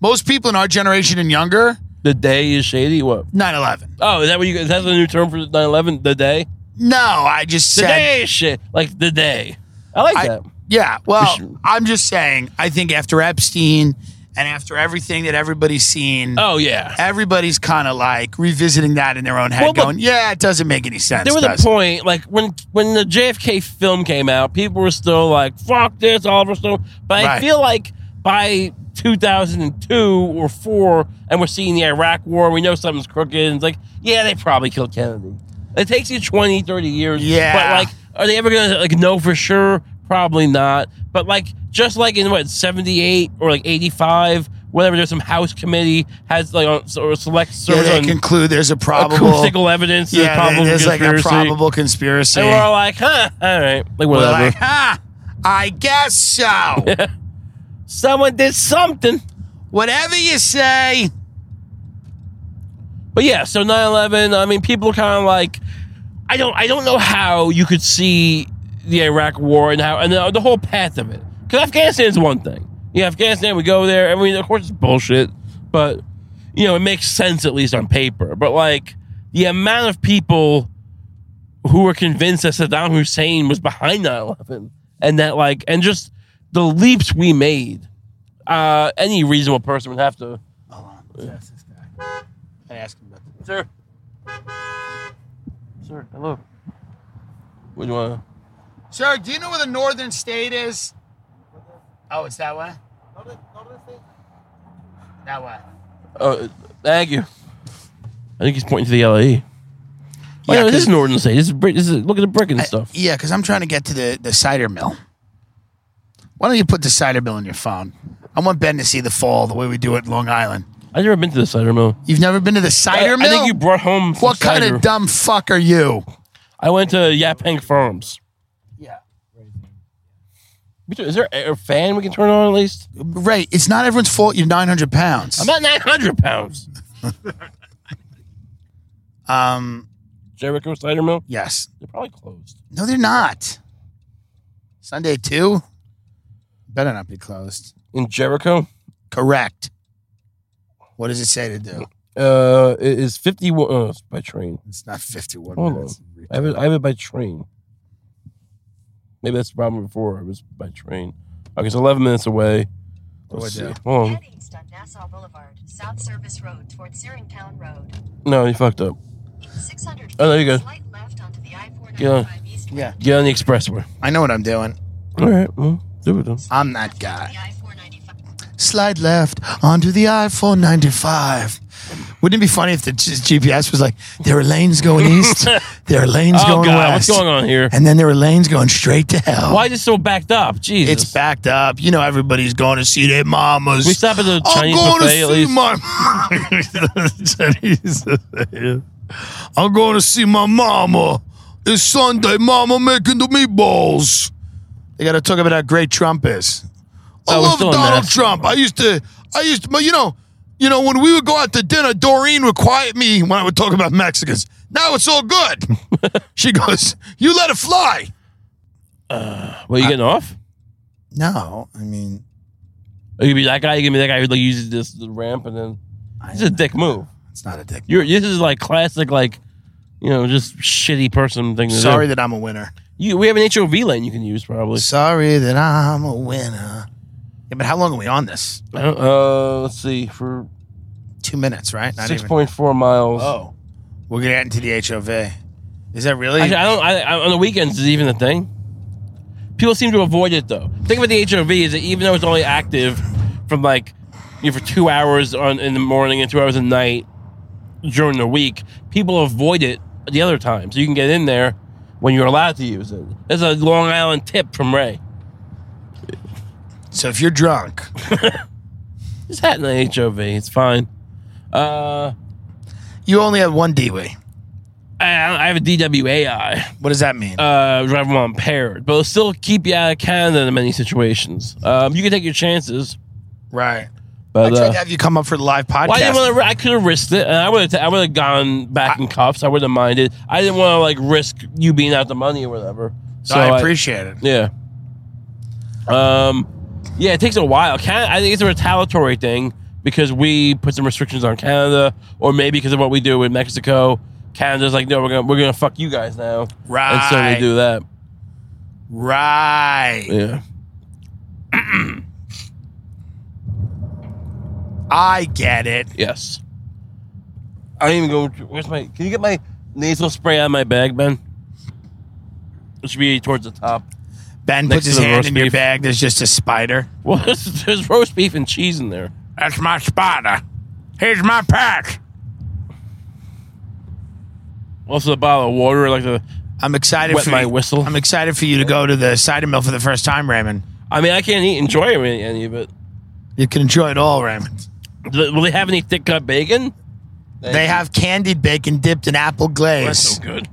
most people in our generation and younger, The day is shady. What? 9 11. Oh, is that what you? Is that the new term for 9/11? The day. No, I just The said. day is shit. Like the day. I like I- that. yeah, well, should- I'm just saying, I think after Epstein and after everything that everybody's seen, Oh yeah. everybody's kind of like revisiting that in their own head, Well, but- going, yeah, it doesn't make any sense. There was a does it?" point, like when when the JFK film came out, people were still like, "Fuck this, Oliver Stone." But I Right. feel like by 2002 or four, and we're seeing the Iraq War, we know something's crooked. And it's like, yeah, they probably killed Kennedy. It takes you 20, 30 years. Yeah. But like, are they ever gonna like know for sure? Probably not. But like, just like in what 78 or like 85. Whatever, there's some House committee has like on, or select Yeah, service they on conclude there's a probable. acoustical evidence. there's yeah, probable there's like a conspiracy. probable conspiracy. And we're all like, huh, all right, like We're whatever. like, huh, I guess so. Someone did something. Whatever you say. But yeah, so 9/11. I mean, people kind of like, I don't, I don't know how you could see the Iraq War and how and the, the whole path of it. Because Afghanistan is one thing. Yeah, Afghanistan, we go there. I mean, of course, it's bullshit, but you know, it makes sense at least on paper. But like the amount of people who were convinced that Saddam Hussein was behind 9/11, and that like, and just the leaps we made, uh, any reasonable person would have to. I asked him about that. Sir. Sir, hello. What do you want? Sir, do you know where the northern state is? Oh, it's that way? That way. Oh, thank you. I think he's pointing to the LAE. Yeah, Yeah, this 'cause- is Norton State. This is, brick- this is look at the brick and stuff. yeah, because I'm trying to get to the, the cider mill. Why don't you put the cider mill in your phone? I want Ben to see the fall the way we do it in Long Island. I've never been to the cider mill. You've never been to the cider I, mill? Uh, I think you brought home. some what kind cider. of dumb fuck are you? I went to Yaphank Farms. Yeah. We do- Is there a a fan we can turn on at least? Right. It's not everyone's fault you're 900 pounds. I'm at 900 pounds. um, Jericho Cider Mill? yes. They're probably closed. No, they're not. Sunday too. Better not be closed. In Jericho? Correct. What does it say to do? uh, it is 51 oh, it's by train. It's not 51 Hold minutes. I have, it, I have it by train. Maybe that's the problem before. It was by train. Okay, it's 11 minutes away. Let's Oh, I see. Hold on. Head east on Nassau Boulevard, South Service Road toward Seringtown Road. No, you fucked up. 600 Oh, there you go. Slight left onto the I-495 Yeah. eastbound. Yeah. Get on the expressway. I know what I'm doing. All right, well, do it then. I'm Left that onto guy. the I-495. Slide left onto the I 495. Wouldn't it be funny if the G- GPS was like, there are lanes going east, there are lanes Oh, going God, west, what's going on here? and then there are lanes going straight to hell? Why is it so backed up? Jesus. It's backed up. You know, everybody's going to see their mamas. We stop at the Chinese I'm going buffet, at to see least. my Chinese buffet. I'm going to see my mama. It's Sunday, mama making the meatballs. They got to talk about how great Trump is. I Oh, we're love still in Donald that. Trump. I used to, I used, but you know, you know, when we would go out to dinner, Doreen would quiet me when I would talk about Mexicans. Now it's all good. she goes, "You let it fly." Well, you getting off? No, I mean, Or you be that guy. You give me that guy who like uses this the ramp and then it's a dick move. it's not a dick. You're this is like classic like you know just shitty person thing. To Sorry do. that I'm a winner. you we have an HOV lane you can use probably. Sorry that I'm a winner. Yeah, but how long are we on this? I don't- Uh, let's see for Two minutes, right? Not six even. point four miles. Oh, we're gonna get into the HOV. Is that really? Actually, I don't. I, I, on the weekends is even a thing. People seem to avoid it though. Think about the HOV is that even though it's only active from like you know, for two hours on in the morning and two hours at night during the week, people avoid it the other time. So you can get in there when you're allowed to use it. That's a Long Island tip from Ray. so if you're drunk, Just hat in the HOV. It's fine. Uh, you only have one DWI. I, I have a DWAI. What does that mean? uh, drive them on paired, but it'll still keep you out of Canada in many situations. Um, you can take your chances, right. I but tried uh, to have you come up for the live podcast. why didn't want to? I could have risked it, and I would have. I would have gone back in cuffs. I wouldn't have minded. I didn't want to like risk you being out the money or whatever. So I appreciate it. Yeah. Um, yeah, it takes a while. Canada, I think it's a retaliatory thing because we put some restrictions on Canada, or maybe because of what we do with Mexico. Canada's like, no, we're gonna we're gonna fuck you guys now, And so Right. we do that. Right. Yeah. I get it. Yes. I didn't even go. Where's my? Can you get my nasal spray out of my bag, Ben? It should be towards the top. Ben Next puts his to the hand roast in your beef. bag. There's just a spider. Well, there's, there's roast beef and cheese in there. That's my spider. Here's my pack. Also, a bottle of water. Like the. I'm excited Wet for my you- whistle. I'm excited for you to go to the cider mill for the first time, Raymond. I mean, I can't eat enjoy any, any of it. You can enjoy it all, Raymond. Do- Will they have any thick cut bacon? They have candied bacon dipped in apple That's glaze. so good.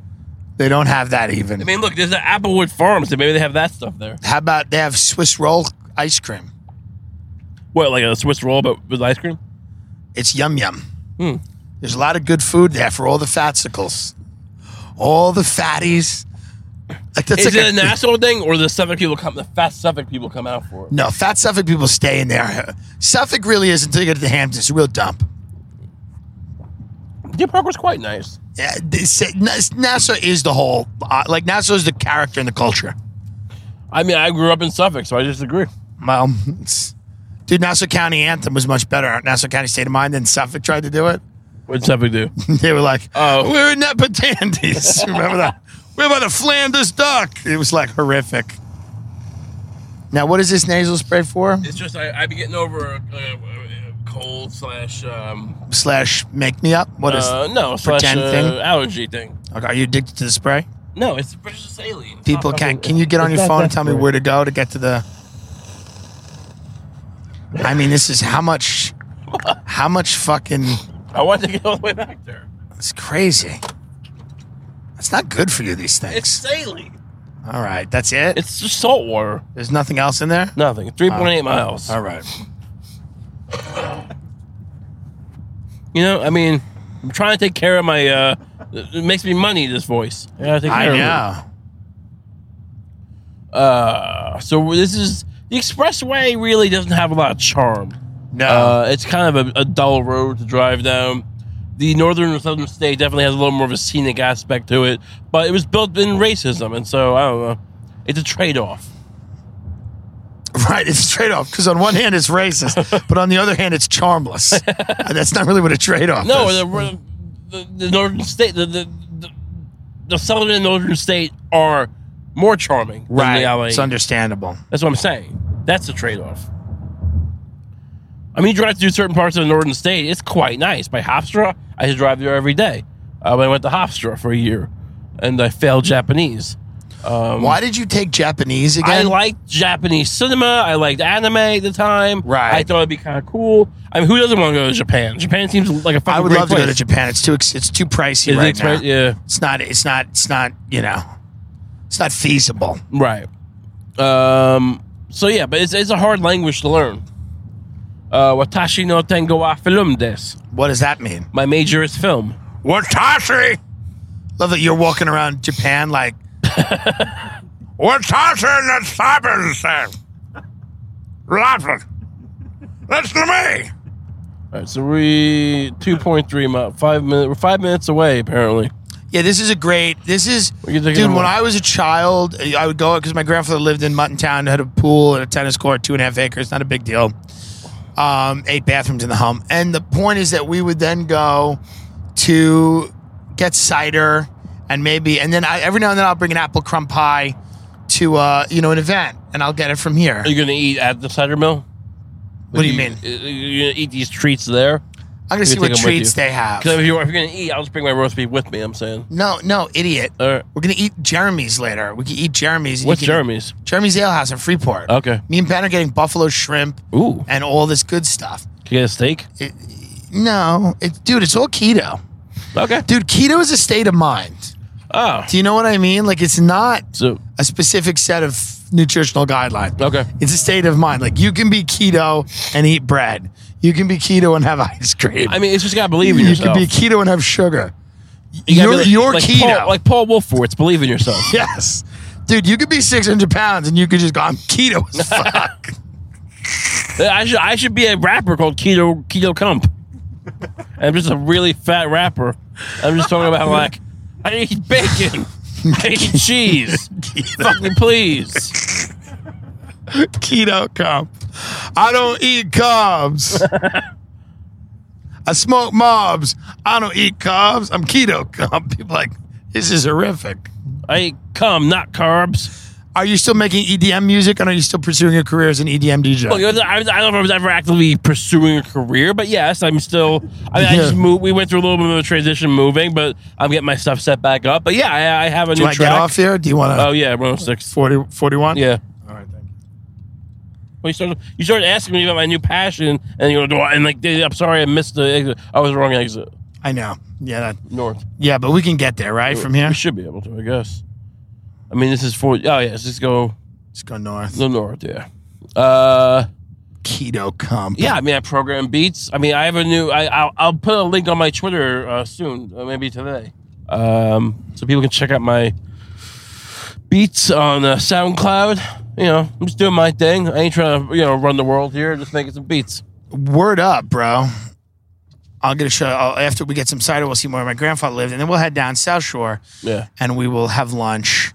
They don't have that even. I mean, look, there's the Applewood Farms, so maybe they have that stuff there. How about they have Swiss roll ice cream? What, like a Swiss roll, but with ice cream? It's yum yum. Hmm. There's a lot of good food there for all the fatsicles, all the fatties. Like that's Is like it a Nassau thing, or the Suffolk people come? The fat Suffolk people come out for it. no fat Suffolk people stay in there. Suffolk really is until you get to the Hamptons. It's a real dump. Deer Park was quite nice. Yeah, they say- Nas- Nassau is the whole. Uh, like Nassau is the character and the culture. I mean, I grew up in Suffolk, so I disagree. Well, it's- dude, Nassau County anthem was much better. Nassau County State of Mind than Suffolk tried to do it. What'd Suffolk do? They were like, Oh. we're in Nepotandies. Remember that? We're by the Flanders duck. It was like horrific. Now, what is this nasal spray for? It's just I, I be getting over a, a, a cold slash um Slash, make me up. What is? uh, no slash pretend uh, thing? allergy thing. like, are you addicted to the spray? No, it's precious alien. It's People not can. fucking- Can you get on it's your not phone that and tell me great. where to go to get to the? I mean, this is how much, how much fucking. I want to get all the way back there. It's crazy. It's not good for you. These It's things. saline. All right, that's it. It's just salt water. There's nothing else in there. Nothing. Three point Ah. eight miles. All right. You know, I mean, I'm trying to take care of my. uh It makes me money. This voice. I gotta take I care of it. know. Uh, so this is the expressway. Really doesn't have a lot of charm. No. Uh, it's kind of a, a dull road to drive down. the northern or southern state definitely has a little more of a scenic aspect to it, but it was built in racism, and so I don't know. It's a trade off. Right, it's a trade off because on one hand it's racist, but on the other hand it's charmless. And That's not really what a trade off No, is. the, the, the northern state, the, the, the, the southern and northern state are more charming than the LA. It's understandable. That's what I'm saying. That's the trade off. I mean, you drive through certain parts of the northern state, it's quite nice. By Hofstra, I used to drive there every day. Uh, when I went to Hofstra for a year and I failed Japanese. Why did you take Japanese Mm. I again? liked Japanese cinema. I liked anime at the time. Right. I thought it'd be kind of cool. I mean, who doesn't want to go to Japan? Japan seems like a fucking I would great love to place. go to Japan. It's too ex- it's too Is pricey it right expen- now. Yeah. It's not it's not it's not you know it's not feasible. Right. Um, so yeah, but it's, it's a hard language to learn. Uh, watashi no tengo wa film des. What does that mean? My major is film. Watashi! Love that you're walking around Japan like Watashi in the cyber cell. Laughing. Listen to me. All right, so we two point three mi- five minutes. We're five minutes away apparently. Yeah, this is a great. This is We can take dude. it When on one. I was a child, I would go because my grandfather lived in Mutton Town, had a pool and a tennis court, two and a half acres. Not a big deal. Um, eight bathrooms in the home. And the point is that we would then go to get cider and maybe, and then I, every now and then I'll bring an apple crumb pie to uh, you know an event, and I'll get it from here. Are you gonna eat at the cider mill? What do you mean? You're gonna eat these treats there? I'm gonna you see take what 'em with treats you? they have. Because if you're, if you're gonna eat, I'll just bring my roast beef with me. I'm saying. No, no, idiot. All right. We're gonna eat Jeremy's later. We can eat Jeremy's. and you Uh, What's can- Jeremy's? Jeremy's Ale House in Freeport. Okay. Me and Ben are getting buffalo shrimp Ooh. and all this good stuff. Can you get a steak? No, it, dude, it's all keto. Okay. Dude, keto is a state of mind. Oh. Do you know what I mean? Like, it's not So a specific set of nutritional guidelines. Okay. It's a state of mind. Like, you can be keto and eat bread. You can be keto and have ice cream. I mean, it's just gotta believe in you yourself. can be keto and have sugar. gotta You're, be like- you're like keto. Paul, like Paul Wolfowitz. Believe in yourself. yes. Dude, you could be 600 pounds and you could just go, I'm keto as fuck. Uh, I should I should be a rapper called Keto Keto Kump. I'm just a really fat rapper. I'm just talking about like I eat bacon, I eat cheese. Fuck me, please. keto comp. I don't eat carbs. I smoke mobs. I don't eat carbs. I'm keto comp. People are like, this is horrific. I eat cum, not carbs. Are you still making EDM music and are you still pursuing your career as an E EDM DJ? Look, I, I don't know if I was ever actively pursuing a career, but yes, I'm still. I, mean, I just Yeah. moved. We went through a little bit of a transition moving, but I'm getting my stuff set back up. But yeah, I, I have a Do new you want to track. get off here? Do you want to Oh yeah, 106. 40, 41? Yeah. All right, thank you. Well, you started, you started asking me about my new passion, and you go, and like, I'm sorry, I missed the exit. I was the wrong exit. I know. Yeah, that, North. yeah, but we can get there, right? From here? We should be able to, I guess. I mean, this is for, oh, yeah, let's just go Let's go north. the north, yeah. Uh, Keto comp. yeah, I mean, I program beats. I mean, I have a new, I, I'll, I'll put a link on my Twitter uh, soon, uh, maybe today. Um, so people can check out my beats on uh, SoundCloud. You know, I'm just doing my thing. I ain't trying to, you know, run the world here, just making some beats. Word up, bro. I'm going to show, I'll, after we get some cider, we'll see where my grandfather lived. And then we'll head down South Shore. Yeah, and we will have lunch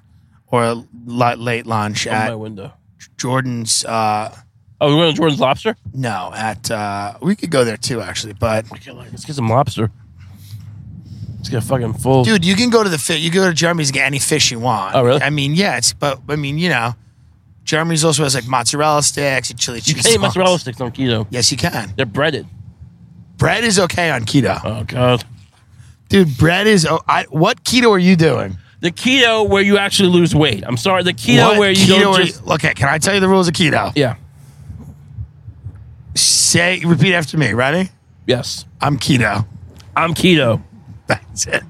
or a li- late lunch on at Oh, my window. Jordan's. Uh, Oh, we're going to Jordan's Lobster? no, at uh, we could go there too, actually. But Get like- Let's get some lobster. Let's get fucking full. dude, you can go to the fit. You can go to Jeremy's and get any fish you want. Oh, really? I mean, yeah, it's but I mean, you know, Jeremy's also has like mozzarella sticks and chili you cheese. can't eat sauce. mozzarella sticks on keto. Yes, you can. They're breaded. Bread is okay on keto, Oh god. dude. Bread is. Oh, I, what keto are you doing? The keto where you actually lose weight. I'm sorry. The keto What where you keto don't are just you- okay, can I tell you the rules of keto? yeah. Say, repeat after me. Ready? Yes. I'm keto. I'm keto. That's it.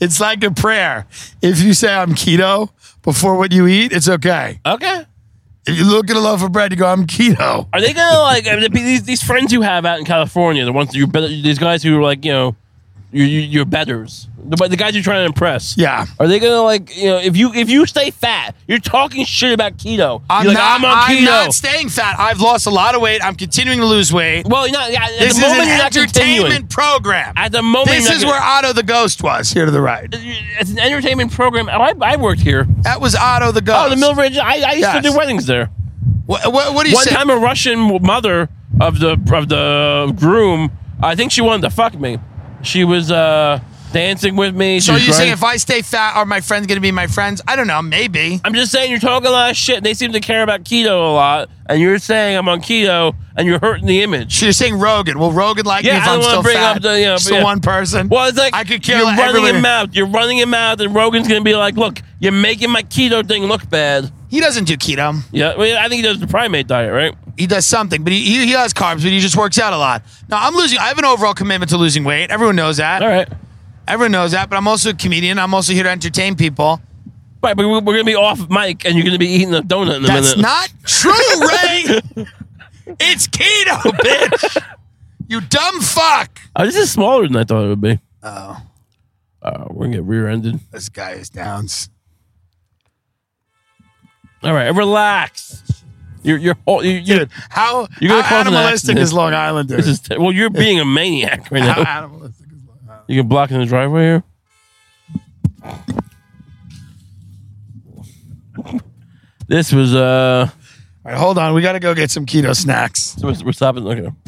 It's like a prayer. If you say I'm keto before what you eat, it's okay. Okay. If you look at a loaf of bread, you go, I'm keto. Are they gonna like I mean, these these friends you have out in California? The ones you these guys who are like you know your your, your betters, the, but the guys you're trying to impress. Yeah. Are they gonna like you know if you if you stay fat, you're talking shit about keto. I'm, you're like, not, I'm on keto. not staying fat. I've lost a lot of weight. I'm continuing to lose weight. well, you're not. yeah, At This the is moment, an you're not continuing. entertainment program. At the moment, This you're is not where Otto the Ghost was. Here to the right. gonna- it's an entertainment program. Oh, I, I worked here. That was Otto the Ghost. Oh, the Mill Ridge. I, I used Yes. to do weddings there. What, what, what do you One say? time, a Russian mother of the of the groom, I think she wanted to fuck me. She was uh, dancing with me. she so was you saying trying- if I stay fat, are my friends going to be my friends? I don't know. Maybe. I'm just saying you're talking a lot of shit. And they seem to care about keto a lot, and you're saying I'm on keto, and you're hurting the image. So you're saying Rogan. Will Rogan like Yeah, me if I don't I'm wanna still bring fat? up the, you know, Just yeah. one person. Well, it's like I could kill you're running everybody. him out. You're running him out, and Rogan's gonna be like, "Look, you're making my keto thing look bad." He doesn't do keto. Yeah, I, mean, I think he does the primate diet, right? He does something, but he, he, he has carbs, but he just works out a lot. Now, I'm losing. I have an overall commitment to losing weight. Everyone knows that. All right, Everyone knows that, but I'm also a comedian. I'm also here to entertain people. right, but we're, we're gonna be off mic, and you're gonna be eating a donut in a That's minute. not true, Ray. it's keto, bitch. You dumb fuck. Oh, this is smaller than I thought it would be. Oh. we're gonna get rear-ended. This guy is downs. All right, relax. You're you're oh, you, you, Dude, how, You're gonna how cause an animalistic accident. is Long Island? This is ter- well, you're being a maniac right how now. animalistic is Long Island? You can block in the driveway here. This was uh, All right, hold on. We got to go get some keto snacks. uh, so we're, we're stopping. Okay.